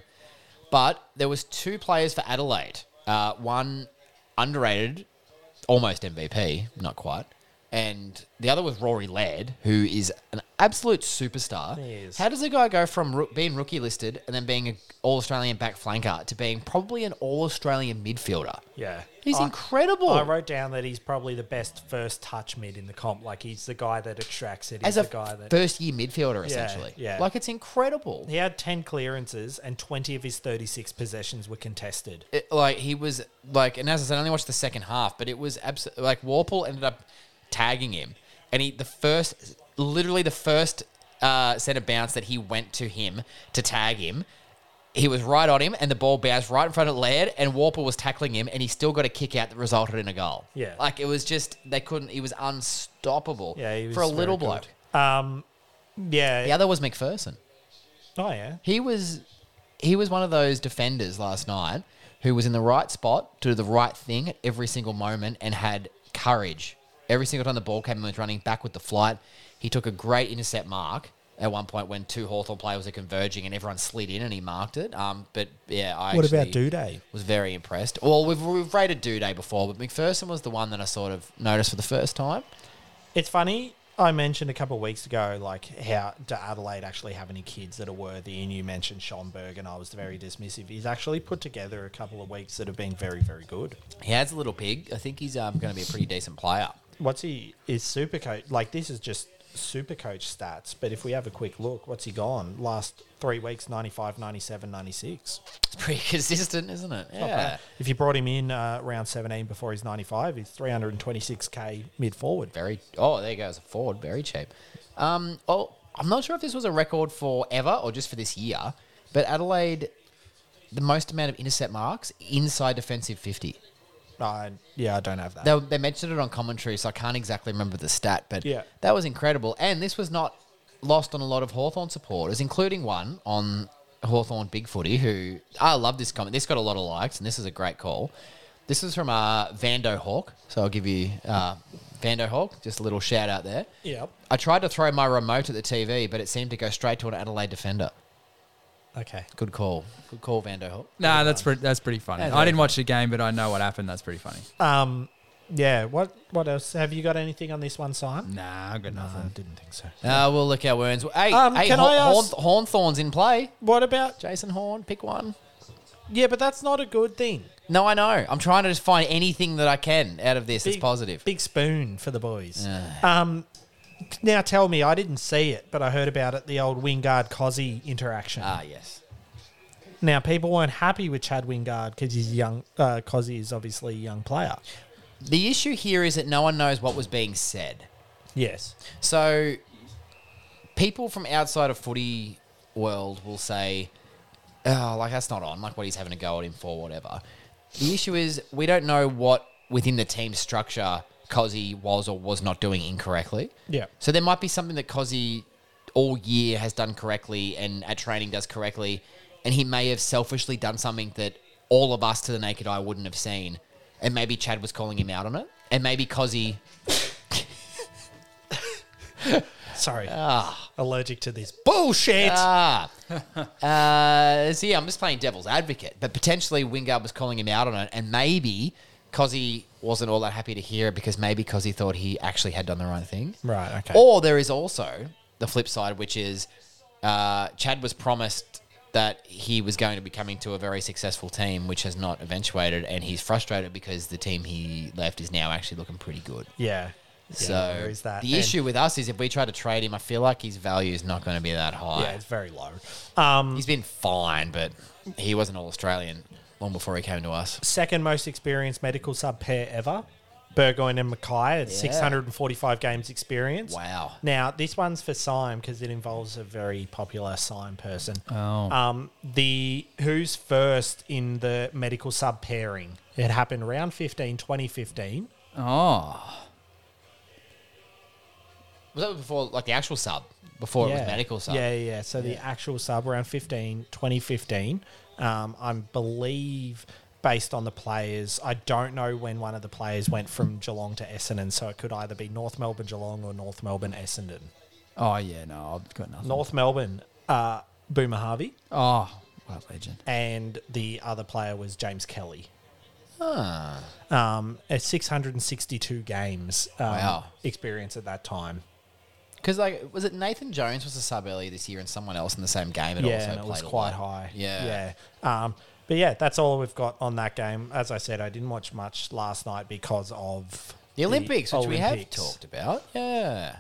[SPEAKER 5] but there was two players for Adelaide. Uh, one underrated, almost MVP, not quite, and the other was Rory Laird, who is an absolute superstar.
[SPEAKER 4] He is.
[SPEAKER 5] How does a guy go from roo- being rookie listed and then being an All Australian back flanker to being probably an All Australian midfielder?
[SPEAKER 4] Yeah.
[SPEAKER 5] He's
[SPEAKER 4] I-
[SPEAKER 5] incredible.
[SPEAKER 4] I wrote down that he's probably the best first touch mid in the comp. Like he's the guy that extracts it. He's
[SPEAKER 5] as a
[SPEAKER 4] the guy that
[SPEAKER 5] first year midfielder, essentially.
[SPEAKER 4] yeah.
[SPEAKER 5] Like, it's incredible.
[SPEAKER 4] he had ten clearances and twenty of his thirty-six possessions were contested.
[SPEAKER 5] it, like he was like, and as I said, I only watched the second half, but it was absolutely like Warple ended up tagging him, and he the first, literally the first uh, set of bounce that he went to him to tag him. He was right on him, and the ball bounced right in front of Laird, and Warple was tackling him, and he still got a kick out that resulted in a goal.
[SPEAKER 4] Yeah.
[SPEAKER 5] like it was just they couldn't. He was unstoppable.
[SPEAKER 4] Yeah, he was
[SPEAKER 5] for a
[SPEAKER 4] very
[SPEAKER 5] little
[SPEAKER 4] good.
[SPEAKER 5] bloke.
[SPEAKER 4] Um, yeah.
[SPEAKER 5] The other was McPherson.
[SPEAKER 4] Oh yeah.
[SPEAKER 5] He was he was one of those defenders last night who was in the right spot to do the right thing at every single moment and had courage. Every single time the ball came and was running back with the flight, he took a great intercept mark at one point when two Hawthorn players were converging and everyone slid in and he marked it. Um, but yeah, I
[SPEAKER 4] What about
[SPEAKER 5] actually-
[SPEAKER 4] Duday?
[SPEAKER 5] was very impressed. Well, we've, we've rated Duday before, but McPherson was the one that I sort of noticed for the first time.
[SPEAKER 4] It's funny. I mentioned a couple of weeks ago, like how do Adelaide actually have any kids that are worthy? And you mentioned Schomburg, and I was very dismissive. He's actually put together a couple of weeks that have been very, very good.
[SPEAKER 5] He has a little pig. I think he's um, going to be a pretty decent player.
[SPEAKER 4] What's he is super coach? Like this is just super coach stats. But if we have a quick look, what's he gone last three weeks? 95, 97, 96.
[SPEAKER 5] It's pretty consistent, isn't it?
[SPEAKER 4] Not
[SPEAKER 5] Yeah.
[SPEAKER 4] bad. If you brought him in uh, round seventeen before he's ninety five, he's three hundred and twenty six k mid forward.
[SPEAKER 5] Very oh, there goes a Ford, very cheap. Um, oh, I'm not sure if this was a record for ever or just for this year, but Adelaide, the most amount of intercept marks inside defensive 50.
[SPEAKER 4] Uh, yeah, I don't have that.
[SPEAKER 5] They, they mentioned it on commentary, so I can't exactly remember the stat, but
[SPEAKER 4] Yeah.
[SPEAKER 5] that was incredible. And this was not lost on a lot of Hawthorn supporters, including one on Hawthorn Big Footy, who I love this comment. This got a lot of likes, and this is a great call. This is from uh, Vando Hawk, so I'll give you uh, Vando Hawk, just a little shout out there.
[SPEAKER 4] Yep.
[SPEAKER 5] I tried to throw my remote at the TV, but it seemed to go straight to an Adelaide defender.
[SPEAKER 4] Okay.
[SPEAKER 5] Good call. Good call, Vanderhoek.
[SPEAKER 3] Nah, that's pretty. That's pretty funny. I didn't watch the game, but I know what happened. That's pretty funny.
[SPEAKER 4] Um. Yeah. What What else? Have you got anything on this one, Simon?
[SPEAKER 3] Nah, I got nothing.
[SPEAKER 4] I didn't think so.
[SPEAKER 5] Uh, we'll look our wounds. Hey,
[SPEAKER 4] Um,
[SPEAKER 5] hey
[SPEAKER 4] can
[SPEAKER 5] Haw-
[SPEAKER 4] I ask-
[SPEAKER 5] Hawn- Hawthorne's in play.
[SPEAKER 4] What about?
[SPEAKER 5] Jason Horn, pick one.
[SPEAKER 4] Yeah, but that's not a good thing.
[SPEAKER 5] No, I know. I'm trying to just find anything that I can out of this that's
[SPEAKER 4] Big-
[SPEAKER 5] positive.
[SPEAKER 4] Big spoon for the boys. Um. Now tell me, I didn't see it, but I heard about it. The old Wingard Cozzy interaction.
[SPEAKER 5] Ah, yes.
[SPEAKER 4] now people weren't happy with Chad Wingard because he's young. Uh, Cozzy is obviously a young player.
[SPEAKER 5] The issue here is that no one knows what was being said.
[SPEAKER 4] Yes.
[SPEAKER 5] So, people from outside of footy world will say, "Oh, like that's not on. Like what he's having a go at him for, whatever." The issue is we don't know what within the team structure Cozzy was or was not doing incorrectly.
[SPEAKER 4] Yeah.
[SPEAKER 5] So there might be something that Cozzy all year has done correctly and at training does correctly, and he may have selfishly done something that all of us to the naked eye wouldn't have seen, and maybe Chad was calling him out on it, and maybe Cozzy
[SPEAKER 4] Sorry. Allergic to this bullshit.
[SPEAKER 5] Ah. uh, see, I'm just playing devil's advocate, but potentially Wingard was calling him out on it, and maybe Cozzy wasn't all that happy to hear it because maybe Cozzy thought he actually had done the right thing.
[SPEAKER 4] Right, okay.
[SPEAKER 5] Or there is also the flip side, which is uh, Chad was promised that he was going to be coming to a very successful team, which has not eventuated, and he's frustrated because the team he left is now actually looking pretty good.
[SPEAKER 4] yeah.
[SPEAKER 5] So
[SPEAKER 4] yeah, there is that.
[SPEAKER 5] the
[SPEAKER 4] And-
[SPEAKER 5] issue with us is if we try to trade him, I feel like his value is not going to be that high.
[SPEAKER 4] Yeah, it's very low. Um,
[SPEAKER 5] He's been fine, but he wasn't all Australian long before he came to us.
[SPEAKER 4] second most experienced medical sub pair ever. Burgoyne and Mackay at 645 games experience.
[SPEAKER 5] Wow.
[SPEAKER 4] Now, this one's for Syme because it involves a very popular Syme person.
[SPEAKER 3] Oh.
[SPEAKER 4] Um, the Who's first in the medical sub pairing? It happened around 15, 2015.
[SPEAKER 3] Oh,
[SPEAKER 5] Was that before, like the actual sub? Before it was medical sub?
[SPEAKER 4] Yeah, yeah. yeah. So the actual sub around 15, 2015. Um, I believe based on the players, I don't know when one of the players went from Geelong to Essendon. So it could either be North Melbourne Geelong or North Melbourne Essendon.
[SPEAKER 3] oh yeah. No, I've got nothing.
[SPEAKER 4] North Melbourne, uh, Boomer Harvey,
[SPEAKER 3] Oh, what a legend.
[SPEAKER 4] and the other player was James Kelly.
[SPEAKER 5] Ah.
[SPEAKER 4] Um, at 662 games um,
[SPEAKER 5] Wow.
[SPEAKER 4] experience at that time.
[SPEAKER 5] Because, like, was it Nathan Jones was a sub earlier this year and someone else in the same game? It
[SPEAKER 4] yeah,
[SPEAKER 5] also
[SPEAKER 4] and it was
[SPEAKER 5] played a
[SPEAKER 4] quite
[SPEAKER 5] lot?
[SPEAKER 4] high.
[SPEAKER 5] Yeah.
[SPEAKER 4] yeah. Um, but yeah, that's all we've got on that game. As I said, I didn't watch much last night because of
[SPEAKER 5] The Olympics, which we have
[SPEAKER 4] Olympics.
[SPEAKER 5] talked about. Yeah.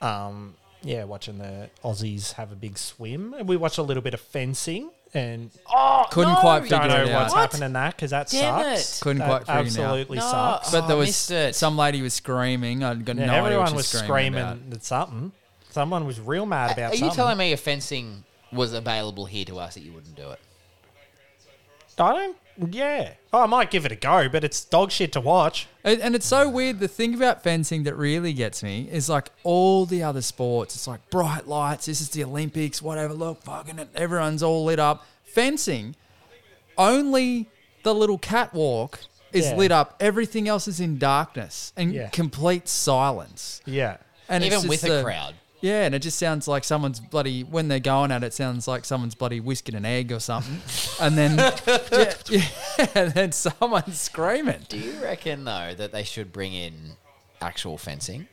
[SPEAKER 4] Um, yeah, watching the Aussies have a big swim, and we watched a little bit of fencing. And oh,
[SPEAKER 3] Couldn't quite figure
[SPEAKER 4] don't know
[SPEAKER 3] it
[SPEAKER 4] what's
[SPEAKER 3] out.
[SPEAKER 4] happening that because that
[SPEAKER 5] Damn
[SPEAKER 4] sucks.
[SPEAKER 5] it.
[SPEAKER 3] Couldn't
[SPEAKER 4] That
[SPEAKER 3] quite figure it out.
[SPEAKER 4] absolutely
[SPEAKER 5] No.
[SPEAKER 4] sucks.
[SPEAKER 3] But
[SPEAKER 5] Oh,
[SPEAKER 3] there
[SPEAKER 5] I
[SPEAKER 3] was
[SPEAKER 5] missed it.
[SPEAKER 3] some lady was screaming. I got
[SPEAKER 4] Yeah,
[SPEAKER 3] no idea what
[SPEAKER 4] everyone
[SPEAKER 3] she
[SPEAKER 4] was
[SPEAKER 3] was
[SPEAKER 4] screaming,
[SPEAKER 3] about.
[SPEAKER 4] at something. Someone was real mad about
[SPEAKER 5] Are
[SPEAKER 4] something.
[SPEAKER 5] you telling me if fencing was available here to us that you wouldn't do it?
[SPEAKER 4] I don't. Yeah. Oh, I might give it a go, but it's dog shit to watch.
[SPEAKER 3] And, and it's so weird. The thing about fencing that really gets me is like all the other sports. It's like bright lights. This is the Olympics. Whatever. Look, fucking it. Everyone's all lit up. Fencing, only the little catwalk is
[SPEAKER 4] Yeah.
[SPEAKER 3] lit up. Everything else is in darkness and
[SPEAKER 4] Yeah.
[SPEAKER 3] complete silence.
[SPEAKER 4] Yeah.
[SPEAKER 3] And it's
[SPEAKER 5] Even
[SPEAKER 3] just
[SPEAKER 5] with a
[SPEAKER 3] the-
[SPEAKER 5] crowd.
[SPEAKER 3] Yeah, and it just sounds like someone's bloody when they're going at it. Sounds like someone's bloody whisking an egg or something, and then yeah, yeah, and then someone's screaming.
[SPEAKER 5] Do you reckon, though, that they should bring in actual fencing?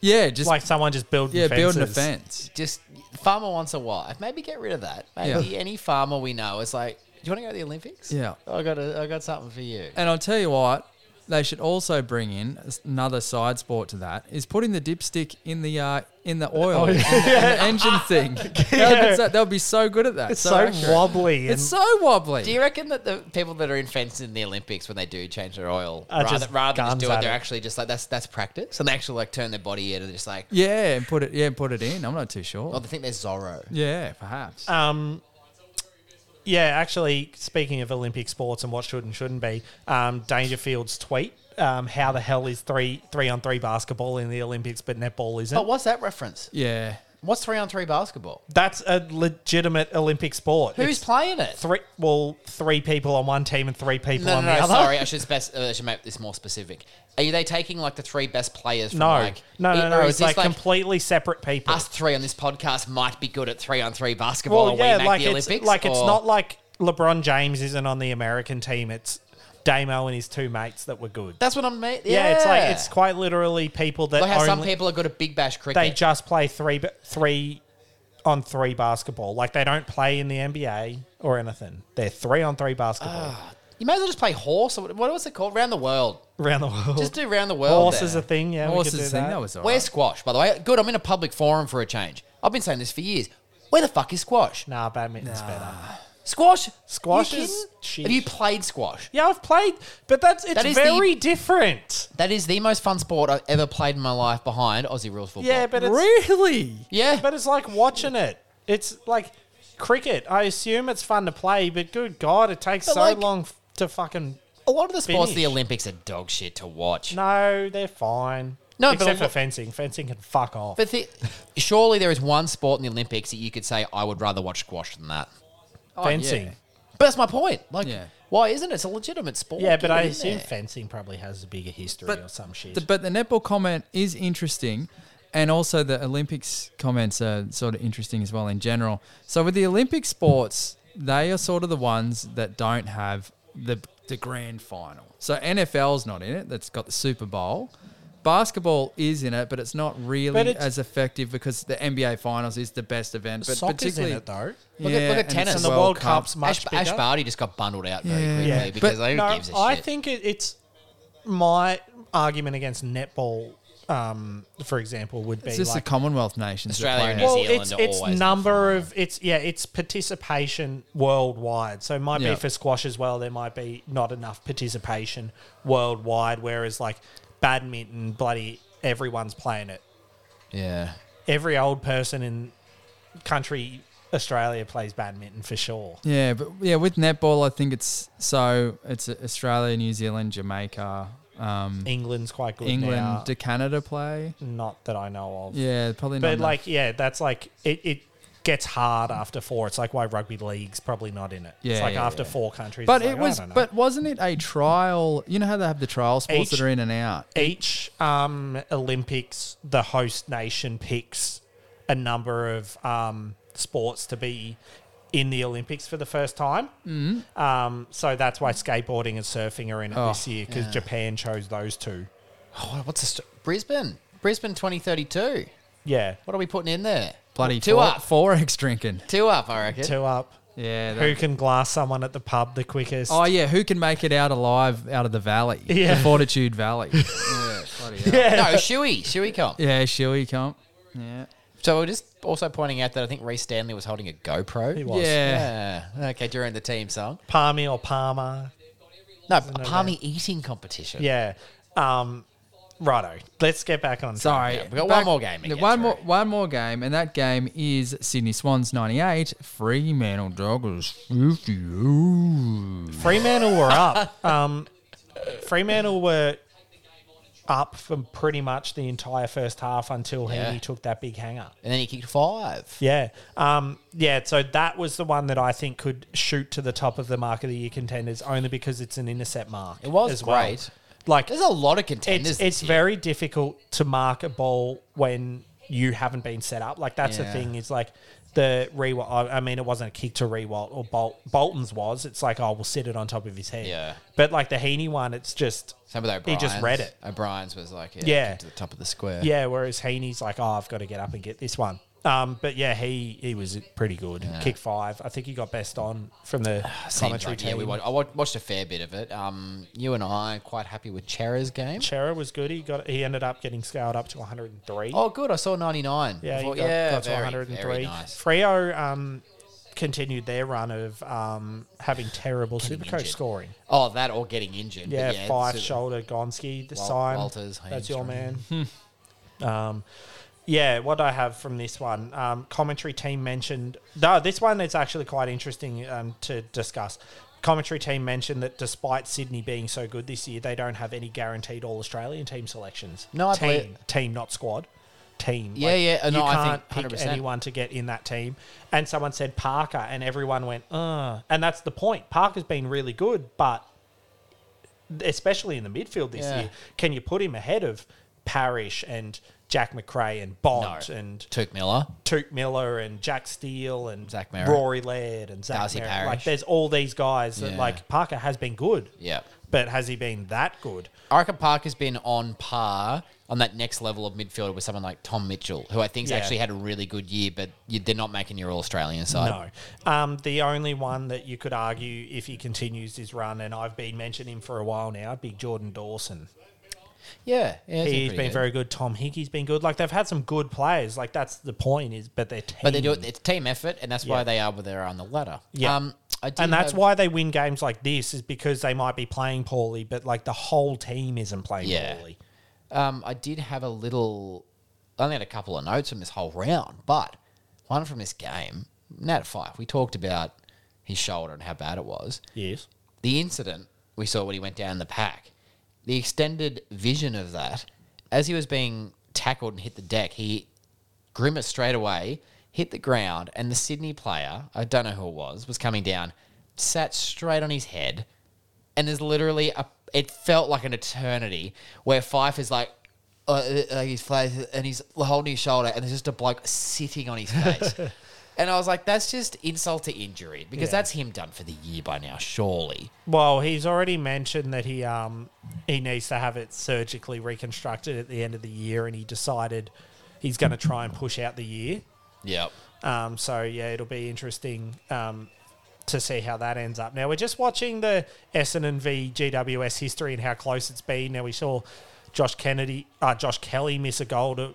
[SPEAKER 3] Yeah, just
[SPEAKER 4] Like someone just building.
[SPEAKER 3] yeah, building a
[SPEAKER 4] fences.
[SPEAKER 3] fence.
[SPEAKER 5] just farmer once a while. Maybe get rid of that. Maybe
[SPEAKER 3] Yeah.
[SPEAKER 5] any farmer we know is like, do you want to go to the Olympics?
[SPEAKER 3] Yeah.
[SPEAKER 5] I got a, I got something for you.
[SPEAKER 3] And I'll tell you what, they should also bring in another side sport to that is putting the dipstick in the uh, in the oil
[SPEAKER 4] Oh,
[SPEAKER 3] in the- in the engine thing. They'll, be- they'll be so good at that.
[SPEAKER 4] It's so
[SPEAKER 3] accurate.
[SPEAKER 4] wobbly.
[SPEAKER 3] It's
[SPEAKER 4] and-
[SPEAKER 3] so wobbly.
[SPEAKER 5] Do you reckon that the people that are in fencing in the Olympics when they do change their oil,
[SPEAKER 4] Are
[SPEAKER 5] rather,
[SPEAKER 4] just
[SPEAKER 5] rather than just
[SPEAKER 4] guns
[SPEAKER 5] do it,
[SPEAKER 4] at
[SPEAKER 5] they're
[SPEAKER 4] it.
[SPEAKER 5] actually just like that's that's practice, and they actually like turn their body in and just like,
[SPEAKER 3] yeah, and put it yeah, put it in. I'm not too sure.
[SPEAKER 5] oh, they think they're Zorro.
[SPEAKER 3] yeah, perhaps.
[SPEAKER 4] Um, yeah, actually, speaking of Olympic sports and what should and shouldn't be, um, Dangerfield's tweet: um, "How the hell is three three on three basketball in the Olympics, but netball isn't?"
[SPEAKER 5] But what's that reference?
[SPEAKER 3] yeah.
[SPEAKER 5] What's three on three basketball?
[SPEAKER 4] That's a legitimate Olympic sport.
[SPEAKER 5] Who's
[SPEAKER 4] It's
[SPEAKER 5] playing it?
[SPEAKER 4] three? Well, three people on one team and three people
[SPEAKER 5] no,
[SPEAKER 4] on
[SPEAKER 5] no,
[SPEAKER 4] the
[SPEAKER 5] no,
[SPEAKER 4] other.
[SPEAKER 5] sorry. I should, spec- uh, I should make this more specific. Are they taking like the three best players? From,
[SPEAKER 4] No,
[SPEAKER 5] like,
[SPEAKER 4] no,
[SPEAKER 5] it-
[SPEAKER 4] no, no.
[SPEAKER 5] or is
[SPEAKER 4] It's
[SPEAKER 5] this,
[SPEAKER 4] like, completely separate people.
[SPEAKER 5] us three on this podcast might be good at three on three basketball.
[SPEAKER 4] well,
[SPEAKER 5] and
[SPEAKER 4] yeah,
[SPEAKER 5] we make
[SPEAKER 4] like
[SPEAKER 5] the
[SPEAKER 4] it's
[SPEAKER 5] Olympics,
[SPEAKER 4] like it's
[SPEAKER 5] or-
[SPEAKER 4] not like LeBron James isn't on the American team. It's Damo and his two mates that were good.
[SPEAKER 5] That's what I mean.
[SPEAKER 4] yeah, it's like it's quite literally people that
[SPEAKER 5] like how some
[SPEAKER 4] only-
[SPEAKER 5] people are good at big bash cricket.
[SPEAKER 4] they just play three three on three basketball. Like they don't play in the NBA or anything. They're three on three
[SPEAKER 5] Ah.
[SPEAKER 4] basketball
[SPEAKER 5] you may as well just play horse. Or what, what was it called? Round the world.
[SPEAKER 4] around the world.
[SPEAKER 5] Just do round the world.
[SPEAKER 4] Horse is
[SPEAKER 5] there.
[SPEAKER 4] a thing. Yeah, we could
[SPEAKER 3] Horses
[SPEAKER 4] do
[SPEAKER 3] thing that, was all
[SPEAKER 5] Where's
[SPEAKER 3] right.
[SPEAKER 5] squash? By the way, good. I'm in a public forum for a change. I've been saying this for years. Where the fuck is squash?
[SPEAKER 4] nah, badminton's better.
[SPEAKER 5] Squash.
[SPEAKER 4] Squash
[SPEAKER 5] You
[SPEAKER 4] is
[SPEAKER 5] kidding?
[SPEAKER 4] shit.
[SPEAKER 5] Have you played squash?
[SPEAKER 4] Yeah, I've played, but that's it's
[SPEAKER 5] That is the-
[SPEAKER 4] very different.
[SPEAKER 5] That is the most fun sport I've ever played in my life, behind Aussie rules football.
[SPEAKER 4] Yeah, but it's
[SPEAKER 3] Really?
[SPEAKER 5] yeah.
[SPEAKER 4] but it's like watching it. It's like cricket. I assume it's fun to play, but good god, it takes
[SPEAKER 5] But
[SPEAKER 4] so
[SPEAKER 5] like-
[SPEAKER 4] long f- to fucking.
[SPEAKER 5] a lot of the sports, at the
[SPEAKER 4] Finish.
[SPEAKER 5] Olympics are dog shit to watch.
[SPEAKER 4] No, they're fine.
[SPEAKER 5] No, but
[SPEAKER 4] except
[SPEAKER 5] look-
[SPEAKER 4] for fencing. Fencing can fuck off.
[SPEAKER 5] But the, surely there is one sport in the Olympics that you could say I would rather watch squash than that. Oh,
[SPEAKER 4] fencing.
[SPEAKER 3] yeah.
[SPEAKER 5] But that's my point. Like,
[SPEAKER 3] Yeah.
[SPEAKER 5] why isn't it? It's a legitimate sport.
[SPEAKER 4] Yeah, but
[SPEAKER 5] Get
[SPEAKER 4] I
[SPEAKER 5] in
[SPEAKER 4] assume
[SPEAKER 5] there.
[SPEAKER 4] fencing probably has a bigger history
[SPEAKER 3] But
[SPEAKER 4] or some shit.
[SPEAKER 3] The, but the netball comment is interesting, and also the Olympics comments are sort of interesting as well in general. So with the Olympic sports, they are sort of the ones that don't have the the grand final. So NFL's not in it. That's got the Super Bowl. Basketball is in it, but it's not really
[SPEAKER 4] But it's-
[SPEAKER 3] as effective because the NBA Finals is the best event. But
[SPEAKER 4] Soccer's in
[SPEAKER 3] particularly,
[SPEAKER 4] it though.
[SPEAKER 5] Look at- look at
[SPEAKER 3] and it's
[SPEAKER 5] tennis.
[SPEAKER 4] And
[SPEAKER 5] And
[SPEAKER 4] the World, Cup's
[SPEAKER 5] Ash,
[SPEAKER 4] much
[SPEAKER 5] Ash
[SPEAKER 4] bigger.
[SPEAKER 5] Barty just got bundled out very
[SPEAKER 3] Yeah.
[SPEAKER 5] quickly
[SPEAKER 3] Yeah.
[SPEAKER 5] because
[SPEAKER 4] But
[SPEAKER 5] who
[SPEAKER 4] no,
[SPEAKER 5] gives a shit?
[SPEAKER 4] I think it, it's my argument against netball, um, for example, would be
[SPEAKER 3] It's just
[SPEAKER 4] like
[SPEAKER 3] the Commonwealth nations. that
[SPEAKER 5] Australia
[SPEAKER 3] play
[SPEAKER 5] and
[SPEAKER 3] it.
[SPEAKER 5] New
[SPEAKER 4] well,
[SPEAKER 5] Zealand
[SPEAKER 4] it's
[SPEAKER 5] are
[SPEAKER 4] it's
[SPEAKER 5] always in the
[SPEAKER 4] number of it's yeah, it's participation worldwide. So it might
[SPEAKER 3] Yeah.
[SPEAKER 4] be for squash as well. There might be not enough participation worldwide. Whereas like badminton, bloody everyone's playing it.
[SPEAKER 5] yeah.
[SPEAKER 4] Every old person in country Australia plays badminton for sure.
[SPEAKER 3] Yeah, but yeah, with netball, I think it's so it's Australia, New Zealand, Jamaica, um,
[SPEAKER 4] England's quite good.
[SPEAKER 3] England.
[SPEAKER 4] now.
[SPEAKER 3] Do Canada play?
[SPEAKER 4] not that I know of.
[SPEAKER 3] Yeah, probably not.
[SPEAKER 4] But
[SPEAKER 3] enough.
[SPEAKER 4] like, yeah, that's like it. it gets hard after four. It's like why rugby league's probably not in it.
[SPEAKER 3] Yeah,
[SPEAKER 4] it's like
[SPEAKER 3] yeah,
[SPEAKER 4] after
[SPEAKER 3] yeah.
[SPEAKER 4] four countries.
[SPEAKER 3] but
[SPEAKER 4] it's
[SPEAKER 3] it
[SPEAKER 4] like, I
[SPEAKER 3] was,
[SPEAKER 4] don't know.
[SPEAKER 3] but wasn't it a trial? You know how they have the trial sports
[SPEAKER 4] Each-
[SPEAKER 3] that are in and out.
[SPEAKER 4] each um, Olympics, the host nation picks a number of um, sports to be in the Olympics for the first time. Mm-hmm. Um, so that's why skateboarding and surfing are in it
[SPEAKER 3] Oh,
[SPEAKER 4] this year because Japan chose those two.
[SPEAKER 5] Oh, what's the st- Brisbane? Brisbane 2032.
[SPEAKER 4] Yeah,
[SPEAKER 5] What are we putting in there?
[SPEAKER 3] Bloody
[SPEAKER 5] two
[SPEAKER 3] four,
[SPEAKER 5] up,
[SPEAKER 3] forex drinking.
[SPEAKER 5] two up. I reckon.
[SPEAKER 4] two up.
[SPEAKER 3] Yeah.
[SPEAKER 4] Who
[SPEAKER 3] that-
[SPEAKER 4] can glass someone at the pub the quickest?
[SPEAKER 3] oh yeah, who can make it out alive out of the valley?
[SPEAKER 4] Yeah.
[SPEAKER 3] The Fortitude Valley. yeah, bloody hell.
[SPEAKER 5] No, Shuey, Shuey comp.
[SPEAKER 3] yeah, Shuey comp. Yeah.
[SPEAKER 5] So we're just also pointing out that I think Reece Stanley was holding a GoPro.
[SPEAKER 4] was.
[SPEAKER 3] Yeah.
[SPEAKER 5] Yeah. Okay, during the team song.
[SPEAKER 4] Palmy or Palmer.
[SPEAKER 5] No, a palmy eating competition.
[SPEAKER 4] Yeah. Um, righto. Let's get back on. track.
[SPEAKER 3] Sorry,
[SPEAKER 5] Yeah, we got one more game to
[SPEAKER 3] no,
[SPEAKER 5] get
[SPEAKER 3] One
[SPEAKER 5] through.
[SPEAKER 3] more, one more game, and that game is Sydney Swans ninety-eight, Fremantle Doggers fifty. Ooh.
[SPEAKER 4] Fremantle were up. Um, Fremantle were up for pretty much the entire first half until
[SPEAKER 5] Yeah.
[SPEAKER 4] Heaney took that big hanger.
[SPEAKER 5] And then he kicked five.
[SPEAKER 4] Yeah. Um, yeah. So that was the one that I think could shoot to the top of the mark of the year contenders only because it's an intercept mark.
[SPEAKER 5] It was
[SPEAKER 4] as well.
[SPEAKER 5] great.
[SPEAKER 4] Like,
[SPEAKER 5] There's a lot of
[SPEAKER 4] it's,
[SPEAKER 5] contenders.
[SPEAKER 4] it's,
[SPEAKER 5] this year.
[SPEAKER 4] very difficult to mark a ball when you haven't been set up. Like that's
[SPEAKER 5] Yeah.
[SPEAKER 4] the thing is like the Rewalt. I I mean, it wasn't a kick to Rewalt or Bol- Bolton's was. It's like oh, we'll sit it on top of his head.
[SPEAKER 5] Yeah.
[SPEAKER 4] But like the Heaney one, it's just
[SPEAKER 5] Some of the
[SPEAKER 4] he
[SPEAKER 5] O'Briens.
[SPEAKER 4] just read it.
[SPEAKER 5] O'Brien's was like, yeah,
[SPEAKER 4] Yeah.
[SPEAKER 5] kicked to the top of the square.
[SPEAKER 4] Yeah. Whereas Heaney's like oh, I've got to get up and get this one. Um, but yeah, he he was pretty good. Kick five. I think he got best on from the
[SPEAKER 5] Seems
[SPEAKER 4] commentary
[SPEAKER 5] like,
[SPEAKER 4] team.
[SPEAKER 5] yeah, we watched, I wa- watched a fair bit of it. Um, you and I quite happy with Chera's game.
[SPEAKER 4] Chera was good. He got he ended up getting scaled up to 103.
[SPEAKER 5] Oh, good. I saw 99.
[SPEAKER 4] Yeah,
[SPEAKER 5] I
[SPEAKER 4] he
[SPEAKER 5] thought,
[SPEAKER 4] got, got to
[SPEAKER 5] very,
[SPEAKER 4] 103.
[SPEAKER 5] very nice.
[SPEAKER 4] Freo um, continued their run of um, having terrible supercoach
[SPEAKER 5] injured.
[SPEAKER 4] scoring.
[SPEAKER 5] Oh, that or getting injured. but
[SPEAKER 4] Yeah,
[SPEAKER 5] yeah
[SPEAKER 4] five
[SPEAKER 5] it's-
[SPEAKER 4] shoulder Gonski, the
[SPEAKER 5] Wal-
[SPEAKER 4] sign.
[SPEAKER 5] Walters, Hmm.
[SPEAKER 4] that's your man.
[SPEAKER 5] Hamstring.
[SPEAKER 4] um, yeah, what I have from this one, um, commentary team mentioned. No, this one is actually quite interesting um, to discuss. Commentary team mentioned that despite Sydney being so good this year, they don't have any guaranteed All Australian team selections.
[SPEAKER 5] No, I
[SPEAKER 4] team,
[SPEAKER 5] believe-
[SPEAKER 4] team, not squad. Team.
[SPEAKER 5] Yeah, yeah, uh,
[SPEAKER 4] You
[SPEAKER 5] no, I think
[SPEAKER 4] can't pick
[SPEAKER 5] 100%.
[SPEAKER 4] anyone to get in that team. And someone said Parker, and everyone went, uh and that's the point. Parker's been really good, but especially in the midfield this
[SPEAKER 5] Yeah.
[SPEAKER 4] year, can you put him ahead of Parrish and Jack McRae and Bond
[SPEAKER 5] No.
[SPEAKER 4] and
[SPEAKER 5] Took Miller.
[SPEAKER 4] Toot Miller and Jack Steele and
[SPEAKER 5] Zach Merritt.
[SPEAKER 4] Rory Laird and Zach
[SPEAKER 5] Darcy
[SPEAKER 4] Merritt.
[SPEAKER 5] Parrish.
[SPEAKER 4] Like there's all these guys that
[SPEAKER 5] Yeah.
[SPEAKER 4] like Parker has been good.
[SPEAKER 5] Yeah.
[SPEAKER 4] But has he been that good?
[SPEAKER 5] I reckon Parker's been on par on that next level of midfielder with someone like Tom Mitchell, who I think's
[SPEAKER 4] Yeah.
[SPEAKER 5] actually had a really good year, but you, they're not making your All Australian side.
[SPEAKER 4] No. Um, the only one that you could argue if he continues his run, and I've been mentioning him for a while now, big Jordan Dawson.
[SPEAKER 5] Yeah,
[SPEAKER 4] He's
[SPEAKER 5] yeah pretty
[SPEAKER 4] been
[SPEAKER 5] good.
[SPEAKER 4] very good. Tom Hickey's been good. Like they've had some good players. Like that's the point is, but their team.
[SPEAKER 5] But they do it. It's team effort, and that's
[SPEAKER 4] Yeah.
[SPEAKER 5] why they are where they are on the ladder.
[SPEAKER 4] Yeah.
[SPEAKER 5] Um, I do
[SPEAKER 4] and that's
[SPEAKER 5] have-
[SPEAKER 4] why they win games like this is because they might be playing poorly, but like the whole team isn't playing
[SPEAKER 5] Yeah.
[SPEAKER 4] poorly.
[SPEAKER 5] Um, I did have a little. I only had a couple of notes from this whole round, but one from this game. Nat Fife, we talked about his shoulder and how bad it was.
[SPEAKER 4] Yes.
[SPEAKER 5] The incident we saw when he went down the pack, the extended vision of that, as he was being tackled and hit the deck, he grimaced straight away. hit the ground, and the Sydney player, I don't know who it was, was coming down, sat straight on his head, and there's literally a. It felt like an eternity where Fife is like, uh, uh, like his face, and he's holding his shoulder, and there's just a bloke sitting on his face. and I was like, that's just insult to injury because that's him done for the year by now, surely.
[SPEAKER 4] Well, he's already mentioned that he um he needs to have it surgically reconstructed at the end of the year, and he decided he's going to try and push out the year.
[SPEAKER 5] Yep.
[SPEAKER 4] Um, so yeah, it'll be interesting um, to see how that ends up. Now we're just watching the Essendon v GWS history and how close it's been. Now we saw Josh Kennedy, uh, Josh Kelly miss a goal to,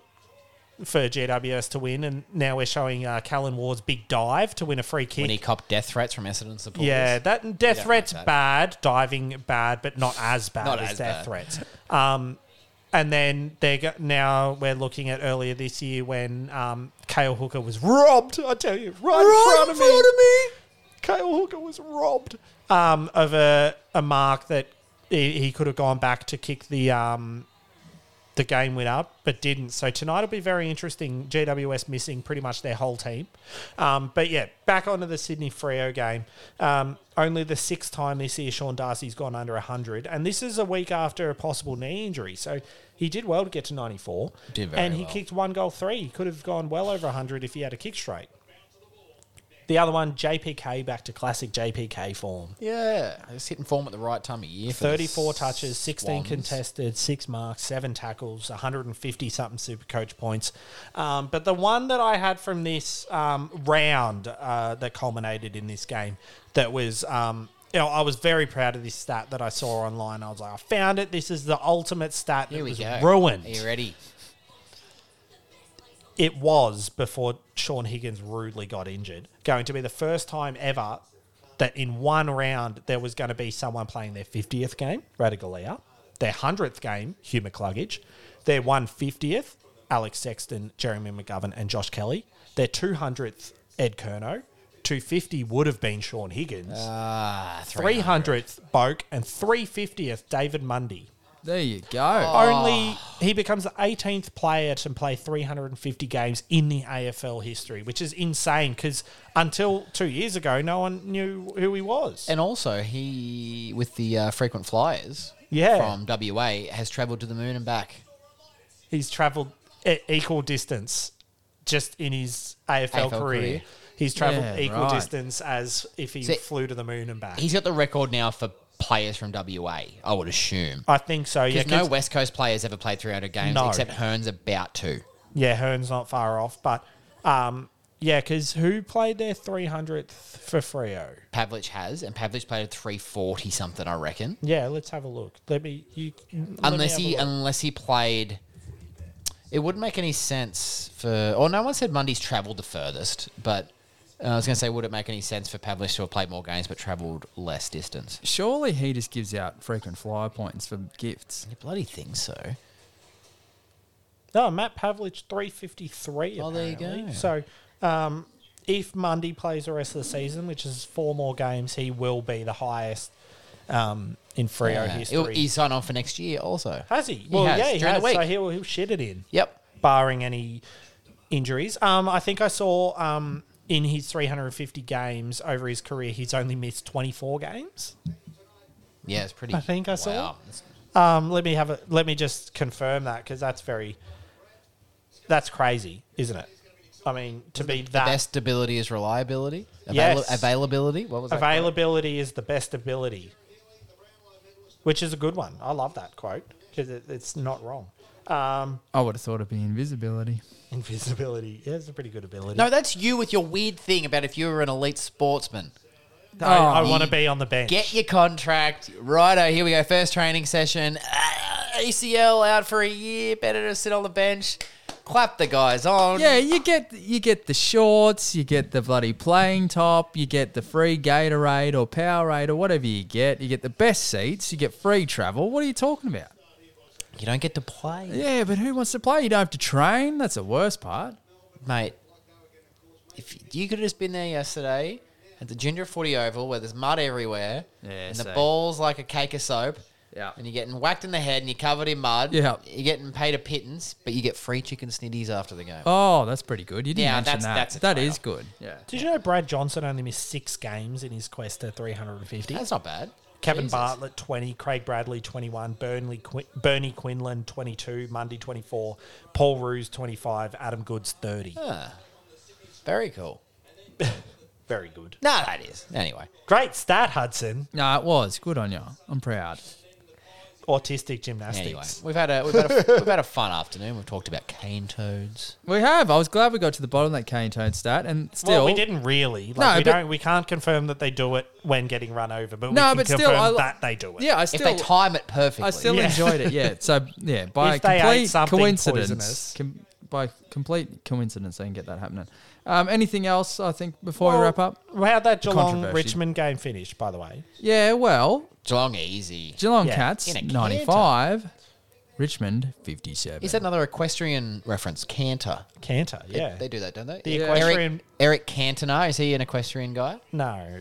[SPEAKER 4] for GWS to win, and now we're showing uh, Callan Ward's big dive to win a free kick.
[SPEAKER 5] When he copped death threats from Essendon supporters.
[SPEAKER 4] Yeah, that death
[SPEAKER 5] like
[SPEAKER 4] threats
[SPEAKER 5] that.
[SPEAKER 4] bad, diving bad, but not as bad
[SPEAKER 5] Not
[SPEAKER 4] as,
[SPEAKER 5] as
[SPEAKER 4] death
[SPEAKER 5] bad.
[SPEAKER 4] threats. Um, and then they go, now we're looking at earlier this year when um, Kale Hooker was robbed. I tell you, right, in front of me. Kale Hooker was robbed um, of a, a mark that he, he could have gone back to kick the um, the game went up, but didn't. So tonight will be very interesting. GWS missing pretty much their whole team. Um, but yeah, back onto the Sydney Freo game. Um, only the sixth time this year Sean Darcy's gone under 100. And this is a week after a possible knee injury. So he did well to get to 94.
[SPEAKER 5] Did very
[SPEAKER 4] and he
[SPEAKER 5] well.
[SPEAKER 4] kicked one goal three. He could have gone well over 100 if he had a kick straight. The other one, JPK, back to classic JPK form.
[SPEAKER 5] Yeah. He was hitting form at the right time of year. For the
[SPEAKER 4] 34 touches, 16
[SPEAKER 5] Swans.
[SPEAKER 4] contested, six marks, seven tackles, 150 something super coach points. Um, but the one that I had from this um, round uh, that culminated in this game that was. Um, you know, I was very proud of this stat that I saw online. I was like, I found it. This is the ultimate stat that
[SPEAKER 5] Here we
[SPEAKER 4] was
[SPEAKER 5] go.
[SPEAKER 4] ruined.
[SPEAKER 5] Are you ready?
[SPEAKER 4] It was before Sean Higgins rudely got injured, going to be the first time ever that in one round there was going to be someone playing their 50th game, Radigalia, their 100th game, Hugh McCluggage, their 150th, Alex Sexton, Jeremy McGovern, and Josh Kelly, their 200th, Ed Kerno, 250 would have been Sean Higgins,
[SPEAKER 5] Ah, 300.
[SPEAKER 4] 300th, Boak, and 350th, David Mundy.
[SPEAKER 3] There you go.
[SPEAKER 5] Oh.
[SPEAKER 4] Only
[SPEAKER 5] Ah.
[SPEAKER 4] he becomes the 18th player to play 350 games in the AFL history, which is insane because until two years ago, no one knew who he was.
[SPEAKER 5] And also, he, with the uh, frequent flyers
[SPEAKER 4] Yeah.
[SPEAKER 5] from WA, has travelled to the moon and back.
[SPEAKER 4] He's travelled e- equal distance just in his AFL,
[SPEAKER 5] AFL
[SPEAKER 4] career.
[SPEAKER 5] career.
[SPEAKER 4] He's travelled
[SPEAKER 3] Yeah,
[SPEAKER 4] equal
[SPEAKER 3] right.
[SPEAKER 4] distance as if he
[SPEAKER 5] See,
[SPEAKER 4] flew to the moon and back.
[SPEAKER 5] He's got the record now for players from WA, I would assume.
[SPEAKER 4] I think so. Yeah,
[SPEAKER 5] Because no
[SPEAKER 4] 'cause-
[SPEAKER 5] West Coast players ever played 300 games
[SPEAKER 4] No.
[SPEAKER 5] except Hearn's about to.
[SPEAKER 4] yeah, Hearn's not far off, but um, yeah, because who played their 300th for Freo?
[SPEAKER 5] Pavlich has, and Pavlich played at 340 something, I reckon.
[SPEAKER 4] Yeah, let's have a look. Let me. You, let me
[SPEAKER 5] unless
[SPEAKER 4] have a
[SPEAKER 5] he
[SPEAKER 4] look.
[SPEAKER 5] unless he played it wouldn't make any sense for or no one said Mundy's travelled the furthest, but uh, I was going to say would it make any sense for Pavlich to have played more games but travelled less distance?
[SPEAKER 3] Surely he just gives out frequent flyer points for gifts.
[SPEAKER 5] You bloody think so.
[SPEAKER 4] No, Matt Pavlich, 353.
[SPEAKER 5] Oh, there you
[SPEAKER 4] apparently.
[SPEAKER 5] go.
[SPEAKER 4] So, um, if Mundy plays the rest of the season, which is four more games, he will be the highest um, in Freo
[SPEAKER 5] Yeah. He'll,
[SPEAKER 4] history.
[SPEAKER 5] he signed on for next year also.
[SPEAKER 4] has he? Well,
[SPEAKER 5] has,
[SPEAKER 4] yeah, he
[SPEAKER 5] during
[SPEAKER 4] has.
[SPEAKER 5] the
[SPEAKER 4] So
[SPEAKER 5] week.
[SPEAKER 4] he'll, he'll shit it in,
[SPEAKER 5] Yep.
[SPEAKER 4] barring any injuries. Um, I think I saw um, in his 350 games over his career, he's only missed 24 games.
[SPEAKER 5] Yeah, it's pretty.
[SPEAKER 4] I think I saw
[SPEAKER 5] wow.
[SPEAKER 4] Um, let me have a let me just confirm that because that's very that's crazy, isn't it? I mean, to be that
[SPEAKER 5] Best ability is reliability. Avail-
[SPEAKER 4] Yes.
[SPEAKER 5] Availability. What was that? called?
[SPEAKER 4] Availability is the best ability, which is a good one. I love that quote because it, it's not wrong. Um,
[SPEAKER 3] I would have thought it'd be invisibility.
[SPEAKER 4] invisibility is a pretty good ability.
[SPEAKER 5] No, that's you with your weird thing about if you were an elite sportsman.
[SPEAKER 4] I, I
[SPEAKER 5] Oh.
[SPEAKER 4] want to be on the bench.
[SPEAKER 5] Get your contract. Righto, here we go. First training session. Ah, ACL out for a year. Better to sit on the bench. Clap the guys on.
[SPEAKER 3] Yeah, you get you get the shorts, you get the bloody playing top, you get the free Gatorade or Powerade or whatever you get. You get the best seats, you get free travel. What are you talking about?
[SPEAKER 5] You don't get to play,
[SPEAKER 3] Yeah, but who wants to play? You don't have to train. That's the worst part.
[SPEAKER 5] mate. If you- you could have just been there yesterday at the Ginger Footy Oval where there's mud everywhere
[SPEAKER 3] Yeah,
[SPEAKER 5] and the
[SPEAKER 3] so-
[SPEAKER 5] ball's like a cake of soap
[SPEAKER 3] Yeah.
[SPEAKER 5] And you're getting whacked in the head and you're covered in mud.
[SPEAKER 3] Yeah.
[SPEAKER 5] You're getting paid a pittance, but you get free chicken snitties after the game.
[SPEAKER 3] Oh, that's pretty good. You didn't
[SPEAKER 5] Yeah,
[SPEAKER 3] mention
[SPEAKER 5] that's-
[SPEAKER 3] that.
[SPEAKER 5] that's a
[SPEAKER 3] that is
[SPEAKER 5] trade-off.
[SPEAKER 3] good. Yeah.
[SPEAKER 4] Did you know Brad Johnson only missed six games in his quest to 350?
[SPEAKER 5] That's not bad.
[SPEAKER 4] Kevin
[SPEAKER 5] Jesus.
[SPEAKER 4] Bartlett, 20. Craig Bradley, 21. Burnley, Qu- Bernie Quinlan, 22. Mundy, 24. Paul Ruse, 25. Adam Goods, 30.
[SPEAKER 5] Ah. Very cool.
[SPEAKER 4] Very good.
[SPEAKER 5] No, that is. Anyway.
[SPEAKER 4] Great stat, Hudson.
[SPEAKER 3] No, it was. Good on you. I'm proud.
[SPEAKER 4] Autistic
[SPEAKER 5] Anyway,
[SPEAKER 4] gymnastics.
[SPEAKER 5] we've had a we've had a, we've had a fun afternoon. We've talked about cane toads.
[SPEAKER 3] We have. I was glad we got to the bottom of that cane toad stat and still
[SPEAKER 4] well, we didn't really. Like,
[SPEAKER 3] No,
[SPEAKER 4] we
[SPEAKER 3] but-
[SPEAKER 4] don't. We can't confirm that they do it when getting run over, but
[SPEAKER 3] No,
[SPEAKER 4] we can
[SPEAKER 3] but
[SPEAKER 4] confirm
[SPEAKER 3] still, I li-
[SPEAKER 4] that they do it.
[SPEAKER 3] Yeah, I still
[SPEAKER 5] if they time it perfectly,
[SPEAKER 3] I still
[SPEAKER 4] Yeah.
[SPEAKER 3] enjoyed it. Yeah. So yeah, by
[SPEAKER 4] If they ate
[SPEAKER 3] complete
[SPEAKER 4] something
[SPEAKER 3] coincidence,
[SPEAKER 4] poisonous.
[SPEAKER 3] com- by complete coincidence, they can get that happening. Um, anything else? I think before we wrap up.
[SPEAKER 4] How'd that Geelong
[SPEAKER 3] Controversy.
[SPEAKER 4] Richmond game finish, by the way?
[SPEAKER 3] Yeah. Well,
[SPEAKER 5] Geelong easy.
[SPEAKER 3] Geelong
[SPEAKER 4] Yeah,
[SPEAKER 3] Cats
[SPEAKER 5] in a
[SPEAKER 3] ninety-five, Richmond fifty-seven.
[SPEAKER 5] Is that another equestrian reference? Cantor.
[SPEAKER 4] Canter,
[SPEAKER 5] They,
[SPEAKER 4] yeah.
[SPEAKER 5] they do that, don't they?
[SPEAKER 4] the
[SPEAKER 3] Yeah.
[SPEAKER 5] Eric,
[SPEAKER 4] equestrian.
[SPEAKER 5] Eric Cantona is he an equestrian guy?
[SPEAKER 4] No.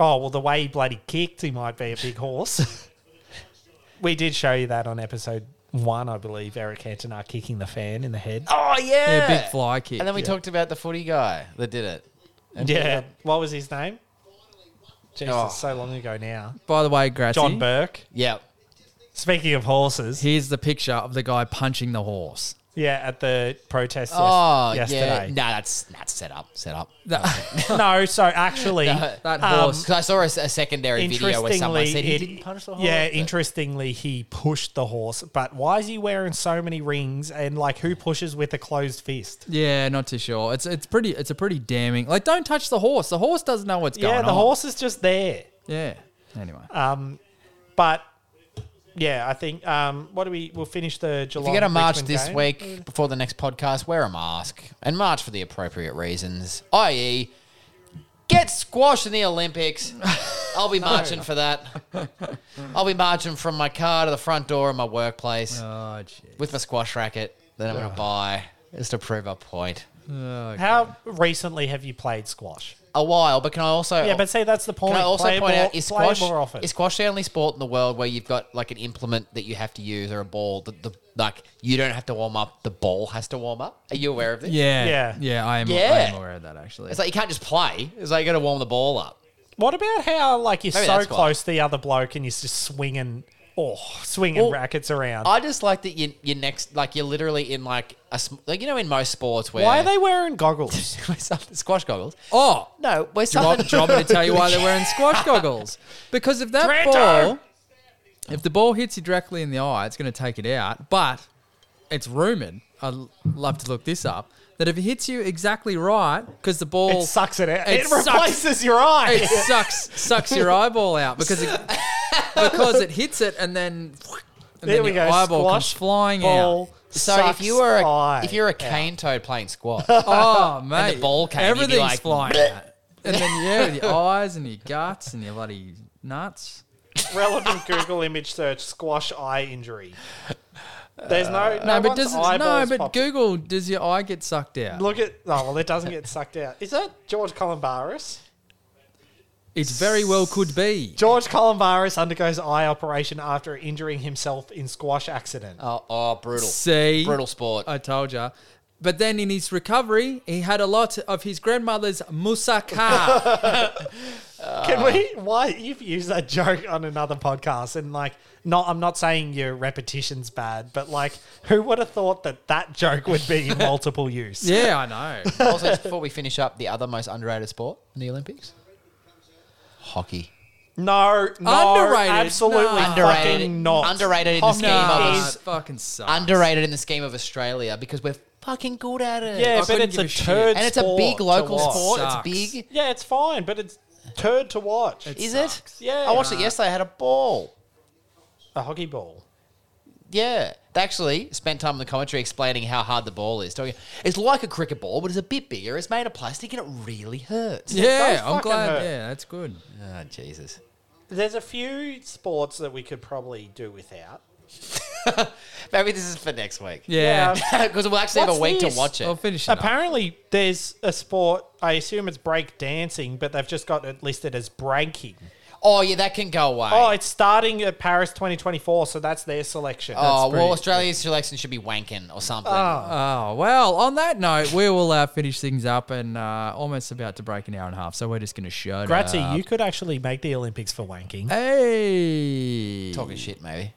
[SPEAKER 4] Oh, well, the way he bloody kicked, he might be a big horse. we did show you that on episode one, I believe. Eric Cantona kicking the fan in the head.
[SPEAKER 5] Oh yeah,
[SPEAKER 3] Yeah, big fly kick.
[SPEAKER 5] And then we talked about the footy guy that did it. And
[SPEAKER 4] yeah. What was his name? Jesus,
[SPEAKER 5] Oh.
[SPEAKER 4] so long ago now.
[SPEAKER 3] By the way, Grassy,
[SPEAKER 4] John Burke.
[SPEAKER 5] yeah.
[SPEAKER 4] Speaking of horses,
[SPEAKER 3] here's the picture of the guy punching the horse.
[SPEAKER 4] yeah, at the protest yes-
[SPEAKER 5] Oh yeah.
[SPEAKER 4] yesterday.
[SPEAKER 5] No, that's that's set up. Set up.
[SPEAKER 3] That,
[SPEAKER 4] No, so actually,
[SPEAKER 3] that
[SPEAKER 4] um,
[SPEAKER 3] horse.
[SPEAKER 5] Because I saw a, a secondary video where someone said he
[SPEAKER 4] it-
[SPEAKER 5] didn't punish the horse.
[SPEAKER 4] Yeah,
[SPEAKER 5] but-
[SPEAKER 4] interestingly, he pushed the horse. But why is he wearing so many rings? And like, who pushes with a closed fist?
[SPEAKER 3] yeah, not too sure. It's it's pretty. It's a pretty damning. Like, don't touch the horse. The horse doesn't know what's going
[SPEAKER 4] yeah,
[SPEAKER 3] on.
[SPEAKER 4] the horse Uh, is just there.
[SPEAKER 3] Yeah. Anyway,
[SPEAKER 4] But yeah, I think um, what do we? We'll finish the
[SPEAKER 5] If
[SPEAKER 4] July.
[SPEAKER 5] you're going to march this week before the next podcast, wear a mask and march for the appropriate reasons, i.e., get squashed in the Olympics. I'll be marching for that. I'll be marching from my car to the front door of my workplace
[SPEAKER 3] oh gee.
[SPEAKER 5] with my squash racket that I'm going to buy just to prove a point.
[SPEAKER 4] How recently have you played squash?
[SPEAKER 5] A while, but can I also
[SPEAKER 4] Yeah, but see, that's the point.
[SPEAKER 5] Can I also
[SPEAKER 4] Play
[SPEAKER 5] point
[SPEAKER 4] more-
[SPEAKER 5] out is
[SPEAKER 4] play
[SPEAKER 5] squash
[SPEAKER 4] more often.
[SPEAKER 5] is squash the only sport in the world where you've got like an implement that you have to use or a ball that the like you don't have to warm up, the ball has to warm up. Are you aware of this?
[SPEAKER 3] Yeah,
[SPEAKER 4] Yeah.
[SPEAKER 3] yeah. I am. I
[SPEAKER 5] Yeah.
[SPEAKER 3] am aware of that actually.
[SPEAKER 5] It's like you can't just play. It's like you got to warm the ball up.
[SPEAKER 4] What about how like you're
[SPEAKER 5] Maybe
[SPEAKER 4] so
[SPEAKER 5] that's why.
[SPEAKER 4] close to the other bloke and you're just swinging, oh, swinging
[SPEAKER 5] Well,
[SPEAKER 4] rackets around?
[SPEAKER 5] I just like that you you next like you're literally in like a sm- like you know in most sports where
[SPEAKER 4] Why are they wearing goggles?
[SPEAKER 5] we're something- squash goggles.
[SPEAKER 3] oh,
[SPEAKER 5] No, we're
[SPEAKER 3] do you, want,
[SPEAKER 5] something.
[SPEAKER 3] do you want me to tell you why they're wearing squash goggles? Because if that
[SPEAKER 4] Toronto!
[SPEAKER 3] ball, if the ball hits you directly in the eye, it's going to take it out. But it's rumored. I'd l- love to look this up. That if it hits you exactly right, because the ball
[SPEAKER 4] it sucks it out.
[SPEAKER 3] it
[SPEAKER 4] It,
[SPEAKER 3] sucks-
[SPEAKER 4] replaces your eye.
[SPEAKER 3] it sucks sucks your eyeball out because it, because it hits it and then and
[SPEAKER 4] There
[SPEAKER 3] then
[SPEAKER 4] we
[SPEAKER 3] your
[SPEAKER 4] go.
[SPEAKER 3] eyeball
[SPEAKER 4] Squash
[SPEAKER 3] comes flying out.
[SPEAKER 4] ball
[SPEAKER 5] so if
[SPEAKER 4] sucks
[SPEAKER 5] you were
[SPEAKER 4] eye.
[SPEAKER 5] a, if you're a cane toad playing squash,
[SPEAKER 3] Oh mate,
[SPEAKER 5] ball came, you'd be
[SPEAKER 3] everything's
[SPEAKER 5] like,
[SPEAKER 3] flying out. And then yeah, with your eyes and your guts and your bloody nuts.
[SPEAKER 4] relevant Google image search squash eye injury. There's no Uh, no,
[SPEAKER 3] No, but
[SPEAKER 4] one's
[SPEAKER 3] does it, no,
[SPEAKER 4] eyeballs
[SPEAKER 3] but
[SPEAKER 4] popped.
[SPEAKER 3] Google does your eye get sucked out?
[SPEAKER 4] Look at oh well, it doesn't get sucked out. Is that George Columbaris?
[SPEAKER 3] It's very well could be.
[SPEAKER 4] George Columbaris undergoes eye operation after injuring himself in squash accident.
[SPEAKER 5] oh, oh brutal,
[SPEAKER 3] See,
[SPEAKER 5] brutal sport.
[SPEAKER 3] I told ya. But then in his recovery, he had a lot of his grandmother's moussaka.
[SPEAKER 4] Can we? Why you've used that joke on another podcast and like? Not, I'm not saying your repetition's bad, but like, who would have thought that that joke would be in multiple use?
[SPEAKER 3] yeah, I know.
[SPEAKER 5] also, just before we finish up, the other most underrated sport in the Olympics, hockey.
[SPEAKER 4] No, no,
[SPEAKER 3] Underrated.
[SPEAKER 4] absolutely
[SPEAKER 3] No.
[SPEAKER 5] Underrated.
[SPEAKER 4] fucking not. Oh,
[SPEAKER 5] Underrated in the
[SPEAKER 4] Hockey
[SPEAKER 5] scheme of
[SPEAKER 3] Nah,
[SPEAKER 5] it.
[SPEAKER 3] it
[SPEAKER 4] is-
[SPEAKER 3] fucking sucks.
[SPEAKER 5] Underrated in the scheme of Australia because we're fucking good at it.
[SPEAKER 4] Yeah,
[SPEAKER 3] I
[SPEAKER 4] but
[SPEAKER 3] couldn't
[SPEAKER 4] it's
[SPEAKER 3] give
[SPEAKER 4] a
[SPEAKER 3] a shit.
[SPEAKER 4] turd,
[SPEAKER 5] and it's a
[SPEAKER 4] sport
[SPEAKER 5] big
[SPEAKER 4] to
[SPEAKER 5] local
[SPEAKER 4] watch.
[SPEAKER 5] sport.
[SPEAKER 3] Sucks.
[SPEAKER 5] It's big.
[SPEAKER 4] Yeah, it's fine, but it's turd to watch. It's
[SPEAKER 5] Is
[SPEAKER 3] sucks.
[SPEAKER 5] it?
[SPEAKER 4] Yeah.
[SPEAKER 5] I watched it yesterday. I had a ball.
[SPEAKER 4] a hockey ball.
[SPEAKER 5] Yeah. They actually spent time in the commentary explaining how hard the ball is. Talking, it's like a cricket ball, but it's a bit bigger. It's made of plastic and it really hurts.
[SPEAKER 3] yeah,
[SPEAKER 4] don't
[SPEAKER 3] I'm
[SPEAKER 4] fucking
[SPEAKER 3] glad.
[SPEAKER 4] hurt.
[SPEAKER 3] Yeah, that's good.
[SPEAKER 5] Oh, Jesus.
[SPEAKER 4] There's a few sports that we could probably do without.
[SPEAKER 5] Maybe this is for next week.
[SPEAKER 3] Yeah,
[SPEAKER 5] Because we'll actually have a
[SPEAKER 4] What's
[SPEAKER 5] week
[SPEAKER 4] this?
[SPEAKER 5] to watch it.
[SPEAKER 3] I'll finish it. up.
[SPEAKER 4] Apparently, there's a sport. I assume it's break dancing, but they've just got it listed as breaking.
[SPEAKER 5] Oh yeah, that can go away.
[SPEAKER 4] Oh, it's starting at Paris 2024, so that's their selection.
[SPEAKER 5] Oh,
[SPEAKER 3] That's
[SPEAKER 5] well,
[SPEAKER 3] pretty-
[SPEAKER 5] Australia's selection should be wanking or something.
[SPEAKER 3] Oh, well, on that note, we will uh, finish things up and uh, almost about to break an hour and a half, so we're just going to shut
[SPEAKER 4] Gratty,
[SPEAKER 3] up.
[SPEAKER 4] you could actually make the Olympics for wanking.
[SPEAKER 3] Hey.
[SPEAKER 5] Talking shit, maybe.